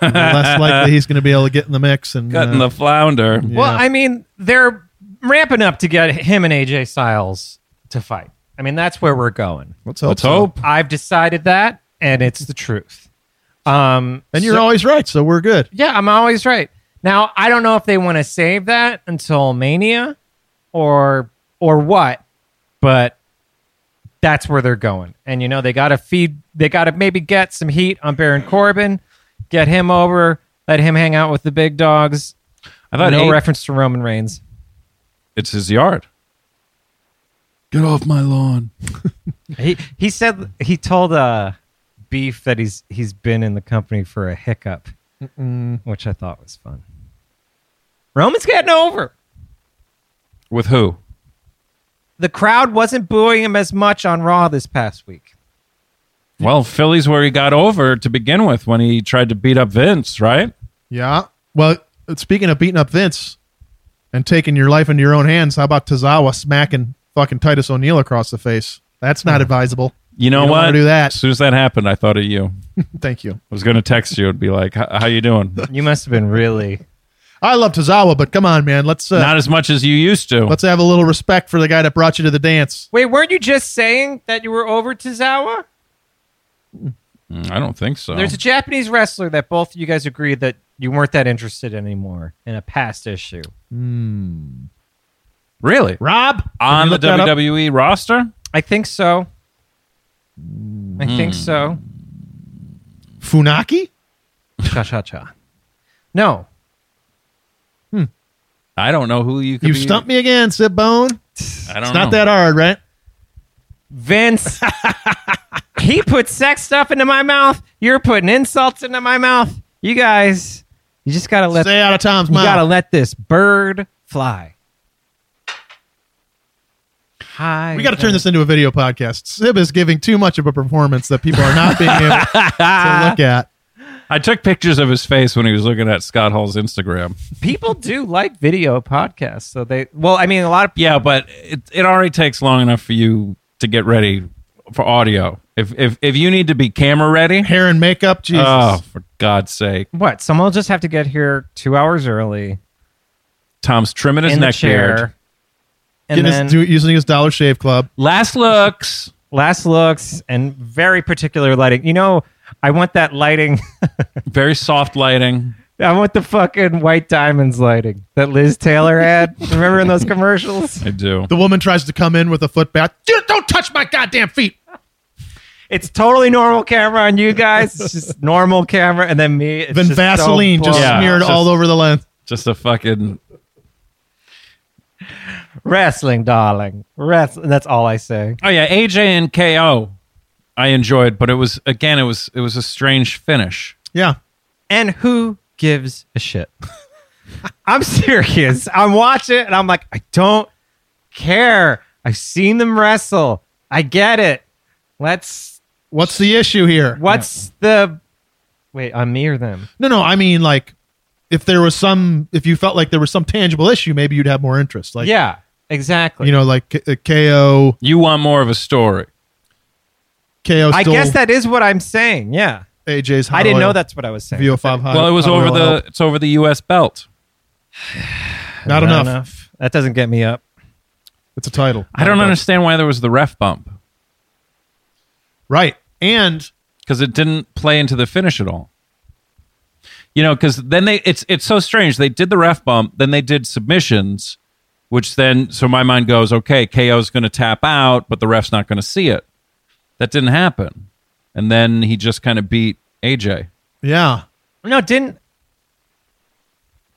[SPEAKER 4] the less likely he's going to be able to get in the mix and
[SPEAKER 2] Cutting
[SPEAKER 4] uh,
[SPEAKER 2] the flounder.
[SPEAKER 3] Well,
[SPEAKER 4] Yeah.
[SPEAKER 3] I mean, they're ramping up to get him and AJ Styles to fight. I mean, that's where we're going.
[SPEAKER 4] let's hope.
[SPEAKER 2] Let's
[SPEAKER 4] so.
[SPEAKER 2] hope.
[SPEAKER 3] I've decided that, and it's the truth. Um,
[SPEAKER 4] And you're
[SPEAKER 3] so-
[SPEAKER 4] always right, so we're good.
[SPEAKER 3] yeah, I'm always right. Now I don't know if they want to save that until Mania, or or what, but that's where they're going. And you know they got to feed, they got to maybe get some heat on Baron Corbin, get him over, let him hang out with the big dogs.
[SPEAKER 2] I thought
[SPEAKER 3] no
[SPEAKER 2] eight-
[SPEAKER 3] reference to Roman Reigns.
[SPEAKER 2] it's his yard. Get off my lawn.
[SPEAKER 3] He he said he told uh Beef that he's he's been in the company for a hiccup, which I thought was fun. Roman's getting over.
[SPEAKER 2] With who?
[SPEAKER 3] The crowd wasn't booing him as much on Raw this past week.
[SPEAKER 2] Well, Philly's where he got over to begin with when he tried to beat up Vince, right?
[SPEAKER 4] Yeah. Well, speaking of beating up Vince and taking your life into your own hands, how about Tozawa smacking fucking Titus O'Neil across the face? That's not advisable.
[SPEAKER 2] You know
[SPEAKER 4] You don't
[SPEAKER 2] what?
[SPEAKER 4] wanna do that.
[SPEAKER 2] As soon as that happened, I thought of you. I
[SPEAKER 4] Thank you.
[SPEAKER 2] was going to text you and be like, "H- "How you doing?"
[SPEAKER 3] You must have been really
[SPEAKER 4] I love Tozawa, but come on, man. Let's uh,
[SPEAKER 2] Not as much as you used to.
[SPEAKER 4] let's have a little respect for the guy that brought you to the dance.
[SPEAKER 3] Wait, weren't you just saying that you were over Tozawa?
[SPEAKER 2] Mm, I don't think so.
[SPEAKER 3] There's a Japanese wrestler that both of you guys agreed that you weren't that interested anymore in a past issue.
[SPEAKER 2] really
[SPEAKER 4] Rob can
[SPEAKER 2] on
[SPEAKER 4] you
[SPEAKER 2] the
[SPEAKER 4] look that up?
[SPEAKER 2] WWE roster.
[SPEAKER 3] I think so. I think so.
[SPEAKER 2] E
[SPEAKER 4] Funaki.
[SPEAKER 3] Cha cha cha. No.
[SPEAKER 2] I don't know who you could
[SPEAKER 4] You
[SPEAKER 2] be.
[SPEAKER 4] stumped me again, Sib Bone.
[SPEAKER 2] E I don't know.
[SPEAKER 4] It's not that hard, right?
[SPEAKER 3] Vince. he put sex stuff into my mouth. You're putting insults into my mouth. You guys, you just gotta let
[SPEAKER 4] Stay out of Tom's
[SPEAKER 3] you
[SPEAKER 4] mouth.
[SPEAKER 3] gotta let this bird fly. Hi.
[SPEAKER 4] we got to turn this into a video podcast. Sib is giving too much of a performance that people are not being able to look at.
[SPEAKER 2] I took pictures of his face when he was looking at Scott Hall's Instagram.
[SPEAKER 3] people do like video podcasts so they well i mean a lot of
[SPEAKER 2] Yeah, but it, it already takes long enough for you to get ready for audio. If if if you need to be camera ready,
[SPEAKER 4] Hair and makeup, Jesus.
[SPEAKER 2] oh for God's sake,
[SPEAKER 3] what someone will just have to get here two hours early
[SPEAKER 2] Tom's trimming his
[SPEAKER 3] in the
[SPEAKER 2] neck
[SPEAKER 3] chair
[SPEAKER 2] beard.
[SPEAKER 3] and
[SPEAKER 4] Getting his-
[SPEAKER 3] then
[SPEAKER 4] do- using his Dollar Shave Club.
[SPEAKER 2] Last looks.
[SPEAKER 3] last looks and very particular lighting you know i want that lighting
[SPEAKER 2] Very soft lighting.
[SPEAKER 3] i want the fucking white diamonds lighting that liz taylor had remember in those commercials
[SPEAKER 2] I do.
[SPEAKER 4] The woman tries to come in with a foot bath. You don't touch my goddamn feet.
[SPEAKER 3] it's totally normal camera on you guys it's just normal camera and then me it's
[SPEAKER 4] Then
[SPEAKER 3] just so
[SPEAKER 4] Vaseline just
[SPEAKER 3] blown.
[SPEAKER 2] Yeah,
[SPEAKER 4] smeared
[SPEAKER 2] just-
[SPEAKER 4] all over the lens.
[SPEAKER 2] Just a fucking
[SPEAKER 3] wrestling darling wrestling that's all i say
[SPEAKER 2] Oh yeah, AJ and KO. I enjoyed, but it was again it was it was a strange finish.
[SPEAKER 4] Yeah.
[SPEAKER 3] and who gives a shit? I'm serious. I'm watching it and I'm like, I don't care. I've seen them wrestle. I get it. Let's
[SPEAKER 4] What's the issue here?
[SPEAKER 3] what's the wait, on me or them?
[SPEAKER 4] No, no. I mean, like, if there was some, if you felt like there was some tangible issue, maybe you'd have more interest. Like,
[SPEAKER 3] yeah, exactly.
[SPEAKER 4] you know, like K- uh, KO,
[SPEAKER 2] You want more of a story.
[SPEAKER 4] KO. Still
[SPEAKER 3] I guess that is what I'm saying. Yeah.
[SPEAKER 4] AJ's.
[SPEAKER 3] I didn't
[SPEAKER 4] Hot
[SPEAKER 3] know
[SPEAKER 4] Oil,
[SPEAKER 3] that's what I was saying.
[SPEAKER 4] VO5 hot.
[SPEAKER 2] well, it was
[SPEAKER 4] Hot
[SPEAKER 2] over
[SPEAKER 4] Oil
[SPEAKER 2] the
[SPEAKER 4] Help.
[SPEAKER 2] it's over the US belt.
[SPEAKER 4] Not
[SPEAKER 3] Not
[SPEAKER 4] enough.
[SPEAKER 3] enough. That doesn't get me up.
[SPEAKER 4] It's a title.
[SPEAKER 2] I don't understand why there was the ref bump
[SPEAKER 4] Right. And
[SPEAKER 2] cuz it didn't play into the finish at all. You know, cuz then they it's it's so strange. They did the ref bump, then they did submissions, which then so my mind goes, okay, KO's going to tap out, but the ref's not going to see it. That didn't happen. And then he just kind of beat AJ.
[SPEAKER 4] yeah,
[SPEAKER 3] No, didn't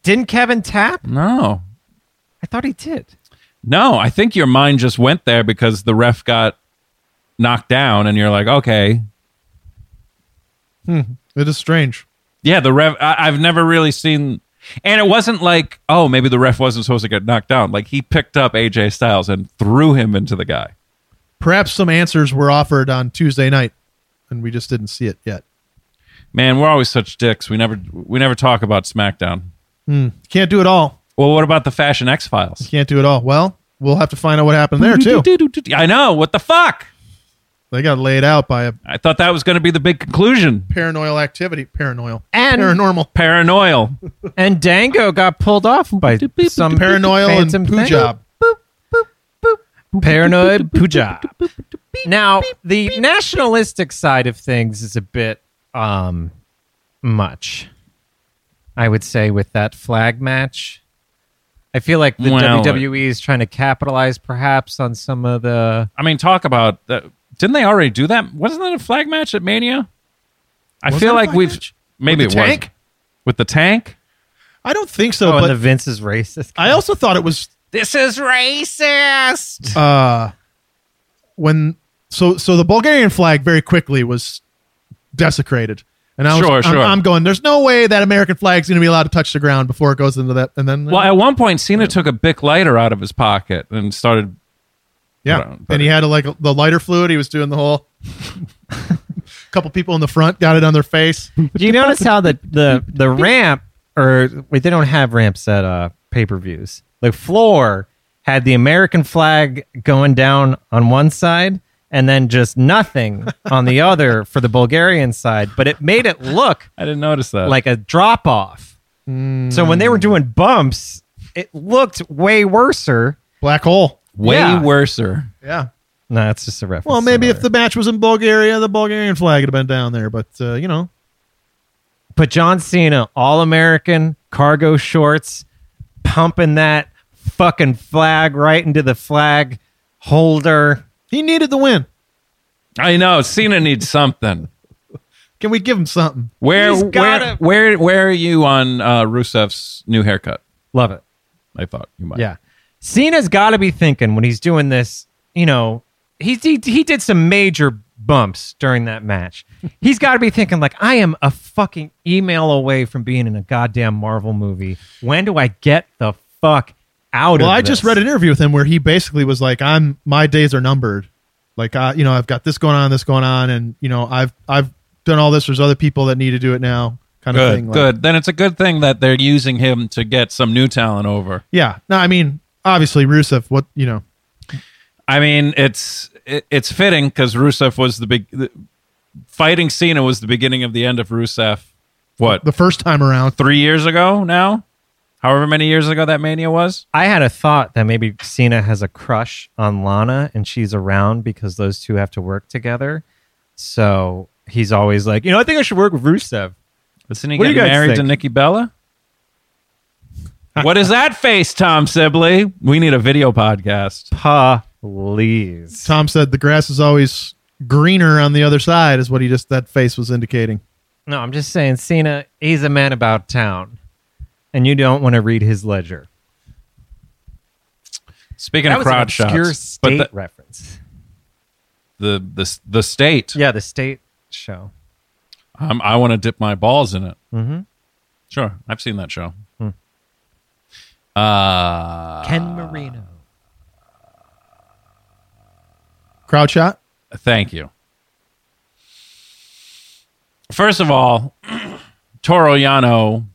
[SPEAKER 3] didn't Kevin tap?
[SPEAKER 2] No.
[SPEAKER 3] I thought he did.
[SPEAKER 2] No, I think your mind just went there because the ref got knocked down, and you're like, okay,
[SPEAKER 4] it is strange.
[SPEAKER 2] yeah, the ref. I, I've never really seen, and it wasn't like, oh, maybe the ref wasn't supposed to get knocked down. Like he picked up AJ Styles and threw him into the guy.
[SPEAKER 4] Perhaps some answers were offered on Tuesday night, and we just didn't see it yet.
[SPEAKER 2] Man, we're always such dicks. We never we never talk about SmackDown.
[SPEAKER 4] Can't do it all.
[SPEAKER 2] Well, what about the Fashion X Files?
[SPEAKER 4] Can't do it all. Well, we'll have to find out what happened there too.
[SPEAKER 2] I know what the fuck.
[SPEAKER 4] They got laid out by a
[SPEAKER 2] I thought that was going to be the big conclusion.
[SPEAKER 4] paranoid activity. Paranoid.
[SPEAKER 3] And
[SPEAKER 4] Paranormal.
[SPEAKER 2] Paranoia.
[SPEAKER 3] And Dango got pulled off by some
[SPEAKER 4] Paranoid and
[SPEAKER 3] phantom thing.
[SPEAKER 4] Punjab.
[SPEAKER 3] Paranoid Punjab. Now, the nationalistic side of things is a bit um much. I would say with that flag match. I feel like the
[SPEAKER 2] Well,
[SPEAKER 3] WWE is trying to capitalize perhaps on some of the
[SPEAKER 2] I mean, talk about that. Didn't they already do that? Wasn't that a flag match at Mania? I
[SPEAKER 4] Was that
[SPEAKER 2] feel
[SPEAKER 4] a
[SPEAKER 2] like
[SPEAKER 4] flag
[SPEAKER 2] we've
[SPEAKER 4] match?
[SPEAKER 2] maybe
[SPEAKER 4] With
[SPEAKER 2] it
[SPEAKER 4] the
[SPEAKER 2] was
[SPEAKER 4] tank?
[SPEAKER 2] with the tank.
[SPEAKER 4] I don't think so,
[SPEAKER 3] oh, and
[SPEAKER 4] but
[SPEAKER 3] the Vince is racist.
[SPEAKER 4] I also thought it was
[SPEAKER 3] this is racist.
[SPEAKER 4] uh when so so the Bulgarian flag very quickly was desecrated. And I was,
[SPEAKER 2] Sure,
[SPEAKER 4] I'm,
[SPEAKER 2] sure.
[SPEAKER 4] I'm going. There's no way that American flag's going to be allowed to touch the ground before it goes into that. And then,
[SPEAKER 2] Well, at one point, Cena took a Bic lighter out of his pocket and started.
[SPEAKER 4] yeah.
[SPEAKER 2] but- but-
[SPEAKER 4] and he had a, like the lighter fluid. He was doing the whole. couple people in the front got it on their face.
[SPEAKER 3] Do you notice how the the the ramp or wait, they don't have ramps at uh pay per views. The floor had the American flag going down on one side and then just nothing on the other for the Bulgarian side, but it made it look
[SPEAKER 2] I didn't notice that.
[SPEAKER 3] like a drop off. So when they were doing
[SPEAKER 4] Mm.
[SPEAKER 3] bumps, it looked way worser.
[SPEAKER 4] Black hole.
[SPEAKER 2] way
[SPEAKER 3] yeah.
[SPEAKER 2] worser.
[SPEAKER 4] Yeah.
[SPEAKER 3] No, that's just a reference.
[SPEAKER 4] Well,
[SPEAKER 3] to
[SPEAKER 4] maybe
[SPEAKER 2] uh,
[SPEAKER 4] if
[SPEAKER 3] another-
[SPEAKER 4] the match was in Bulgaria, the Bulgarian flag would have been down there. But uh, you know,
[SPEAKER 3] But John Cena, all American, cargo shorts, pumping that fucking flag right into the flag holder.
[SPEAKER 4] he needed the win.
[SPEAKER 2] I know Cena needs something.
[SPEAKER 4] Can we give him something?
[SPEAKER 2] Where
[SPEAKER 3] He's
[SPEAKER 2] where,
[SPEAKER 3] gotta-
[SPEAKER 2] where where are you on uh, Rusev's new haircut?
[SPEAKER 3] Love it.
[SPEAKER 2] I thought you might.
[SPEAKER 3] Yeah. Cena's got to be thinking when he's doing this, you know, he, he, he did some major bumps during that match. He's got to be thinking, like, I am a fucking email away from being in a goddamn Marvel movie. When do I get the fuck out
[SPEAKER 4] Well,
[SPEAKER 3] of
[SPEAKER 4] I just
[SPEAKER 3] this?
[SPEAKER 4] read an interview with him where he basically was like, "I'm my days are numbered. Like, I, you know, I've got this going on, this going on, and you know, I've I've done all this. There's other people that need to do it now." Kind of
[SPEAKER 2] Good,
[SPEAKER 4] thing. Like,
[SPEAKER 2] good. Then it's a good thing that they're using him to get some new talent over.
[SPEAKER 4] Yeah. No, I mean, obviously Rusev. What you know?
[SPEAKER 2] I mean, it's it, it's fitting because Rusev was the big the, fighting Cena was the beginning of the end of Rusev. What
[SPEAKER 4] The first time around,
[SPEAKER 2] three years ago now? However many years ago that Mania was.
[SPEAKER 3] I had a thought that maybe Cena has a crush on Lana and she's around because those two have to work together. So he's always like, you know, I think I should work with Rusev.
[SPEAKER 2] Isn't he
[SPEAKER 3] What do you
[SPEAKER 2] getting
[SPEAKER 3] guys
[SPEAKER 2] married to
[SPEAKER 3] think?
[SPEAKER 2] Nikki Bella? what is that face, Tom Sibley? We need a video podcast.
[SPEAKER 3] Please.
[SPEAKER 4] Tom said the grass is always greener on the other side. Is what he just that face was indicating.
[SPEAKER 3] No, I'm just saying, Cena, he's a man about town. And you don't want to read his ledger.
[SPEAKER 2] Speaking
[SPEAKER 3] That
[SPEAKER 2] of
[SPEAKER 3] was an
[SPEAKER 2] crowd
[SPEAKER 3] obscure
[SPEAKER 2] shots,
[SPEAKER 3] state
[SPEAKER 2] but
[SPEAKER 3] reference.
[SPEAKER 2] the, the the the state.
[SPEAKER 3] Yeah, the state show.
[SPEAKER 2] I'm, I want to dip my balls in it. Mm-hmm. Sure, I've seen that show. Uh,
[SPEAKER 3] Ken Marino.
[SPEAKER 4] Crowd shot.
[SPEAKER 2] Thank you. First of all, Toro Yano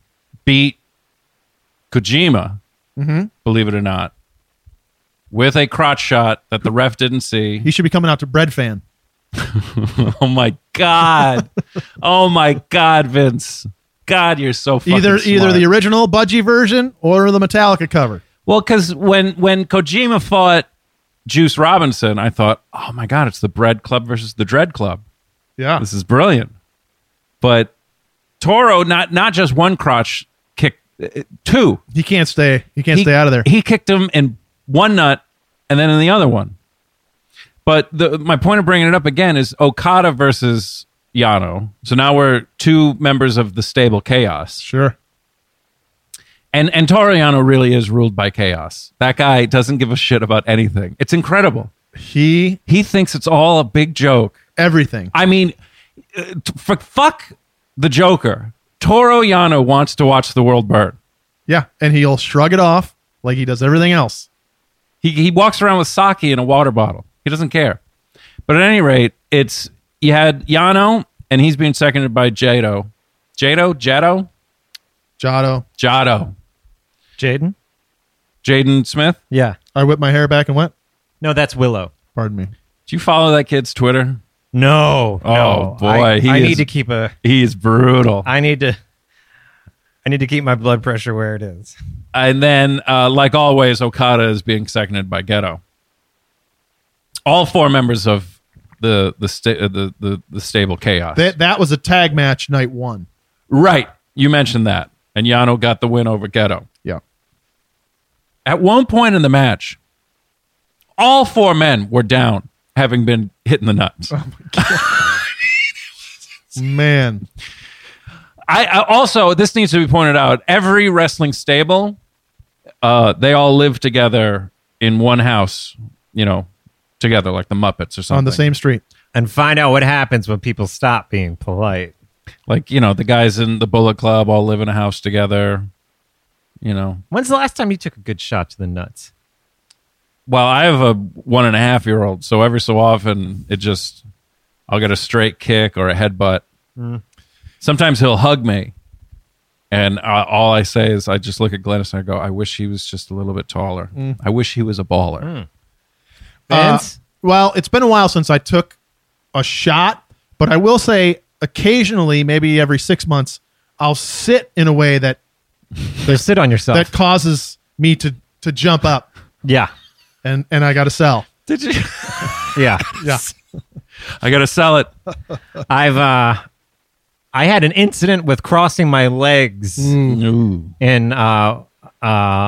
[SPEAKER 2] beat Kojima,
[SPEAKER 3] Mm-hmm.
[SPEAKER 2] believe it or not, with a crotch shot that the ref didn't see.
[SPEAKER 4] He should be coming out to bread fan.
[SPEAKER 2] Oh my god! oh my god, Vince! God, you're so fucking
[SPEAKER 4] Either either
[SPEAKER 2] smart.
[SPEAKER 4] the original budgie version or the Metallica cover.
[SPEAKER 2] Well, because when when Kojima fought Juice Robinson, I thought, oh my god, it's the Bread Club versus the Dread Club.
[SPEAKER 4] Yeah.
[SPEAKER 2] This is brilliant. But Toro, not not just one crotch kick, uh, two.
[SPEAKER 4] He can't stay. He can't stay out of there.
[SPEAKER 2] He kicked him in one nut and then in the other one. But the, my point of bringing it up again is Okada versus Yano. So now we're two members of the stable Chaos.
[SPEAKER 4] sure.
[SPEAKER 2] And and Toriano really is ruled by chaos. That guy doesn't give a shit about anything. It's incredible.
[SPEAKER 4] He
[SPEAKER 2] He thinks it's all a big joke.
[SPEAKER 4] everything.
[SPEAKER 2] I mean, uh, t- f- fuck the Joker. Toro Yano wants to watch the world burn.
[SPEAKER 4] Yeah, and he'll shrug it off like he does everything else.
[SPEAKER 2] He he walks around with sake in a water bottle. He doesn't care. But at any rate, it's you had Yano and he's being seconded by Jado. Jado? Jado?
[SPEAKER 4] Jado,
[SPEAKER 2] Jado.
[SPEAKER 3] Jaden?
[SPEAKER 2] Jaden Smith.
[SPEAKER 3] Yeah.
[SPEAKER 4] I whipped my hair back and went.
[SPEAKER 3] No, that's Willow.
[SPEAKER 4] Pardon me.
[SPEAKER 2] Do you follow that kid's Twitter?
[SPEAKER 3] No.
[SPEAKER 2] Oh,
[SPEAKER 3] no.
[SPEAKER 2] boy,
[SPEAKER 3] I,
[SPEAKER 2] he
[SPEAKER 3] I
[SPEAKER 2] is-
[SPEAKER 3] need to keep a
[SPEAKER 2] He is brutal.
[SPEAKER 3] I need to I need to keep my blood pressure where it is.
[SPEAKER 2] And then, uh, like always, Okada is being seconded by Ghetto. All four members of the the sta- uh, the, the the stable chaos.
[SPEAKER 4] That that was a tag match night one.
[SPEAKER 2] right, you mentioned that, and Yano got the win over Ghetto.
[SPEAKER 4] Yeah.
[SPEAKER 2] At one point in the match, all four men were down, having been hit in the nuts.
[SPEAKER 4] Oh Man.
[SPEAKER 2] I, I also this needs to be pointed out. Every wrestling stable, uh, they all live together in one house. You know, together, like the Muppets or something.
[SPEAKER 4] on the same street.
[SPEAKER 3] and find out what happens when people stop being polite.
[SPEAKER 2] Like, you know, the guys in the Bullet Club all live in a house together. You know,
[SPEAKER 3] When's the last time you took a good shot to the nuts?
[SPEAKER 2] well, I have a one and a half year old, so every so often it just, I'll get a straight kick or a headbutt.
[SPEAKER 3] Mm.
[SPEAKER 2] Sometimes he'll hug me. And uh, all I say is, I just look at Glennis and I go, I wish he was just a little bit taller.
[SPEAKER 3] Mm.
[SPEAKER 2] I wish he was a baller. Uh,
[SPEAKER 3] Vince?
[SPEAKER 4] Uh, Well, it's been a while since I took a shot, but I will say occasionally, maybe every six months, I'll sit in a way that
[SPEAKER 3] Just sit on yourself.
[SPEAKER 4] that causes me to to jump up
[SPEAKER 3] yeah.
[SPEAKER 4] and and I got to sell.
[SPEAKER 2] Did you?
[SPEAKER 3] Yeah.
[SPEAKER 4] Yeah,
[SPEAKER 2] I got to sell it.
[SPEAKER 3] I've uh I had an incident with crossing my legs
[SPEAKER 2] Mm. Ooh.
[SPEAKER 3] in uh uh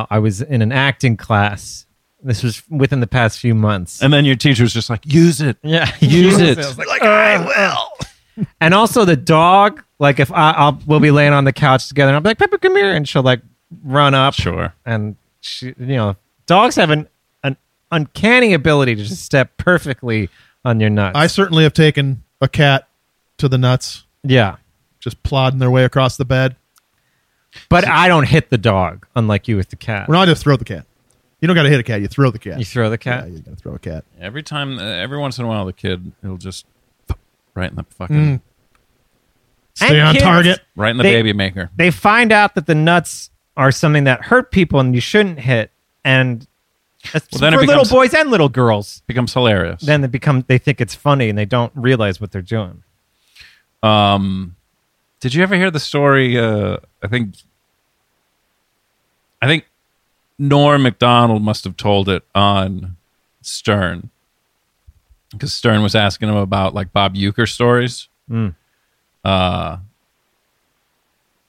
[SPEAKER 3] I was in an acting class. This was within the past few months.
[SPEAKER 2] And then your teacher was just like, use it.
[SPEAKER 3] yeah.
[SPEAKER 2] Use it. Uh,
[SPEAKER 3] I was like, I will. And also the dog, like if I, I'll we'll be laying on the couch together and I'll be like, Pepper, come here, and she'll like run up
[SPEAKER 2] Sure.
[SPEAKER 3] and she, you know, dogs have an an uncanny ability to just step perfectly on your nuts.
[SPEAKER 4] I certainly have taken a cat to the nuts,
[SPEAKER 3] yeah.
[SPEAKER 4] just plodding their way across the bed.
[SPEAKER 3] But I don't hit the dog, unlike you with the cat.
[SPEAKER 4] We're not just throw the cat. You don't got to hit a cat. You throw the cat.
[SPEAKER 3] you throw the
[SPEAKER 4] yeah,
[SPEAKER 3] cat.
[SPEAKER 4] you got to throw a cat.
[SPEAKER 2] Every time, uh, every once in a while, the kid will just right in the fucking
[SPEAKER 4] Stay on
[SPEAKER 3] kids,
[SPEAKER 4] target.
[SPEAKER 2] right in the
[SPEAKER 3] Mm. They-
[SPEAKER 2] baby maker.
[SPEAKER 3] They find out that the nuts are something that hurt people and you shouldn't hit. And that's
[SPEAKER 2] Well, then it
[SPEAKER 3] for
[SPEAKER 2] becomes-
[SPEAKER 3] little boys and little girls,
[SPEAKER 2] Becomes hilarious.
[SPEAKER 3] then they become they think it's funny and they don't realize what they're doing.
[SPEAKER 2] Did you ever hear the story? Uh, I think, I think Norm Macdonald must have told it on Stern because Stern was asking him about like Bob Euchre stories.
[SPEAKER 4] Hmm.
[SPEAKER 2] Uh,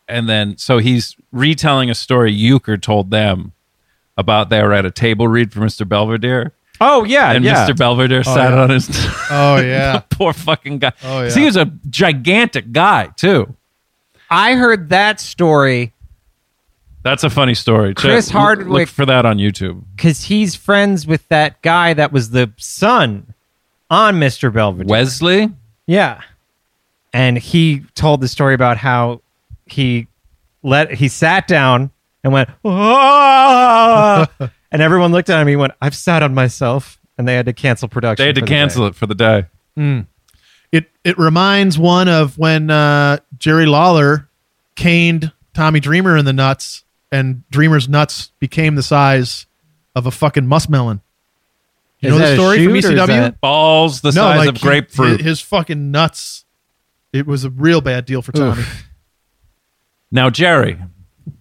[SPEAKER 2] and then so he's retelling a story Euchre told them about they were at a table read for Mr. Belvedere.
[SPEAKER 3] Oh yeah,
[SPEAKER 2] And
[SPEAKER 3] yeah.
[SPEAKER 2] Mr. Belvedere sat
[SPEAKER 4] yeah.
[SPEAKER 2] on his
[SPEAKER 4] Oh yeah.
[SPEAKER 2] poor fucking guy.
[SPEAKER 4] Oh,
[SPEAKER 2] 'Cause
[SPEAKER 4] yeah.
[SPEAKER 2] He was a gigantic guy too.
[SPEAKER 3] I heard that story
[SPEAKER 2] That's a funny story. Check-
[SPEAKER 3] Chris
[SPEAKER 2] l- Look
[SPEAKER 3] Hardwick-
[SPEAKER 2] for that on YouTube.
[SPEAKER 3] because he's friends with that guy that was the son on Mr. Belvedere.
[SPEAKER 2] Wesley?
[SPEAKER 3] Yeah. And he told the story about how he let he sat down and went, "Ah!" and everyone looked at him. He went, "I've sat on myself," and they had to cancel production.
[SPEAKER 2] They had to
[SPEAKER 3] for the
[SPEAKER 2] cancel
[SPEAKER 3] day.
[SPEAKER 2] it for the day.
[SPEAKER 4] It it reminds one of when uh, Jerry Lawler caned Tommy Dreamer in the nuts, and Dreamer's nuts became the size of a fucking muskmelon. You
[SPEAKER 3] Is
[SPEAKER 4] know
[SPEAKER 3] that
[SPEAKER 4] the
[SPEAKER 3] a
[SPEAKER 4] story from E
[SPEAKER 3] shoot or is
[SPEAKER 4] ECW?
[SPEAKER 3] that-
[SPEAKER 2] Balls the size
[SPEAKER 4] like
[SPEAKER 2] of
[SPEAKER 4] he-
[SPEAKER 2] grapefruit.
[SPEAKER 4] His, fucking nuts. It was a real bad deal for Tommy.
[SPEAKER 2] now, Jerry,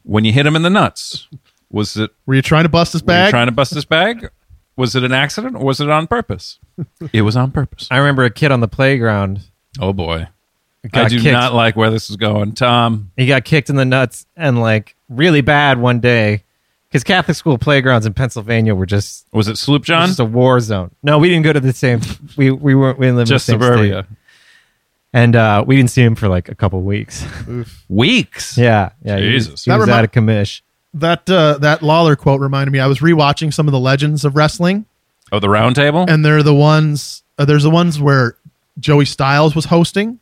[SPEAKER 2] when you hit him in the nuts, was it
[SPEAKER 4] Were you trying to bust his
[SPEAKER 2] were you
[SPEAKER 4] bag?
[SPEAKER 2] trying to bust his bag? Was it an accident or was it on purpose? it was on purpose.
[SPEAKER 3] I remember a kid on the playground.
[SPEAKER 2] Oh boy.
[SPEAKER 3] Got
[SPEAKER 2] I do
[SPEAKER 3] kicked.
[SPEAKER 2] not like where this is going. Tom,
[SPEAKER 3] He got kicked in the nuts and like really bad one day because Catholic school playgrounds in Pennsylvania were just
[SPEAKER 2] was it Sloop
[SPEAKER 3] it was
[SPEAKER 2] John?
[SPEAKER 3] just a war zone. No, we didn't go to the same. We we weren't we didn't live
[SPEAKER 2] Just
[SPEAKER 3] in the same
[SPEAKER 2] suburbia.
[SPEAKER 3] state. and uh, we didn't see him for like a couple weeks.
[SPEAKER 2] Weeks.
[SPEAKER 3] Yeah, yeah.
[SPEAKER 2] Jesus.
[SPEAKER 3] he
[SPEAKER 4] That
[SPEAKER 3] was, he was
[SPEAKER 4] remi-
[SPEAKER 3] out of commish.
[SPEAKER 4] that uh, that Lawler quote reminded me. I was rewatching some of the legends of wrestling,
[SPEAKER 2] Oh, the round table?
[SPEAKER 4] and they're the ones. Uh, there's the ones where Joey Styles was hosting,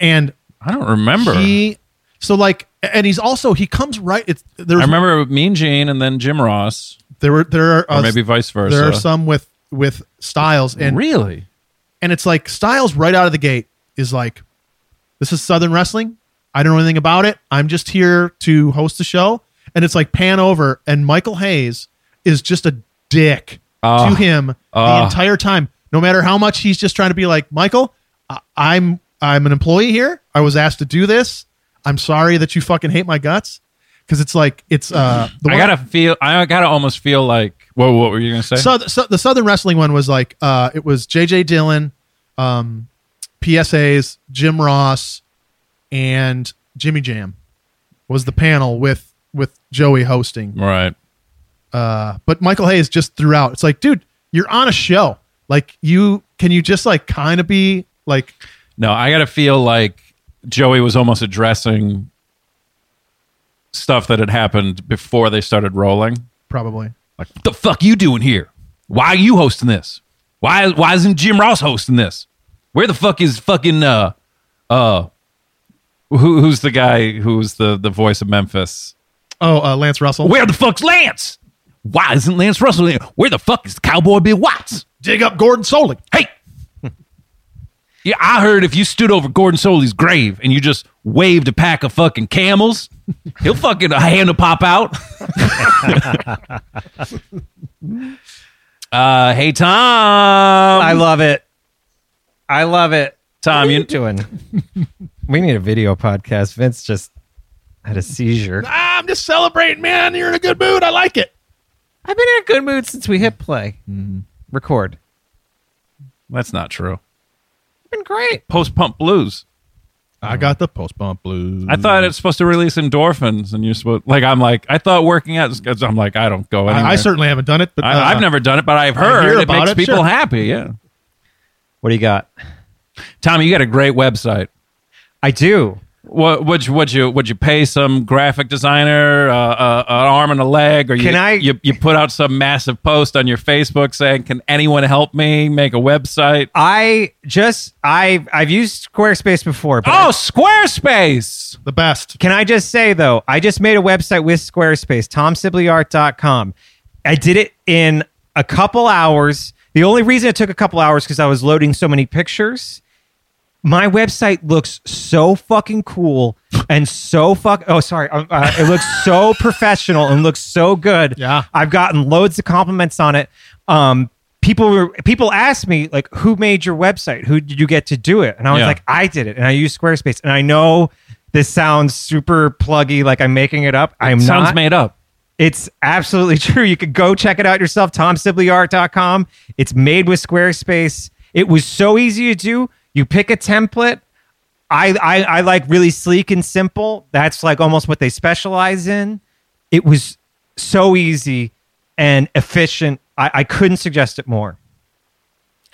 [SPEAKER 4] and
[SPEAKER 2] I don't remember.
[SPEAKER 4] he so like, and he's also he comes right. It's
[SPEAKER 2] I
[SPEAKER 4] there's
[SPEAKER 2] remember Mean Gene and then Jim Ross,
[SPEAKER 4] there were there are uh,
[SPEAKER 2] or maybe vice versa.
[SPEAKER 4] there are some with with Styles and
[SPEAKER 2] really?
[SPEAKER 4] and it's like Styles right out of the gate is like, this is Southern wrestling. I don't know anything about it. I'm just here to host the show. And it's like pan over, and Michael Hayes is just a dick
[SPEAKER 2] Ah.
[SPEAKER 4] to him the
[SPEAKER 2] Ah.
[SPEAKER 4] entire time. No matter how much he's just trying to be like, Michael, I- I'm I'm an employee here. I was asked to do this. I'm sorry that you fucking hate my guts. Because it's like it's uh, the
[SPEAKER 2] I
[SPEAKER 4] one-
[SPEAKER 2] gotta feel. I gotta almost feel like. Whoa, what were you gonna say?
[SPEAKER 4] South, so, the Southern Wrestling one was like uh, it was J.J. Dillon, um, PSAs, Jim Ross, and Jimmy Jam was the panel with with Joey hosting.
[SPEAKER 2] right.
[SPEAKER 4] Uh, but Michael Hayes just threw out. It's like, dude, you're on a show. Like, you can you just like kind of be like,
[SPEAKER 2] No, I gotta feel like Joey was almost addressing stuff that had happened before they started rolling.
[SPEAKER 4] probably
[SPEAKER 2] Like, what the fuck you doing here? Why are you hosting this? Why why isn't Jim Ross hosting this? Where the fuck is fucking uh uh who, who's the guy who's the the voice of Memphis?
[SPEAKER 4] Oh, uh, Lance Russell.
[SPEAKER 2] Where the fuck's Lance? Why isn't Lance Russell in? Where the fuck is Cowboy Bill Watts?
[SPEAKER 4] Dig up Gordon Solik.
[SPEAKER 2] Hey. Yeah, I heard if you stood over Gordon Soley's grave and you just waved a pack of fucking camels, he'll fucking a hand will pop out. uh, hey Tom,
[SPEAKER 3] I love it. I love it.
[SPEAKER 2] Tom, you
[SPEAKER 3] doing? we need a video podcast. Vince just had a seizure.
[SPEAKER 4] Ah, I'm just celebrating, man. You're in a good mood. I like it.
[SPEAKER 3] I've been in a good mood since we hit play. Mm-hmm. Record.
[SPEAKER 2] that's not true.
[SPEAKER 3] It's been great.
[SPEAKER 2] Post Pump Blues.
[SPEAKER 4] I got the post bump blues.
[SPEAKER 2] I thought it's supposed to release endorphins, and you're supposed like I'm like I thought working out. is- 'cause I'm like I don't go anywhere.
[SPEAKER 4] I, I certainly haven't done it, but uh,
[SPEAKER 2] I, have never done it, but I've heard
[SPEAKER 4] hear
[SPEAKER 2] it
[SPEAKER 4] about
[SPEAKER 2] makes
[SPEAKER 4] it,
[SPEAKER 2] people
[SPEAKER 4] sure.
[SPEAKER 2] happy. Yeah,
[SPEAKER 3] What do you got?
[SPEAKER 2] Tommy, you got a great website.
[SPEAKER 3] I do.
[SPEAKER 2] What would you would you would you pay some graphic designer uh, uh, an arm and a leg, or you,
[SPEAKER 3] Can I-
[SPEAKER 2] you you put out some massive post on your Facebook saying, "Can anyone help me make a website?"
[SPEAKER 3] I just I I've used Squarespace before. But
[SPEAKER 2] Oh, Squarespace!
[SPEAKER 4] the best.
[SPEAKER 3] Can I just say though, I just made a website with Squarespace, tomsibleyart.com. I did it in a couple hours. The only reason it took a couple hours because I was loading so many pictures. My website looks so fucking cool and so fuck. Oh, sorry. Uh, uh, it looks so professional and looks so good.
[SPEAKER 4] Yeah.
[SPEAKER 3] I've gotten loads of compliments on it. Um, people were people asked me like, who made your website? Who did you get to do it? And I was
[SPEAKER 2] Yeah.
[SPEAKER 3] like, I did it, and I used Squarespace. And I know this sounds super pluggy, like I'm making it up. I'm
[SPEAKER 2] Sounds
[SPEAKER 3] not.
[SPEAKER 2] made up.
[SPEAKER 3] It's absolutely true. You could go check it out yourself, tomsibleyart.com. It's made with Squarespace. It was so easy to do. You pick a template. I, I, I like really sleek and simple. That's like almost what they specialize in. It was so easy and efficient. I, I couldn't suggest it more.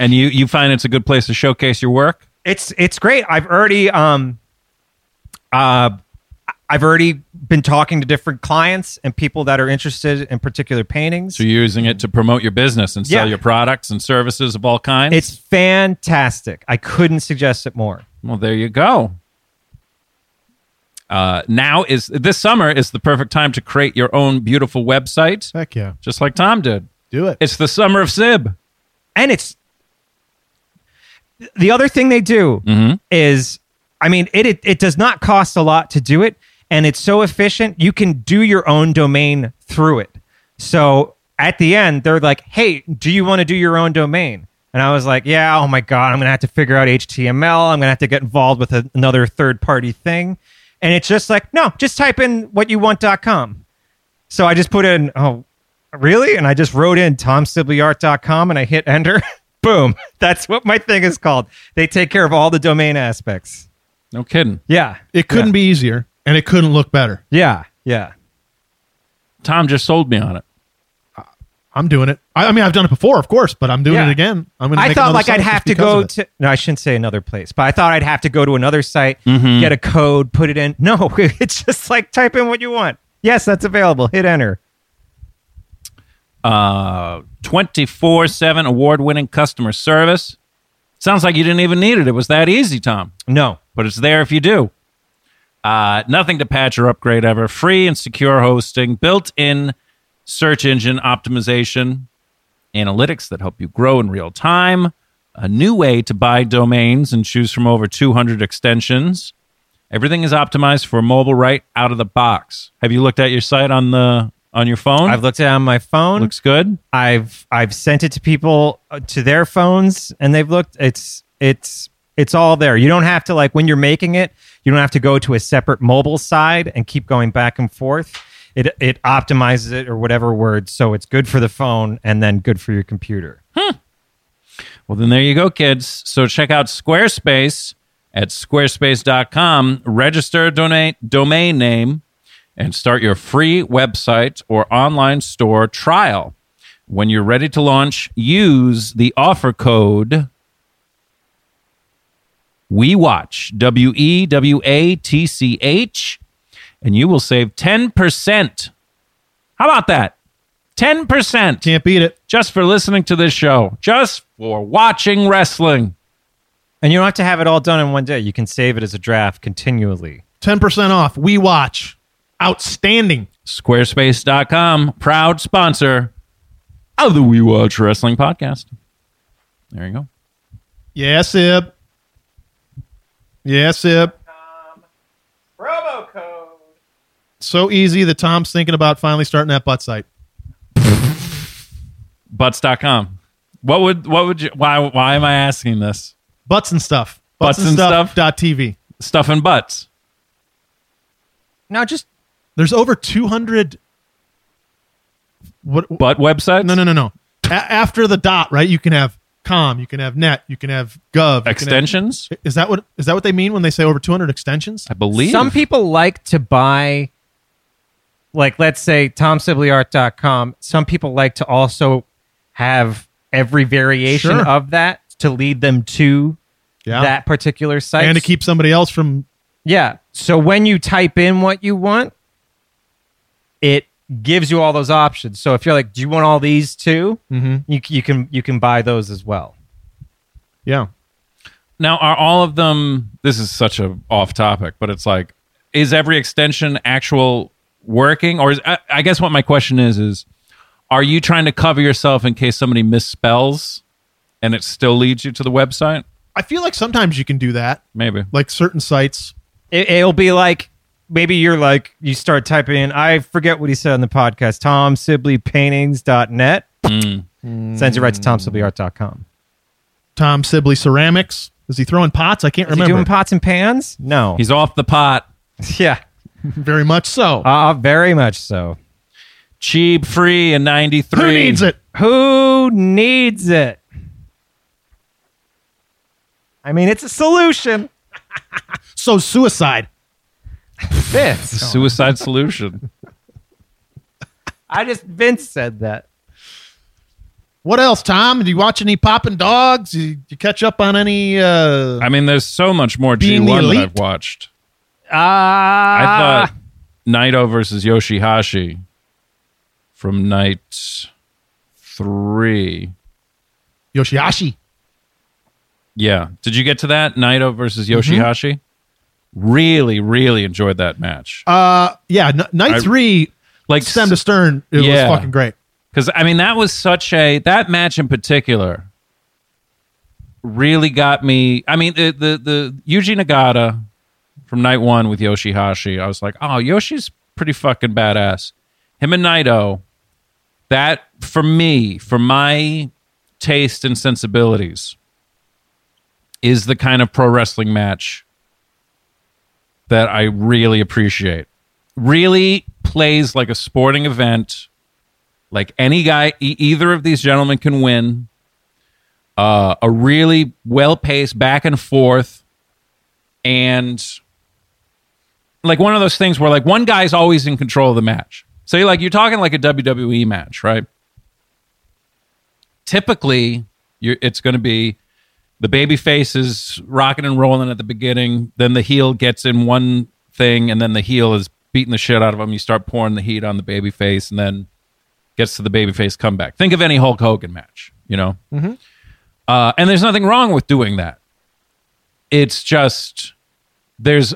[SPEAKER 2] And you you find it's a good place to showcase your work.
[SPEAKER 3] it's it's great. I've already um uh I've already been talking to different clients and people that are interested in particular paintings.
[SPEAKER 2] So you're using it to promote your business and sell
[SPEAKER 3] Yeah.
[SPEAKER 2] your products and services of all kinds.
[SPEAKER 3] It's fantastic. I couldn't suggest it more.
[SPEAKER 2] Well, there you go. Uh, now is this summer is the perfect time to create your own beautiful website,
[SPEAKER 4] Heck yeah.
[SPEAKER 2] just like Tom did.
[SPEAKER 4] Do it.
[SPEAKER 2] It's the summer of Sib.
[SPEAKER 3] And it's the other thing they do is I mean it, it it does not cost a lot to do it and it's so efficient you can do your own domain through it. So at the end they're like, "Hey, do you want to do your own domain?" And I was like, "Yeah, oh my god, I'm going to have to figure out HTML. I'm going to have to get involved with a, another third-party thing." And it's just like, "No, just type in what you want.com." So I just put in, "Oh, really?" And I just wrote in tomsibleyart.com and I hit enter. Boom. That's what my thing is called. They take care of all the domain aspects.
[SPEAKER 2] No kidding.
[SPEAKER 3] Yeah.
[SPEAKER 4] It couldn't be easier, and it couldn't look better.
[SPEAKER 3] Yeah. Yeah.
[SPEAKER 2] Tom just sold me on it.
[SPEAKER 4] I'm doing it. I, I mean, I've done it before, of course, but I'm doing
[SPEAKER 3] Yeah.
[SPEAKER 4] it again. I'm going to.
[SPEAKER 3] I thought like I'd have to go to no, I shouldn't say another place, but I thought I'd have to go to another site, get a code, put it in. No, it's just like type in what you want. Yes, that's available. Hit enter.
[SPEAKER 2] 24 7 award winning customer service. Sounds like you didn't even need it. It was that easy, Tom.
[SPEAKER 3] No.
[SPEAKER 2] but it's there if you do. Uh, nothing to patch or upgrade ever. Free and secure hosting, built in search engine optimization, analytics that help you grow in real time, a new way to buy domains and choose from over 200 extensions. Everything is optimized for mobile right out of the box. Have you looked at your site on the on your phone?
[SPEAKER 3] I've looked at it on my phone.
[SPEAKER 2] Looks good.
[SPEAKER 3] I've I've sent it to people uh, to their phones and they've looked it's it's it's all there. You don't have to like when you're making it, you don't have to go to a separate mobile side and keep going back and forth. It it optimizes it or whatever word so it's good for the phone and then good for your computer.
[SPEAKER 2] Well, then there you go, kids. So check out Squarespace at squarespace.com. Register a donate domain name and start your free website or online store trial. When you're ready to launch, use the offer code we watch W E W A T C H, and you will save 10%. How about that? 10%
[SPEAKER 4] Can't beat it.
[SPEAKER 2] just for listening to this show, just for watching wrestling.
[SPEAKER 3] And you don't have to have it all done in one day. You can save it as a draft continually.
[SPEAKER 4] 10% off. We watch. Outstanding.
[SPEAKER 2] Squarespace.com, proud sponsor of the We Watch Wrestling podcast. There you go.
[SPEAKER 4] Yeah, Sib. Yeah, Sib.
[SPEAKER 8] Promo code.
[SPEAKER 4] So easy that Tom's thinking about finally starting that butt site.
[SPEAKER 2] Butts.com. What would, what would you, why, why am I asking this?
[SPEAKER 4] Butts and stuff.
[SPEAKER 2] Butts and stuff.
[SPEAKER 4] Dot TV.
[SPEAKER 2] Stuff and butts.
[SPEAKER 3] Now, just
[SPEAKER 4] There's over 200. What?
[SPEAKER 2] Butt websites?
[SPEAKER 4] No, no, no, no. A- after the dot, right? You can have com, you can have net, you can have gov. you can have-
[SPEAKER 2] Extensions?
[SPEAKER 4] is that what is that what they mean when they say over 200 extensions?
[SPEAKER 2] I believe.
[SPEAKER 3] some people like to buy, like, let's say tomsibleyart.com. Some people like to also have every variation
[SPEAKER 4] Sure.
[SPEAKER 3] of that to lead them to
[SPEAKER 4] Yeah.
[SPEAKER 3] that particular site.
[SPEAKER 4] and to keep somebody else from
[SPEAKER 3] Yeah. So when you type in what you want, it gives you all those options. So if you're like, do you want all these too? Mm-hmm. You, c- you can you can buy those as well.
[SPEAKER 4] yeah.
[SPEAKER 2] Now, are all of them? This is such a off topic, but it's like, is every extension actual working? Or is, I, I guess what my question is is, are you trying to cover yourself in case somebody misspells, and it still leads you to the website?
[SPEAKER 4] I feel like sometimes you can do that.
[SPEAKER 2] Maybe.
[SPEAKER 4] Like certain sites.
[SPEAKER 3] It, it'll be like maybe you're like you start typing in. I forget what he said on the podcast. Tom Sibley Paintings.net
[SPEAKER 4] Mm.
[SPEAKER 3] sends you right to tomsibleyart.com.
[SPEAKER 4] Tom Sibley ceramics. Is he throwing pots? I can't
[SPEAKER 3] Is he
[SPEAKER 4] remember.
[SPEAKER 3] doing pots and pans? No.
[SPEAKER 2] He's off the pot.
[SPEAKER 3] yeah.
[SPEAKER 4] Very much so.
[SPEAKER 3] Uh, very much so.
[SPEAKER 2] Cheap, free, and ninety three.
[SPEAKER 4] Who needs it?
[SPEAKER 3] Who needs it? I mean, it's a solution.
[SPEAKER 4] So suicide.
[SPEAKER 3] Vince.
[SPEAKER 2] Suicide solution.
[SPEAKER 3] I just Vince said that.
[SPEAKER 4] What else, Tom? Did you watch any popping dogs? You, you catch up on any uh
[SPEAKER 2] I mean, there's so much more G
[SPEAKER 4] Being
[SPEAKER 2] one that
[SPEAKER 4] elite.
[SPEAKER 2] I've watched. I
[SPEAKER 3] Ah,
[SPEAKER 2] thought Naito versus Yoshihashi from night three.
[SPEAKER 4] Yoshiashi?
[SPEAKER 2] Yeah. Did you get to that? Naito versus
[SPEAKER 4] Mm-hmm.
[SPEAKER 2] Yoshihashi? Really, really enjoyed that match.
[SPEAKER 4] Uh yeah, n- night
[SPEAKER 2] I-
[SPEAKER 4] 3
[SPEAKER 2] like
[SPEAKER 4] stem to stern. It
[SPEAKER 2] Yeah.
[SPEAKER 4] was fucking great.
[SPEAKER 2] Because I mean, that was such a that match in particular really got me. I mean, the the, the Yuji Nagata from night one with Yoshihashi, I was like, oh, Yoshi's pretty fucking badass. Him and Naito, that for me, for my taste and sensibilities, is the kind of pro wrestling match that I really appreciate. Really plays like a sporting event like any guy e- either of these gentlemen can win uh, a really well-paced back and forth and like one of those things where like one guy's always in control of the match so you're like you're talking like a wwe match right typically you're, it's going to be the baby face is rocking and rolling at the beginning then the heel gets in one thing and then the heel is beating the shit out of him you start pouring the heat on the baby face and then gets to the babyface comeback. Think of any Hulk Hogan match, you know? Uh, and there's nothing wrong with doing that. It's just there's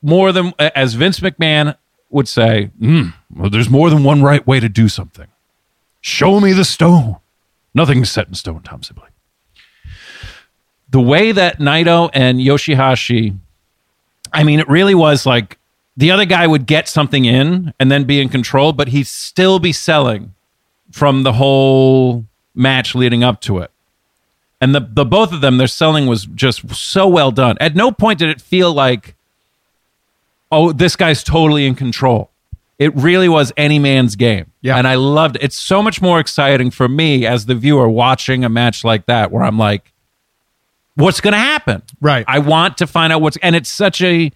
[SPEAKER 2] more than, as Vince McMahon would say, "Mm, well, there's more than one right way to do something. Show me the stone. Nothing's set in stone, Tom Sibley. The way that Naito and Yoshihashi I mean, it really was like the other guy would get something in and then be in control, but he'd still be selling from the whole match leading up to it. And the, the both of them, their selling was just so well done. At no point did it feel like, oh, this guy's totally in control. It really was any man's game.
[SPEAKER 4] Yeah.
[SPEAKER 2] And I loved it. It's so much more exciting for me as the viewer watching a match like that where I'm like, what's going to happen?
[SPEAKER 4] Right.
[SPEAKER 2] I want to find out what's and it's such a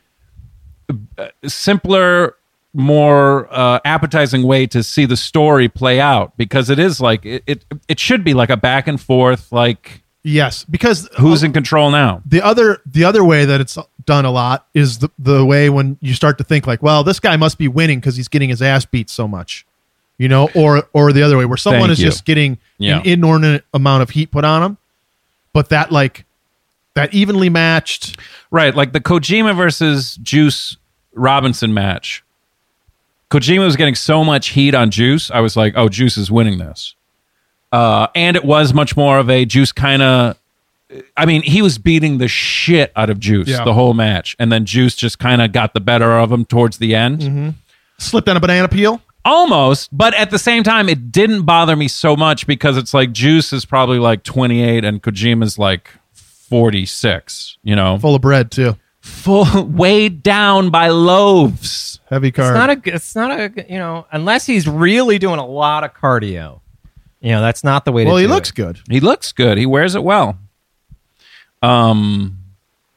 [SPEAKER 2] uh, simpler, more uh, appetizing way to see the story play out because it is like it it, it should be like a back and forth like
[SPEAKER 4] Yes, because
[SPEAKER 2] who's in control now.
[SPEAKER 4] the other the other way that it's done a lot is the, the way when you start to think like well this guy must be winning because he's getting his ass beat so much you know, or or the other way where someone
[SPEAKER 2] Thank
[SPEAKER 4] is
[SPEAKER 2] you.
[SPEAKER 4] just getting
[SPEAKER 2] Yeah.
[SPEAKER 4] an inordinate amount of heat put on them, but that like that evenly matched.
[SPEAKER 2] Right, like the Kojima versus Juice Robinson match. Kojima was getting so much heat on Juice, I was like, "Oh, Juice is winning this." Uh, and it was much more of a Juice kind of. I mean, he was beating the shit out of Juice
[SPEAKER 4] Yeah.
[SPEAKER 2] the whole match, and then Juice just kind of got the better of him towards the end,
[SPEAKER 4] Slipped on a banana peel.
[SPEAKER 2] almost. But at the same time, it didn't bother me so much because it's like Juice is probably like twenty eight, and Kojima's like forty six. You know,
[SPEAKER 4] Full of bread too.
[SPEAKER 2] full weighed down by loaves.
[SPEAKER 4] Heavy
[SPEAKER 3] It's
[SPEAKER 4] carb.
[SPEAKER 3] not a. It's not a. You know, unless he's really doing a lot of cardio. You know, that's not the way.
[SPEAKER 4] well,
[SPEAKER 3] to
[SPEAKER 4] he
[SPEAKER 3] do
[SPEAKER 4] looks
[SPEAKER 3] It.
[SPEAKER 4] good.
[SPEAKER 2] He looks good. He wears it well. Um,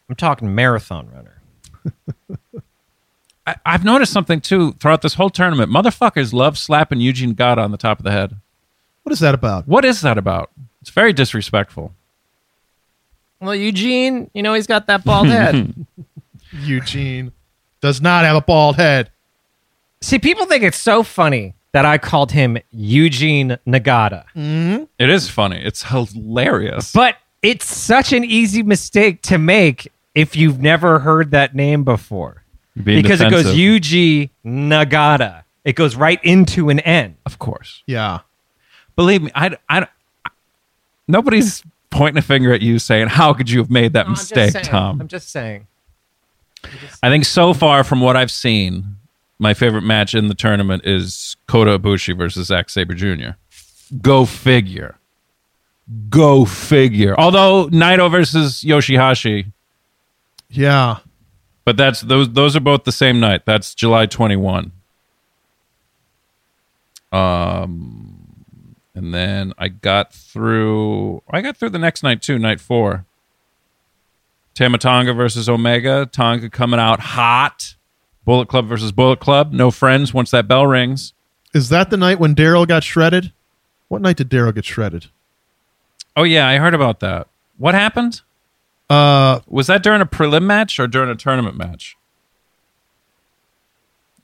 [SPEAKER 3] I'm talking marathon runner.
[SPEAKER 2] I, I've noticed something too throughout this whole tournament. Motherfuckers love slapping Eugene Gata on the top of the head.
[SPEAKER 4] What is that about?
[SPEAKER 2] What is that about? It's very disrespectful.
[SPEAKER 3] Well, Eugene, you know, he's got that bald head.
[SPEAKER 4] Eugene does not have a bald head.
[SPEAKER 3] See, people think it's so funny that I called him Eugene Nagata,
[SPEAKER 2] It is funny. It's hilarious.
[SPEAKER 3] but it's such an easy mistake to make if you've never heard that name before.
[SPEAKER 2] Being
[SPEAKER 3] because it
[SPEAKER 2] defensive.
[SPEAKER 3] goes Yuji Nagata. It goes right into an N.
[SPEAKER 2] of course.
[SPEAKER 4] Yeah.
[SPEAKER 2] Believe me, I, I, I- nobody's pointing a finger at you saying, "How could you have made that mistake, Tom?"
[SPEAKER 3] I'm just saying.
[SPEAKER 2] I think so far from what I've seen, my favorite match in the tournament is Kota Ibushi versus Zack Sabre Jr. Go figure. Go figure. Although Naito versus Yoshihashi,
[SPEAKER 4] Yeah.
[SPEAKER 2] but that's those those are both the same night. That's July 21. Um Um, and then I got through I got through the next night too, night 4. Tamatonga versus Omega. Tonga coming out hot. Bullet Club versus Bullet Club. No friends once that bell rings.
[SPEAKER 4] Is that the night when Daryl got shredded? What night did Daryl get shredded?
[SPEAKER 2] Oh yeah, I heard about that. What happened?
[SPEAKER 4] Uh,
[SPEAKER 2] Was that during a prelim match or during a tournament match?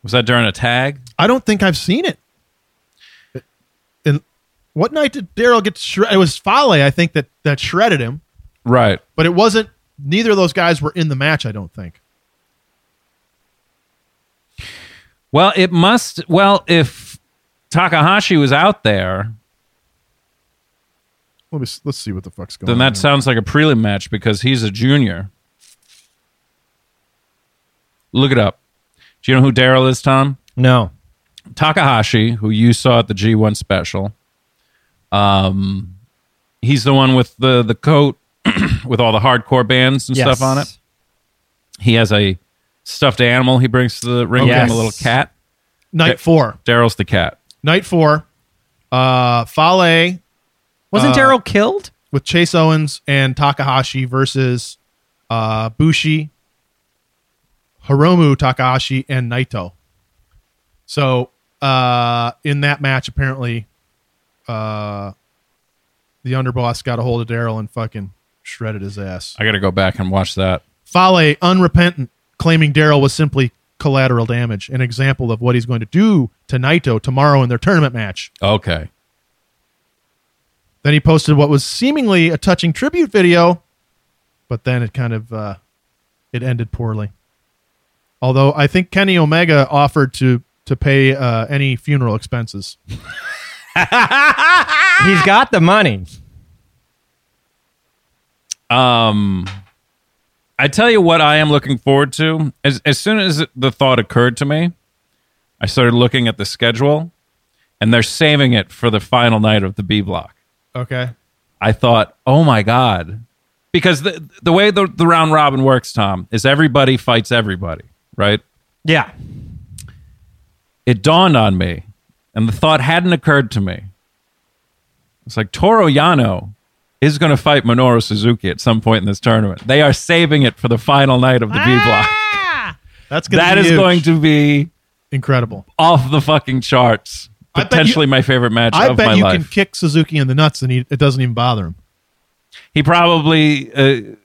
[SPEAKER 2] Was that during a tag?
[SPEAKER 4] I don't think I've seen it. And what night did Daryl get shredded? It was Fale, I think, that, that shredded him,
[SPEAKER 2] Right.
[SPEAKER 4] but it wasn't, neither of those guys were in the match, I don't think.
[SPEAKER 2] Well, it must. Well, if Takahashi was out there,
[SPEAKER 4] Let me, s- let's see what the fuck's going
[SPEAKER 2] then
[SPEAKER 4] on.
[SPEAKER 2] that
[SPEAKER 4] here.
[SPEAKER 2] sounds like a prelim match because he's a junior. Look it up. Do you know who Daryl is, Tom?
[SPEAKER 3] No.
[SPEAKER 2] Takahashi, who you saw at the G1 special. Um, he's the one with the the coat with all the hardcore bands and stuff on it. He has a stuffed animal he brings to the ring with
[SPEAKER 3] Yes.
[SPEAKER 2] him, a little cat.
[SPEAKER 4] night four.
[SPEAKER 2] Daryl's the cat.
[SPEAKER 4] Night four. Uh, Fale
[SPEAKER 2] Uh,
[SPEAKER 3] Wasn't Daryl killed?
[SPEAKER 4] with Chase Owens and Takahashi versus uh, Bushi, Hiromu Takahashi, and Naito. So uh, in that match, apparently, uh, the underboss got a hold of Daryl and fucking shredded his ass.
[SPEAKER 2] I got to go back and watch that.
[SPEAKER 4] Fale, unrepentant, claiming Daryl was simply collateral damage, an example of what he's going to do to Naito tomorrow in their tournament match.
[SPEAKER 2] Okay.
[SPEAKER 4] Then he posted what was seemingly a touching tribute video, but then it kind of uh, it ended poorly. Although I think Kenny Omega offered to to pay uh, any funeral expenses.
[SPEAKER 3] He's got the money.
[SPEAKER 2] Um, I tell you what, I am looking forward to. As as soon as the thought occurred to me, I started looking at the schedule, and they're saving it for the final night of the B block.
[SPEAKER 4] Okay,
[SPEAKER 2] I thought, oh my god, because the the way the, the round robin works, Tom, is everybody fights everybody, right?
[SPEAKER 3] Yeah.
[SPEAKER 2] It dawned on me, and the thought hadn't occurred to me. It's like Toro Yano is going to fight Minoru Suzuki at some point in this tournament. They are saving it for the final night of the B
[SPEAKER 3] Ah!
[SPEAKER 2] block.
[SPEAKER 4] that's gonna
[SPEAKER 2] That
[SPEAKER 4] be
[SPEAKER 2] is
[SPEAKER 4] huge.
[SPEAKER 2] going to be
[SPEAKER 4] incredible.
[SPEAKER 2] off the fucking charts.
[SPEAKER 4] I bet
[SPEAKER 2] Potentially my favorite match
[SPEAKER 4] I
[SPEAKER 2] of my
[SPEAKER 4] bet you
[SPEAKER 2] life.
[SPEAKER 4] can kick Suzuki in the nuts and he, it doesn't even bother him.
[SPEAKER 2] He probably uh, it-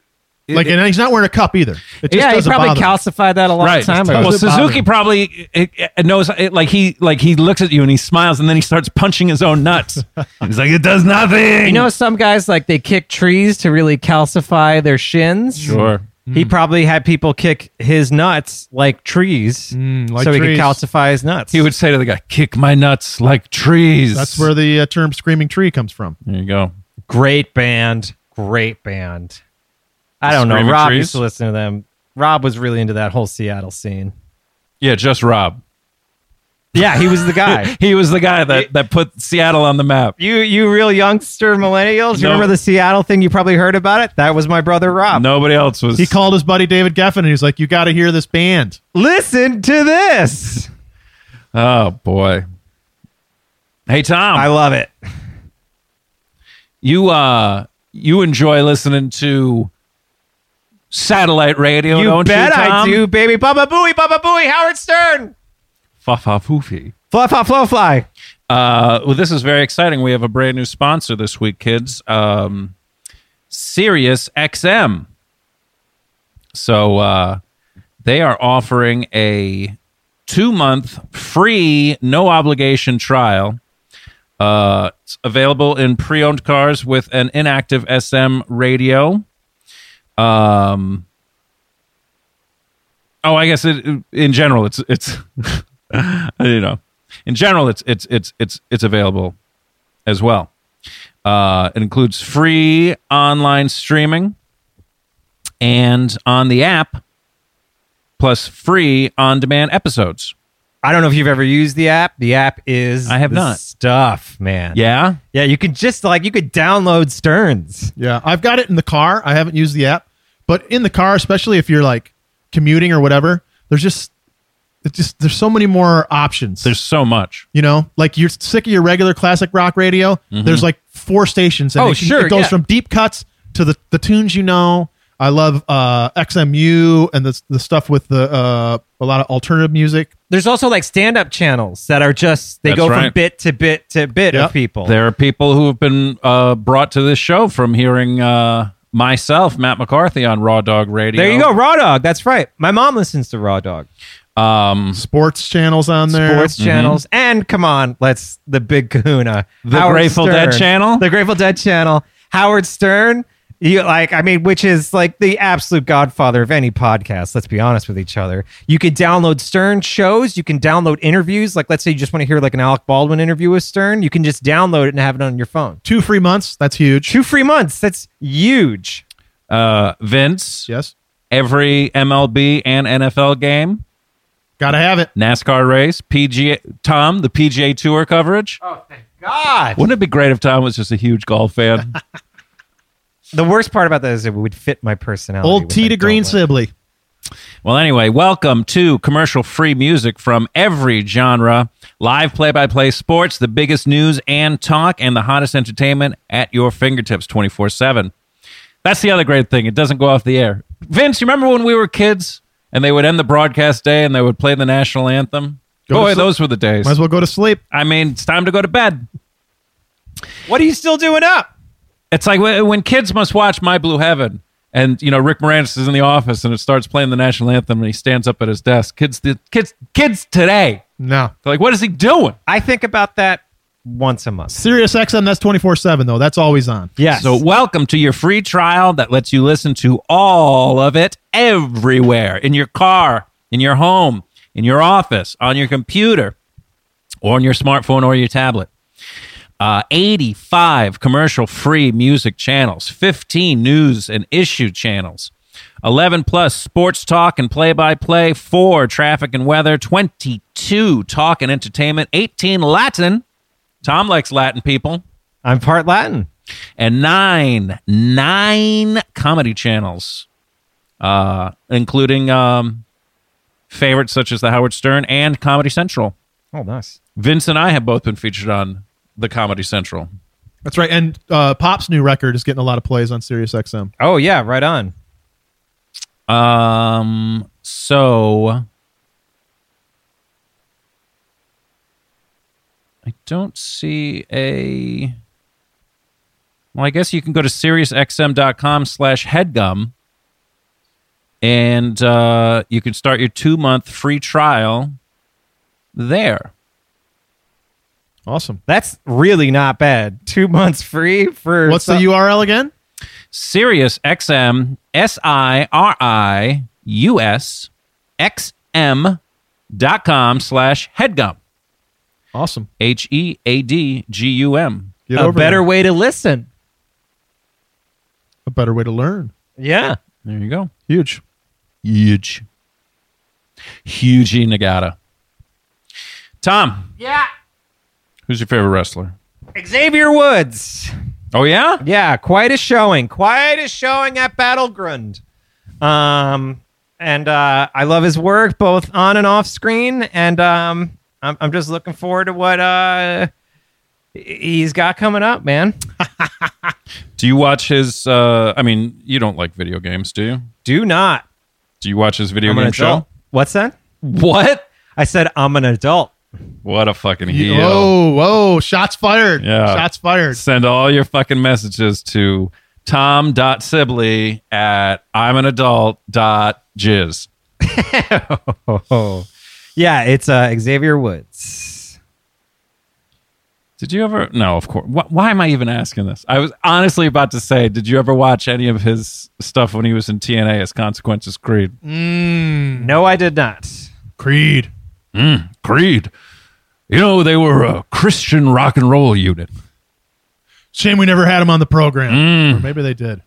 [SPEAKER 4] like, and he's not wearing a cup either. It just
[SPEAKER 3] yeah, he
[SPEAKER 4] doesn't
[SPEAKER 3] probably
[SPEAKER 4] bother me.
[SPEAKER 3] calcified that a long
[SPEAKER 2] right.
[SPEAKER 3] time ago.
[SPEAKER 2] well, Suzuki probably it, it knows. It, like he, like he looks at you and he smiles, and then he starts punching his own nuts. he's like, it does nothing.
[SPEAKER 3] You know, some guys like they kick trees to really calcify their shins.
[SPEAKER 2] sure.
[SPEAKER 3] He probably had people kick his nuts like trees,
[SPEAKER 4] like
[SPEAKER 3] so he
[SPEAKER 4] trees.
[SPEAKER 3] could calcify his nuts.
[SPEAKER 2] He would say to the guy, "Kick my nuts like trees."
[SPEAKER 4] That's where the uh, term "screaming tree" comes from.
[SPEAKER 2] There you go.
[SPEAKER 3] great band, great band. I don't know.
[SPEAKER 2] Screaming
[SPEAKER 3] Rob
[SPEAKER 2] Trees?
[SPEAKER 3] used to listen to them. Rob was really into that whole Seattle scene.
[SPEAKER 2] Yeah, just Rob.
[SPEAKER 3] Yeah, he was the guy.
[SPEAKER 2] He was the guy that that put Seattle on the map.
[SPEAKER 3] you, you real youngster millennials, you
[SPEAKER 2] No.
[SPEAKER 3] remember the Seattle thing? You probably heard about it. That was my brother Rob.
[SPEAKER 2] Nobody else was.
[SPEAKER 4] He called his buddy David Geffen, and he's like, "You got to hear this band."
[SPEAKER 3] Listen to this.
[SPEAKER 2] Oh boy. Hey Tom,
[SPEAKER 3] I love it.
[SPEAKER 2] you uh you enjoy listening to satellite radio,
[SPEAKER 3] You
[SPEAKER 2] don't
[SPEAKER 3] bet
[SPEAKER 2] you,
[SPEAKER 3] I
[SPEAKER 2] Tom?
[SPEAKER 3] do, baby. Baba Booey, Baba Booey, Howard Stern.
[SPEAKER 2] Fa-fa-foofy.
[SPEAKER 3] Fluff, fluff, flow, fly.
[SPEAKER 2] Uh, well, this is very exciting. We have a brand new sponsor this week, kids. Um, Sirius XM. So uh, they are offering a two-month free, no obligation trial. Uh, it's available in pre-owned cars with an inactive SM radio. Um. Oh, I guess it, in general, it's it's you know, in general, it's it's it's it's it's available as well. Uh, it includes free online streaming and on the app, plus free on-demand episodes.
[SPEAKER 3] I don't know if you've ever used the app. The app is
[SPEAKER 2] I have
[SPEAKER 3] the
[SPEAKER 2] not.
[SPEAKER 3] stuff, man.
[SPEAKER 2] Yeah,
[SPEAKER 3] yeah. You could just like you could download Stearns.
[SPEAKER 4] Yeah, I've got it in the car. I haven't used the app, but in the car, especially if you're like commuting or whatever, there's just it's just there's so many more options.
[SPEAKER 2] there's so much.
[SPEAKER 4] you know, like you're sick of your regular classic rock radio. There's like four stations. And
[SPEAKER 3] Mm-hmm. Oh,
[SPEAKER 4] it can-
[SPEAKER 3] sure,
[SPEAKER 4] It goes
[SPEAKER 3] yeah.
[SPEAKER 4] from deep cuts to the, the tunes you know. I love uh, XMU and the, the stuff with the uh, a lot of alternative music.
[SPEAKER 3] There's also like stand-up channels that are just they
[SPEAKER 2] That's
[SPEAKER 3] go from
[SPEAKER 2] right.
[SPEAKER 3] bit to bit to bit
[SPEAKER 4] Yep.
[SPEAKER 3] of people.
[SPEAKER 2] There are people who have been uh, brought to this show from hearing uh, myself, Matt McCarthy, on Raw Dog Radio.
[SPEAKER 3] There you go, Raw Dog. That's right. My mom listens to Raw Dog.
[SPEAKER 2] Um,
[SPEAKER 4] Sports channels on there.
[SPEAKER 3] Mm-hmm. Sports channels
[SPEAKER 4] Mm-hmm.
[SPEAKER 3] and come on, let's the big kahuna.
[SPEAKER 2] The Grateful Dead channel?
[SPEAKER 3] The Grateful Dead channel. Howard Stern. You like, I mean, which is like the absolute godfather of any podcast. Let's be honest with each other. You could download Stern shows. You can download interviews. Like, let's say you just want to hear like an Alec Baldwin interview with Stern. You can just download it and have it on your phone.
[SPEAKER 4] Two free months. That's huge.
[SPEAKER 3] Two free months. That's huge.
[SPEAKER 2] uh, Vince,
[SPEAKER 4] Yes.
[SPEAKER 2] every MLB and NFL game.
[SPEAKER 4] Got to have it.
[SPEAKER 2] NASCAR race, PGA, Tom, the PGA Tour coverage.
[SPEAKER 3] God.
[SPEAKER 2] Wouldn't it be great if Tom was just a huge golf fan?
[SPEAKER 3] The worst part about that is it would fit my personality.
[SPEAKER 4] Old
[SPEAKER 3] which
[SPEAKER 4] T
[SPEAKER 3] I
[SPEAKER 4] to
[SPEAKER 3] don't
[SPEAKER 4] Green
[SPEAKER 3] like.
[SPEAKER 4] Sibley.
[SPEAKER 2] well, anyway, welcome to commercial free music from every genre, live play by play sports, the biggest news and talk, and the hottest entertainment at your fingertips 24 7. That's the other great thing. It doesn't go off the air. Vince, you remember when we were kids and they would end the broadcast day and they would play the national anthem?
[SPEAKER 4] Go to
[SPEAKER 2] Boy,
[SPEAKER 4] sleep.
[SPEAKER 2] those were the days.
[SPEAKER 4] Might as well go to sleep.
[SPEAKER 2] I mean, it's time to go to bed.
[SPEAKER 3] What are you still doing up?
[SPEAKER 2] It's like when when kids must watch My Blue Heaven, and you know Rick Moranis is in the office, and it starts playing the national anthem, and he stands up at his desk. Kids, the kids, kids today,
[SPEAKER 4] No.
[SPEAKER 2] they're like, what is he doing?
[SPEAKER 3] I think about that once a month.
[SPEAKER 4] Sirius XM, that's 24 7, though. That's always on.
[SPEAKER 3] Yes.
[SPEAKER 2] So welcome to your free trial that lets you listen to all of it everywhere in your car, in your home, in your office, on your computer, or on your smartphone or your tablet. Uh, 85 commercial free music channels, 15 news and issue channels, 11 plus sports talk and play by play, 4 traffic and weather, 22 talk and entertainment, 18 Latin. Tom likes Latin people
[SPEAKER 3] I'm part Latin.
[SPEAKER 2] and nine nine comedy channels uh including um favorites such as the howard stern and comedy central
[SPEAKER 3] Oh, nice.
[SPEAKER 2] vince and i have both been featured on the comedy central
[SPEAKER 4] That's right. And uh, Pop's new record is getting a lot of plays on Sirius XM.
[SPEAKER 3] Oh yeah, right on.
[SPEAKER 2] um so i don't see a well i guess you can go to siriusxm.com slash headgum and uh, you can start your two month free trial there.
[SPEAKER 4] Awesome.
[SPEAKER 3] That's really not bad. Two months free for
[SPEAKER 4] What's the
[SPEAKER 3] some-
[SPEAKER 4] URL again?
[SPEAKER 2] Sirius XM S I R I U S X M dot com slash headgum
[SPEAKER 4] Awesome.
[SPEAKER 2] H E A D G U M.
[SPEAKER 4] Get
[SPEAKER 3] a
[SPEAKER 4] over
[SPEAKER 3] better
[SPEAKER 4] there.
[SPEAKER 3] way to listen?
[SPEAKER 4] a better way to learn.
[SPEAKER 3] Yeah.
[SPEAKER 2] There you go.
[SPEAKER 4] Huge.
[SPEAKER 2] Huge. Huge Nagata. Tom,
[SPEAKER 8] Yeah.
[SPEAKER 2] who's your favorite wrestler?
[SPEAKER 3] Xavier Woods.
[SPEAKER 2] Oh yeah?
[SPEAKER 3] Yeah, quite a showing. Quite a showing at Battleground. Um, and uh, I love his work both on and off screen. And um, I'm, I'm just looking forward to what uh, he's got coming up, man.
[SPEAKER 2] Do you watch his uh I mean, you don't like video games, do you?
[SPEAKER 3] Do not.
[SPEAKER 2] Do you watch his video
[SPEAKER 3] I'm an
[SPEAKER 2] game
[SPEAKER 3] adult.
[SPEAKER 2] show?
[SPEAKER 3] What's that?
[SPEAKER 2] What?
[SPEAKER 3] I said I'm an adult.
[SPEAKER 2] What a fucking
[SPEAKER 4] You-
[SPEAKER 2] heel.
[SPEAKER 4] Whoa, whoa. Oh, Shots fired.
[SPEAKER 2] Yeah.
[SPEAKER 4] Shots fired.
[SPEAKER 2] Send all your fucking messages to tom.sibley at I'm an adult dot jizz.
[SPEAKER 3] Oh, yeah, it's uh, Xavier Woods.
[SPEAKER 2] Did you ever? No, of course. Why, why am I even asking this? I was honestly about to say, did you ever watch any of his stuff when he was in TNA as Consequences Creed?
[SPEAKER 3] No, I did not.
[SPEAKER 4] Creed.
[SPEAKER 2] Creed. You know, they were a Christian rock and roll unit.
[SPEAKER 4] Shame we never had him on the program.
[SPEAKER 2] Mm.
[SPEAKER 4] Or maybe they did.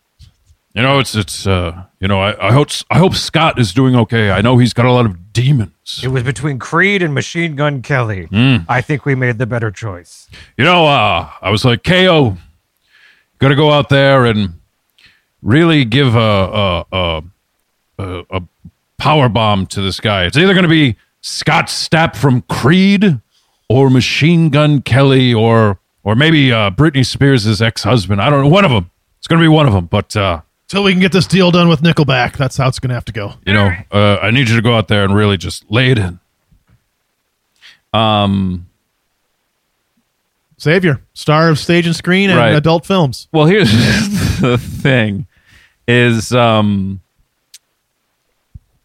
[SPEAKER 2] You know, it's, it's, uh, you know, I, I hope, I hope Scott is doing okay. I know he's got a lot of demons.
[SPEAKER 3] It was between Creed and Machine Gun Kelly. I think we made the better choice.
[SPEAKER 2] you know, uh, I was like, KO, got to go out there and really give a a, a, a, a power bomb to this guy. It's either going to be Scott Stapp from Creed or Machine Gun Kelly or or maybe uh, Britney Spears' ex husband. I don't know. One of them. It's going to be one of them. But uh,
[SPEAKER 4] Till we can get this deal done with Nickelback. That's how it's going to have to go.
[SPEAKER 2] you know, uh, I need you to go out there and really just lay it in.
[SPEAKER 4] Xavier, star of stage and screen and
[SPEAKER 2] Right.
[SPEAKER 4] adult films.
[SPEAKER 2] Well, here's the thing is um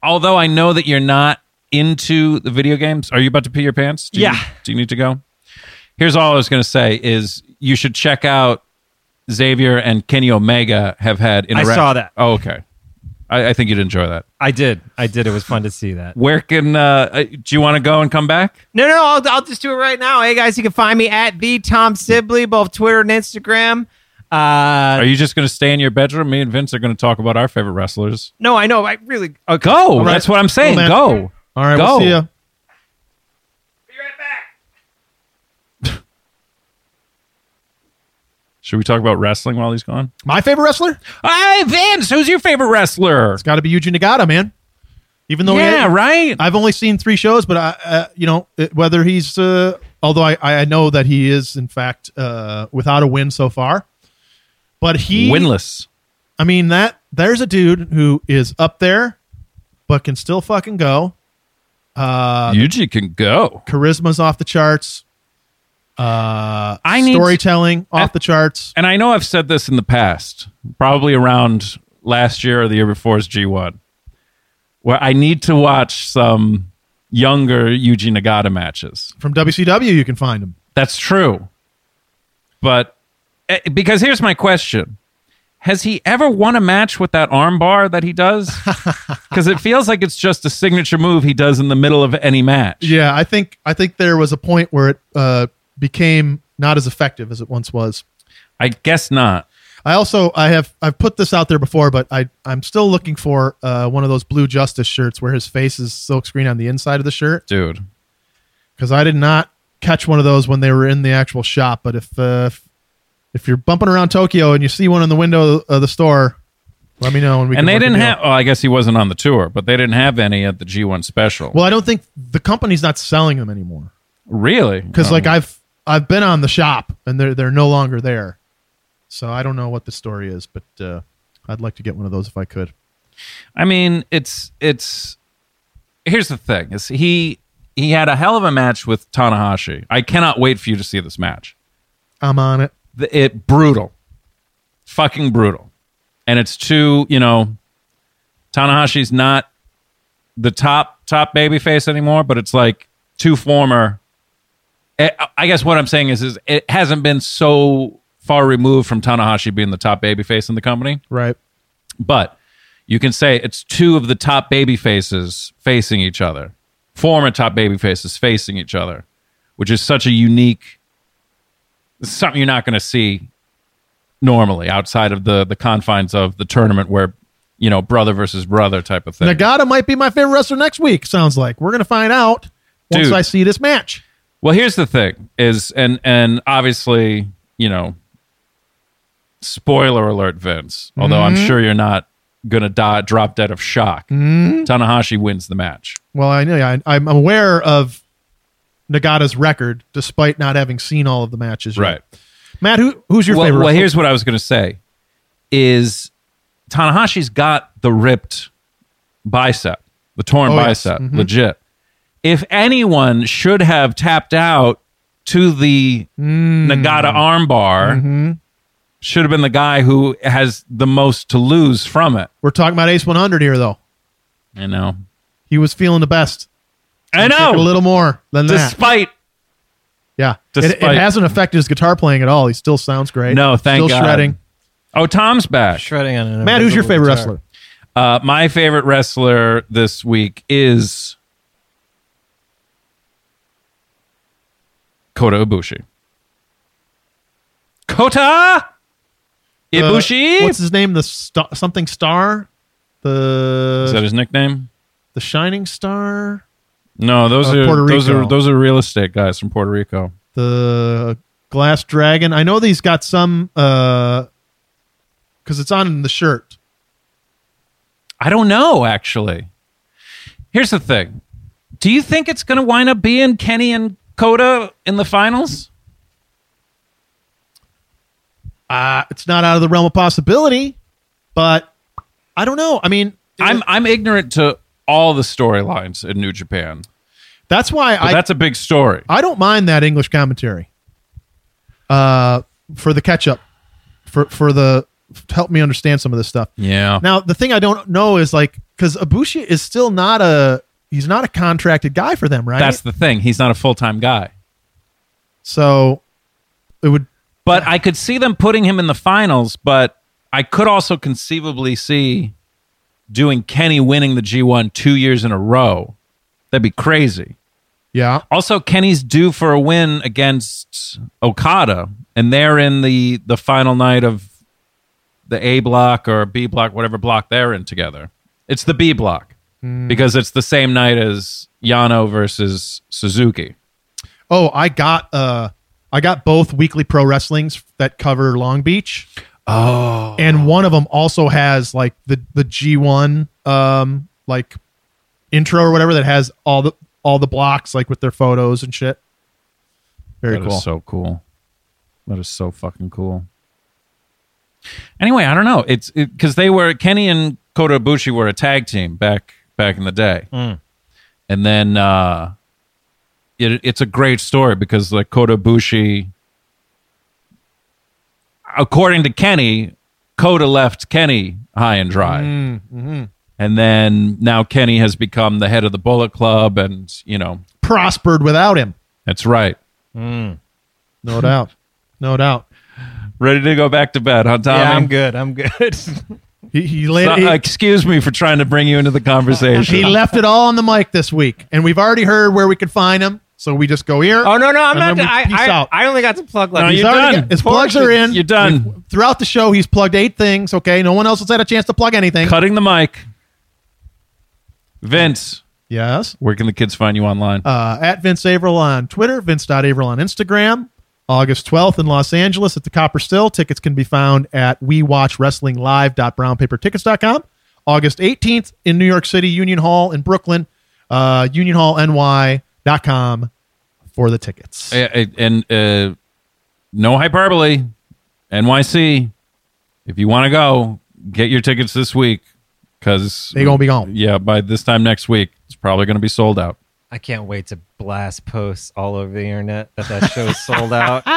[SPEAKER 2] although I know that you're not into the video games, are you about to pee your pants? Do you-
[SPEAKER 3] Yeah.
[SPEAKER 2] do you need to go? Here's all I was going to say is you should check out Xavier and Kenny Omega have had interaction.
[SPEAKER 3] saw that.
[SPEAKER 2] Oh, okay. I, I think you'd enjoy that.
[SPEAKER 3] I did. I did. It was fun to see that.
[SPEAKER 2] Where can uh, uh, do you want to go and come back?
[SPEAKER 3] No, no, I'll, I'll just do it right now. Hey, guys, you can find me at the Tom Sibley, both Twitter and Instagram. Uh,
[SPEAKER 2] Are you just going to stay in your bedroom? Me and Vince are going to talk about our favorite wrestlers.
[SPEAKER 3] no, I know. I really. Okay.
[SPEAKER 2] Go.
[SPEAKER 4] right.
[SPEAKER 2] That's what I'm saying.
[SPEAKER 4] man.
[SPEAKER 2] go.
[SPEAKER 4] All right,
[SPEAKER 2] Go.
[SPEAKER 4] we'll see you.
[SPEAKER 8] Be right back.
[SPEAKER 2] Should we talk about wrestling while he's gone?
[SPEAKER 4] My favorite wrestler?
[SPEAKER 2] Hey, Vince, who's your favorite wrestler?
[SPEAKER 4] It's got to be Yuji Nagata, man. Even though he-
[SPEAKER 2] yeah, right?
[SPEAKER 4] I've only seen three shows, but I, uh, you know, it- whether he's, uh, although I, I know that he is in fact uh, without a win so far, but he,
[SPEAKER 2] Winless.
[SPEAKER 4] I mean that there's a dude who is up there, but can still fucking go.
[SPEAKER 2] Yuji can go.
[SPEAKER 4] Charisma's off the charts. Uh,
[SPEAKER 2] I need-
[SPEAKER 4] storytelling off
[SPEAKER 2] I-
[SPEAKER 4] the charts.
[SPEAKER 2] And I know I've said this in the past, probably around last year or the year before's G1, where I need to watch some younger Yuji Nagata matches.
[SPEAKER 4] From WCW, you can find him.
[SPEAKER 2] That's true. But eh, because here's my question. Has he ever won a match with that arm bar that he does? Because it feels like it's just a signature move he does in the middle of any match.
[SPEAKER 4] Yeah, I think I think there was a point where it uh, became not as effective as it once was.
[SPEAKER 2] I guess not.
[SPEAKER 4] I also I have I've put this out there before, but I I'm still looking for uh, one of those blue justice shirts where his face is silkscreen on the inside of the shirt
[SPEAKER 2] Dude.
[SPEAKER 4] because I did not catch one of those when they were in the actual shop. But if uh, if, if you're bumping around Tokyo and you see one in the window of the store, let me know and we can
[SPEAKER 2] and they
[SPEAKER 4] work a
[SPEAKER 2] didn't
[SPEAKER 4] deal.
[SPEAKER 2] have. Oh, I guess he wasn't on the tour, but they didn't have any at the G1 special.
[SPEAKER 4] Well, I don't think the company's not selling them anymore
[SPEAKER 2] really?
[SPEAKER 4] because like I've I've been on the shop and they're they're no longer there, so I don't know what the story is, but uh, I'd like to get one of those if I could.
[SPEAKER 2] I mean, it's it's. Here's the thing: is he he had a hell of a match with Tanahashi. I cannot wait for you to see this match.
[SPEAKER 4] I'm on it.
[SPEAKER 2] The- It brutal, fucking brutal, and it's two. You know, Tanahashi's not the top top babyface anymore, but it's like two former. I I guess what I'm saying is, is it hasn't been so far removed from Tanahashi being the top babyface in the company,
[SPEAKER 4] Right.
[SPEAKER 2] but you can say it's two of the top baby faces facing each other, former top baby faces facing each other, which is such a unique it's something you're not going to see normally outside of the the confines of the tournament where you know brother versus brother type of thing.
[SPEAKER 4] Nagata might be my favorite wrestler next week. Sounds like we're gonna find out once
[SPEAKER 2] Dude.
[SPEAKER 4] I see this match.
[SPEAKER 2] Well, here's the thing is and and obviously, you know, spoiler alert Vince, although I'm sure you're not going to die drop dead of shock. Tanahashi wins the match.
[SPEAKER 4] Well, I know. I, I'm aware of Nagata's record, despite not having seen all of the matches. yet.
[SPEAKER 2] Right.
[SPEAKER 4] Matt, who, who's your
[SPEAKER 2] well,
[SPEAKER 4] favorite?
[SPEAKER 2] well,
[SPEAKER 4] wrestler?
[SPEAKER 2] here's what I was going to say: is Tanahashi's got the ripped bicep, the torn
[SPEAKER 4] Oh, yes.
[SPEAKER 2] bicep, legit. If anyone should have tapped out to the
[SPEAKER 4] Mm.
[SPEAKER 2] Nagata armbar,
[SPEAKER 4] Mm-hmm.
[SPEAKER 2] should have been the guy who has the most to lose from it.
[SPEAKER 4] we're talking about Ace 100 here, though.
[SPEAKER 2] You know,
[SPEAKER 4] He was feeling the best.
[SPEAKER 2] I
[SPEAKER 4] Take a
[SPEAKER 2] know.
[SPEAKER 4] little more than that.
[SPEAKER 2] Despite
[SPEAKER 4] Yeah, It- it,
[SPEAKER 2] despite-
[SPEAKER 4] hasn't affected his guitar playing at all. He still sounds great.
[SPEAKER 2] No, thank
[SPEAKER 4] still
[SPEAKER 2] God.
[SPEAKER 4] shredding.
[SPEAKER 2] oh, Tom's back.
[SPEAKER 3] Shredding on an
[SPEAKER 4] Matt, who's your
[SPEAKER 3] invisible
[SPEAKER 4] favorite
[SPEAKER 3] guitar.
[SPEAKER 4] wrestler?
[SPEAKER 2] Uh, my favorite wrestler this week is Kota Ibushi. Kota
[SPEAKER 4] Uh,
[SPEAKER 2] Ibushi.
[SPEAKER 4] what's his name? The sta- something star,
[SPEAKER 2] is that
[SPEAKER 4] the
[SPEAKER 2] his nickname?
[SPEAKER 4] the shining star,
[SPEAKER 2] No, those
[SPEAKER 4] Uh,
[SPEAKER 2] are
[SPEAKER 4] Puerto
[SPEAKER 2] those
[SPEAKER 4] Rico.
[SPEAKER 2] are those are real estate guys from Puerto Rico.
[SPEAKER 4] the glass dragon. I know these got some because it's on the shirt.
[SPEAKER 2] I don't know actually. Here's the thing. Do you think it's going to wind up being Kenny and Kota in the finals?
[SPEAKER 4] Uh, it's not out of the realm of possibility, but I don't know. I mean,
[SPEAKER 2] I'm I'm ignorant to all the storylines in New Japan.
[SPEAKER 4] that's why
[SPEAKER 2] But
[SPEAKER 4] I
[SPEAKER 2] that's a big story.
[SPEAKER 4] I don't mind that English commentary. Uh, for the catch up, for for the to help me understand some of this stuff.
[SPEAKER 2] Yeah.
[SPEAKER 4] Now the thing I don't know is like because Ibushi is still not a he's not a contracted guy for them, right?
[SPEAKER 2] That's the thing. He's not a full time guy.
[SPEAKER 4] so it would
[SPEAKER 2] But I could see them putting him in the finals, but I could also conceivably see doing Kenny winning the G1 two years in a row. That'd be crazy.
[SPEAKER 4] yeah
[SPEAKER 2] Also, Kenny's due for a win against Okada, and they're in the, the final night of the A block or B block, whatever block they're in together. It's the B block because it's the same night as Yano versus Suzuki.
[SPEAKER 4] oh I got uh I got both weekly pro wrestlings that cover Long Beach. Oh, and one of them also has like the the G one um like intro or whatever that has all the all the blocks like with their photos and shit. Very
[SPEAKER 2] That is
[SPEAKER 4] cool.
[SPEAKER 2] so cool. That is so fucking cool. Anyway, I don't know. It's because they were Kenny and Kota Ibushi were a tag team back back in the day,
[SPEAKER 4] Mm.
[SPEAKER 2] and then uh, it, it's a great story because like Kota Ibushi, according to Kenny, Kota left Kenny high and dry,
[SPEAKER 4] Mm, mm-hmm.
[SPEAKER 2] and then now Kenny has become the head of the Bullet Club, and you know
[SPEAKER 4] Prospered without him,
[SPEAKER 2] that's right.
[SPEAKER 4] no doubt, no doubt.
[SPEAKER 2] Ready to go back to bed, huh, Tommy?
[SPEAKER 3] Yeah, I'm good. I'm good.
[SPEAKER 4] He he, laid,
[SPEAKER 2] So- uh,
[SPEAKER 4] he-
[SPEAKER 2] excuse me for trying to bring you into the
[SPEAKER 4] he
[SPEAKER 2] conversation.
[SPEAKER 4] left it all on the mic this week, and we've already heard where we could find him. So we just go here.
[SPEAKER 3] oh no, no, I'm
[SPEAKER 4] And
[SPEAKER 3] not.
[SPEAKER 4] then we
[SPEAKER 3] I,
[SPEAKER 4] peace
[SPEAKER 3] I,
[SPEAKER 4] out.
[SPEAKER 3] I only got to plug like
[SPEAKER 2] No,
[SPEAKER 4] He's
[SPEAKER 2] you're
[SPEAKER 4] already
[SPEAKER 2] done.
[SPEAKER 4] got- his plugs are in.
[SPEAKER 2] You're done.
[SPEAKER 4] Throughout the show, he's plugged eight things. Okay, no one else has had a chance to plug anything.
[SPEAKER 2] Cutting the mic. Vince,
[SPEAKER 4] Yes,
[SPEAKER 2] where can the kids find you online?
[SPEAKER 4] uh, at Vince Averill on Twitter, Vince.Averill on Instagram. August 12th in Los Angeles at the Copper Still. Tickets can be found at WeWatchWrestlingLive.BrownPaperTickets.com. August 18th in New York City, Union Hall in Brooklyn, uh, UnionHallNY.com for the tickets.
[SPEAKER 2] Eh, eh, and uh, no hyperbole, NYC. If you want to go, get your tickets this week because
[SPEAKER 4] They gonna be gone.
[SPEAKER 2] Yeah, by this time next week, it's probably going to be sold out.
[SPEAKER 3] I can't wait to blast posts all over the internet that that show is sold out. You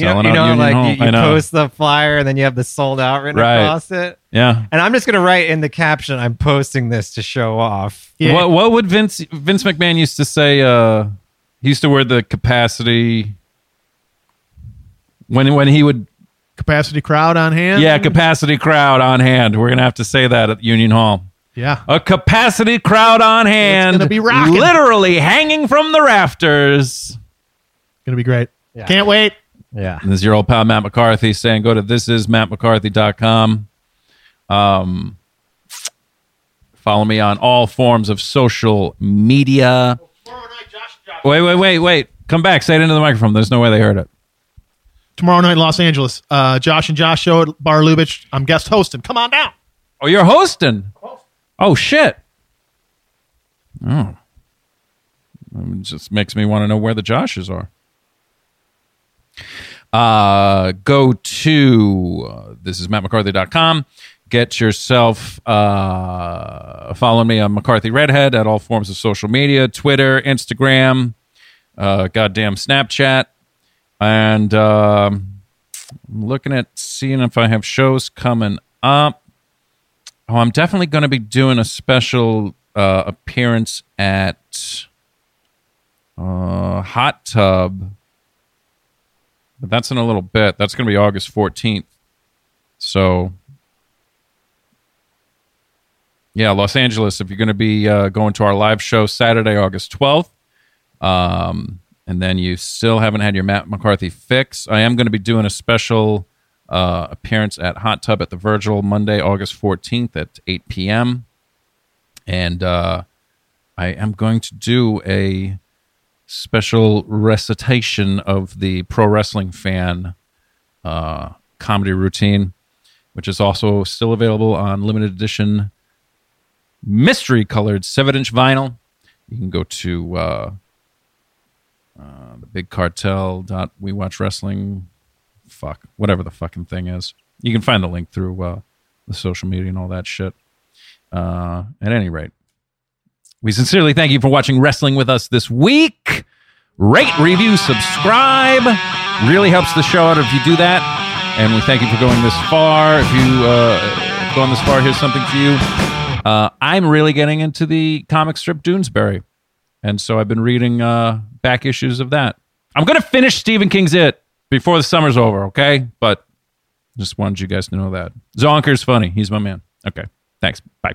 [SPEAKER 3] know,
[SPEAKER 2] Selling
[SPEAKER 3] you
[SPEAKER 2] out
[SPEAKER 3] know,
[SPEAKER 2] Union
[SPEAKER 3] like
[SPEAKER 2] Hall.
[SPEAKER 3] you,
[SPEAKER 2] I
[SPEAKER 3] you
[SPEAKER 2] know.
[SPEAKER 3] post the flyer and then you have the sold out written
[SPEAKER 2] Right.
[SPEAKER 3] across it.
[SPEAKER 2] yeah.
[SPEAKER 3] And I'm just gonna write in the caption, "I'm posting this to show off."
[SPEAKER 2] What what would Vince Vince McMahon used to say? Uh, he used to wear the capacity when when he would
[SPEAKER 4] Capacity crowd on hand.
[SPEAKER 2] yeah capacity crowd on hand. We're gonna have to say that at Union Hall.
[SPEAKER 4] Yeah.
[SPEAKER 2] A capacity crowd on hand,
[SPEAKER 4] gonna be rocking.
[SPEAKER 2] literally hanging from the rafters.
[SPEAKER 4] Gonna be great.
[SPEAKER 3] Yeah.
[SPEAKER 4] Can't wait.
[SPEAKER 3] Yeah.
[SPEAKER 2] And this is your old pal Matt McCarthy saying, go to thisismattmccarthy.com. Um, follow me on all forms of social media. Wait, wait, wait, wait. Come back. Say it into the microphone. There's no way they heard it.
[SPEAKER 4] Tomorrow night in Los Angeles. Uh, Josh and Josh show at Bar Lubitsch. I'm guest hosting. Come on down.
[SPEAKER 2] Oh, you're hosting. Oh, shit. Oh. It just makes me want to know where the Joshes are. Uh, go to uh, this is mattmccarthy.com. Get yourself uh, follow me on McCarthy Redhead at all forms of social media Twitter, Instagram, uh, goddamn Snapchat. And um I'm looking at seeing if I have shows coming up. Oh, I'm definitely going to be doing a special uh, appearance at uh, Hot Tub, but that's in a little bit. That's going to be August 14th. So, yeah, Los Angeles, if you're going to be uh, going to our live show Saturday, August 12th, um, and then you still haven't had your Matt McCarthy fix, I am going to be doing a special uh, appearance at Hot Tub at the Virgil Monday, August 14th at 8 p.m. And uh, I am going to do a special recitation of the pro wrestling fan uh, comedy routine, which is also still available on limited edition mystery colored seven inch vinyl. You can go to uh, uh, the big cartel dot we watch wrestling fuck whatever the fucking thing is you can find the link through uh, the social media and all that shit uh, at any rate we sincerely thank you for watching wrestling with us this week rate review subscribe really helps the show out if you do that and we thank you for going this far if you uh, have gone this far here's something for you uh, i'm really getting into the comic strip doonesbury and so I've been reading uh, back issues of that. I'm going to finish Stephen King's It before the summer's over, okay? But just wanted you guys to know that. Zonker's funny. He's my man. Okay. Thanks. Bye.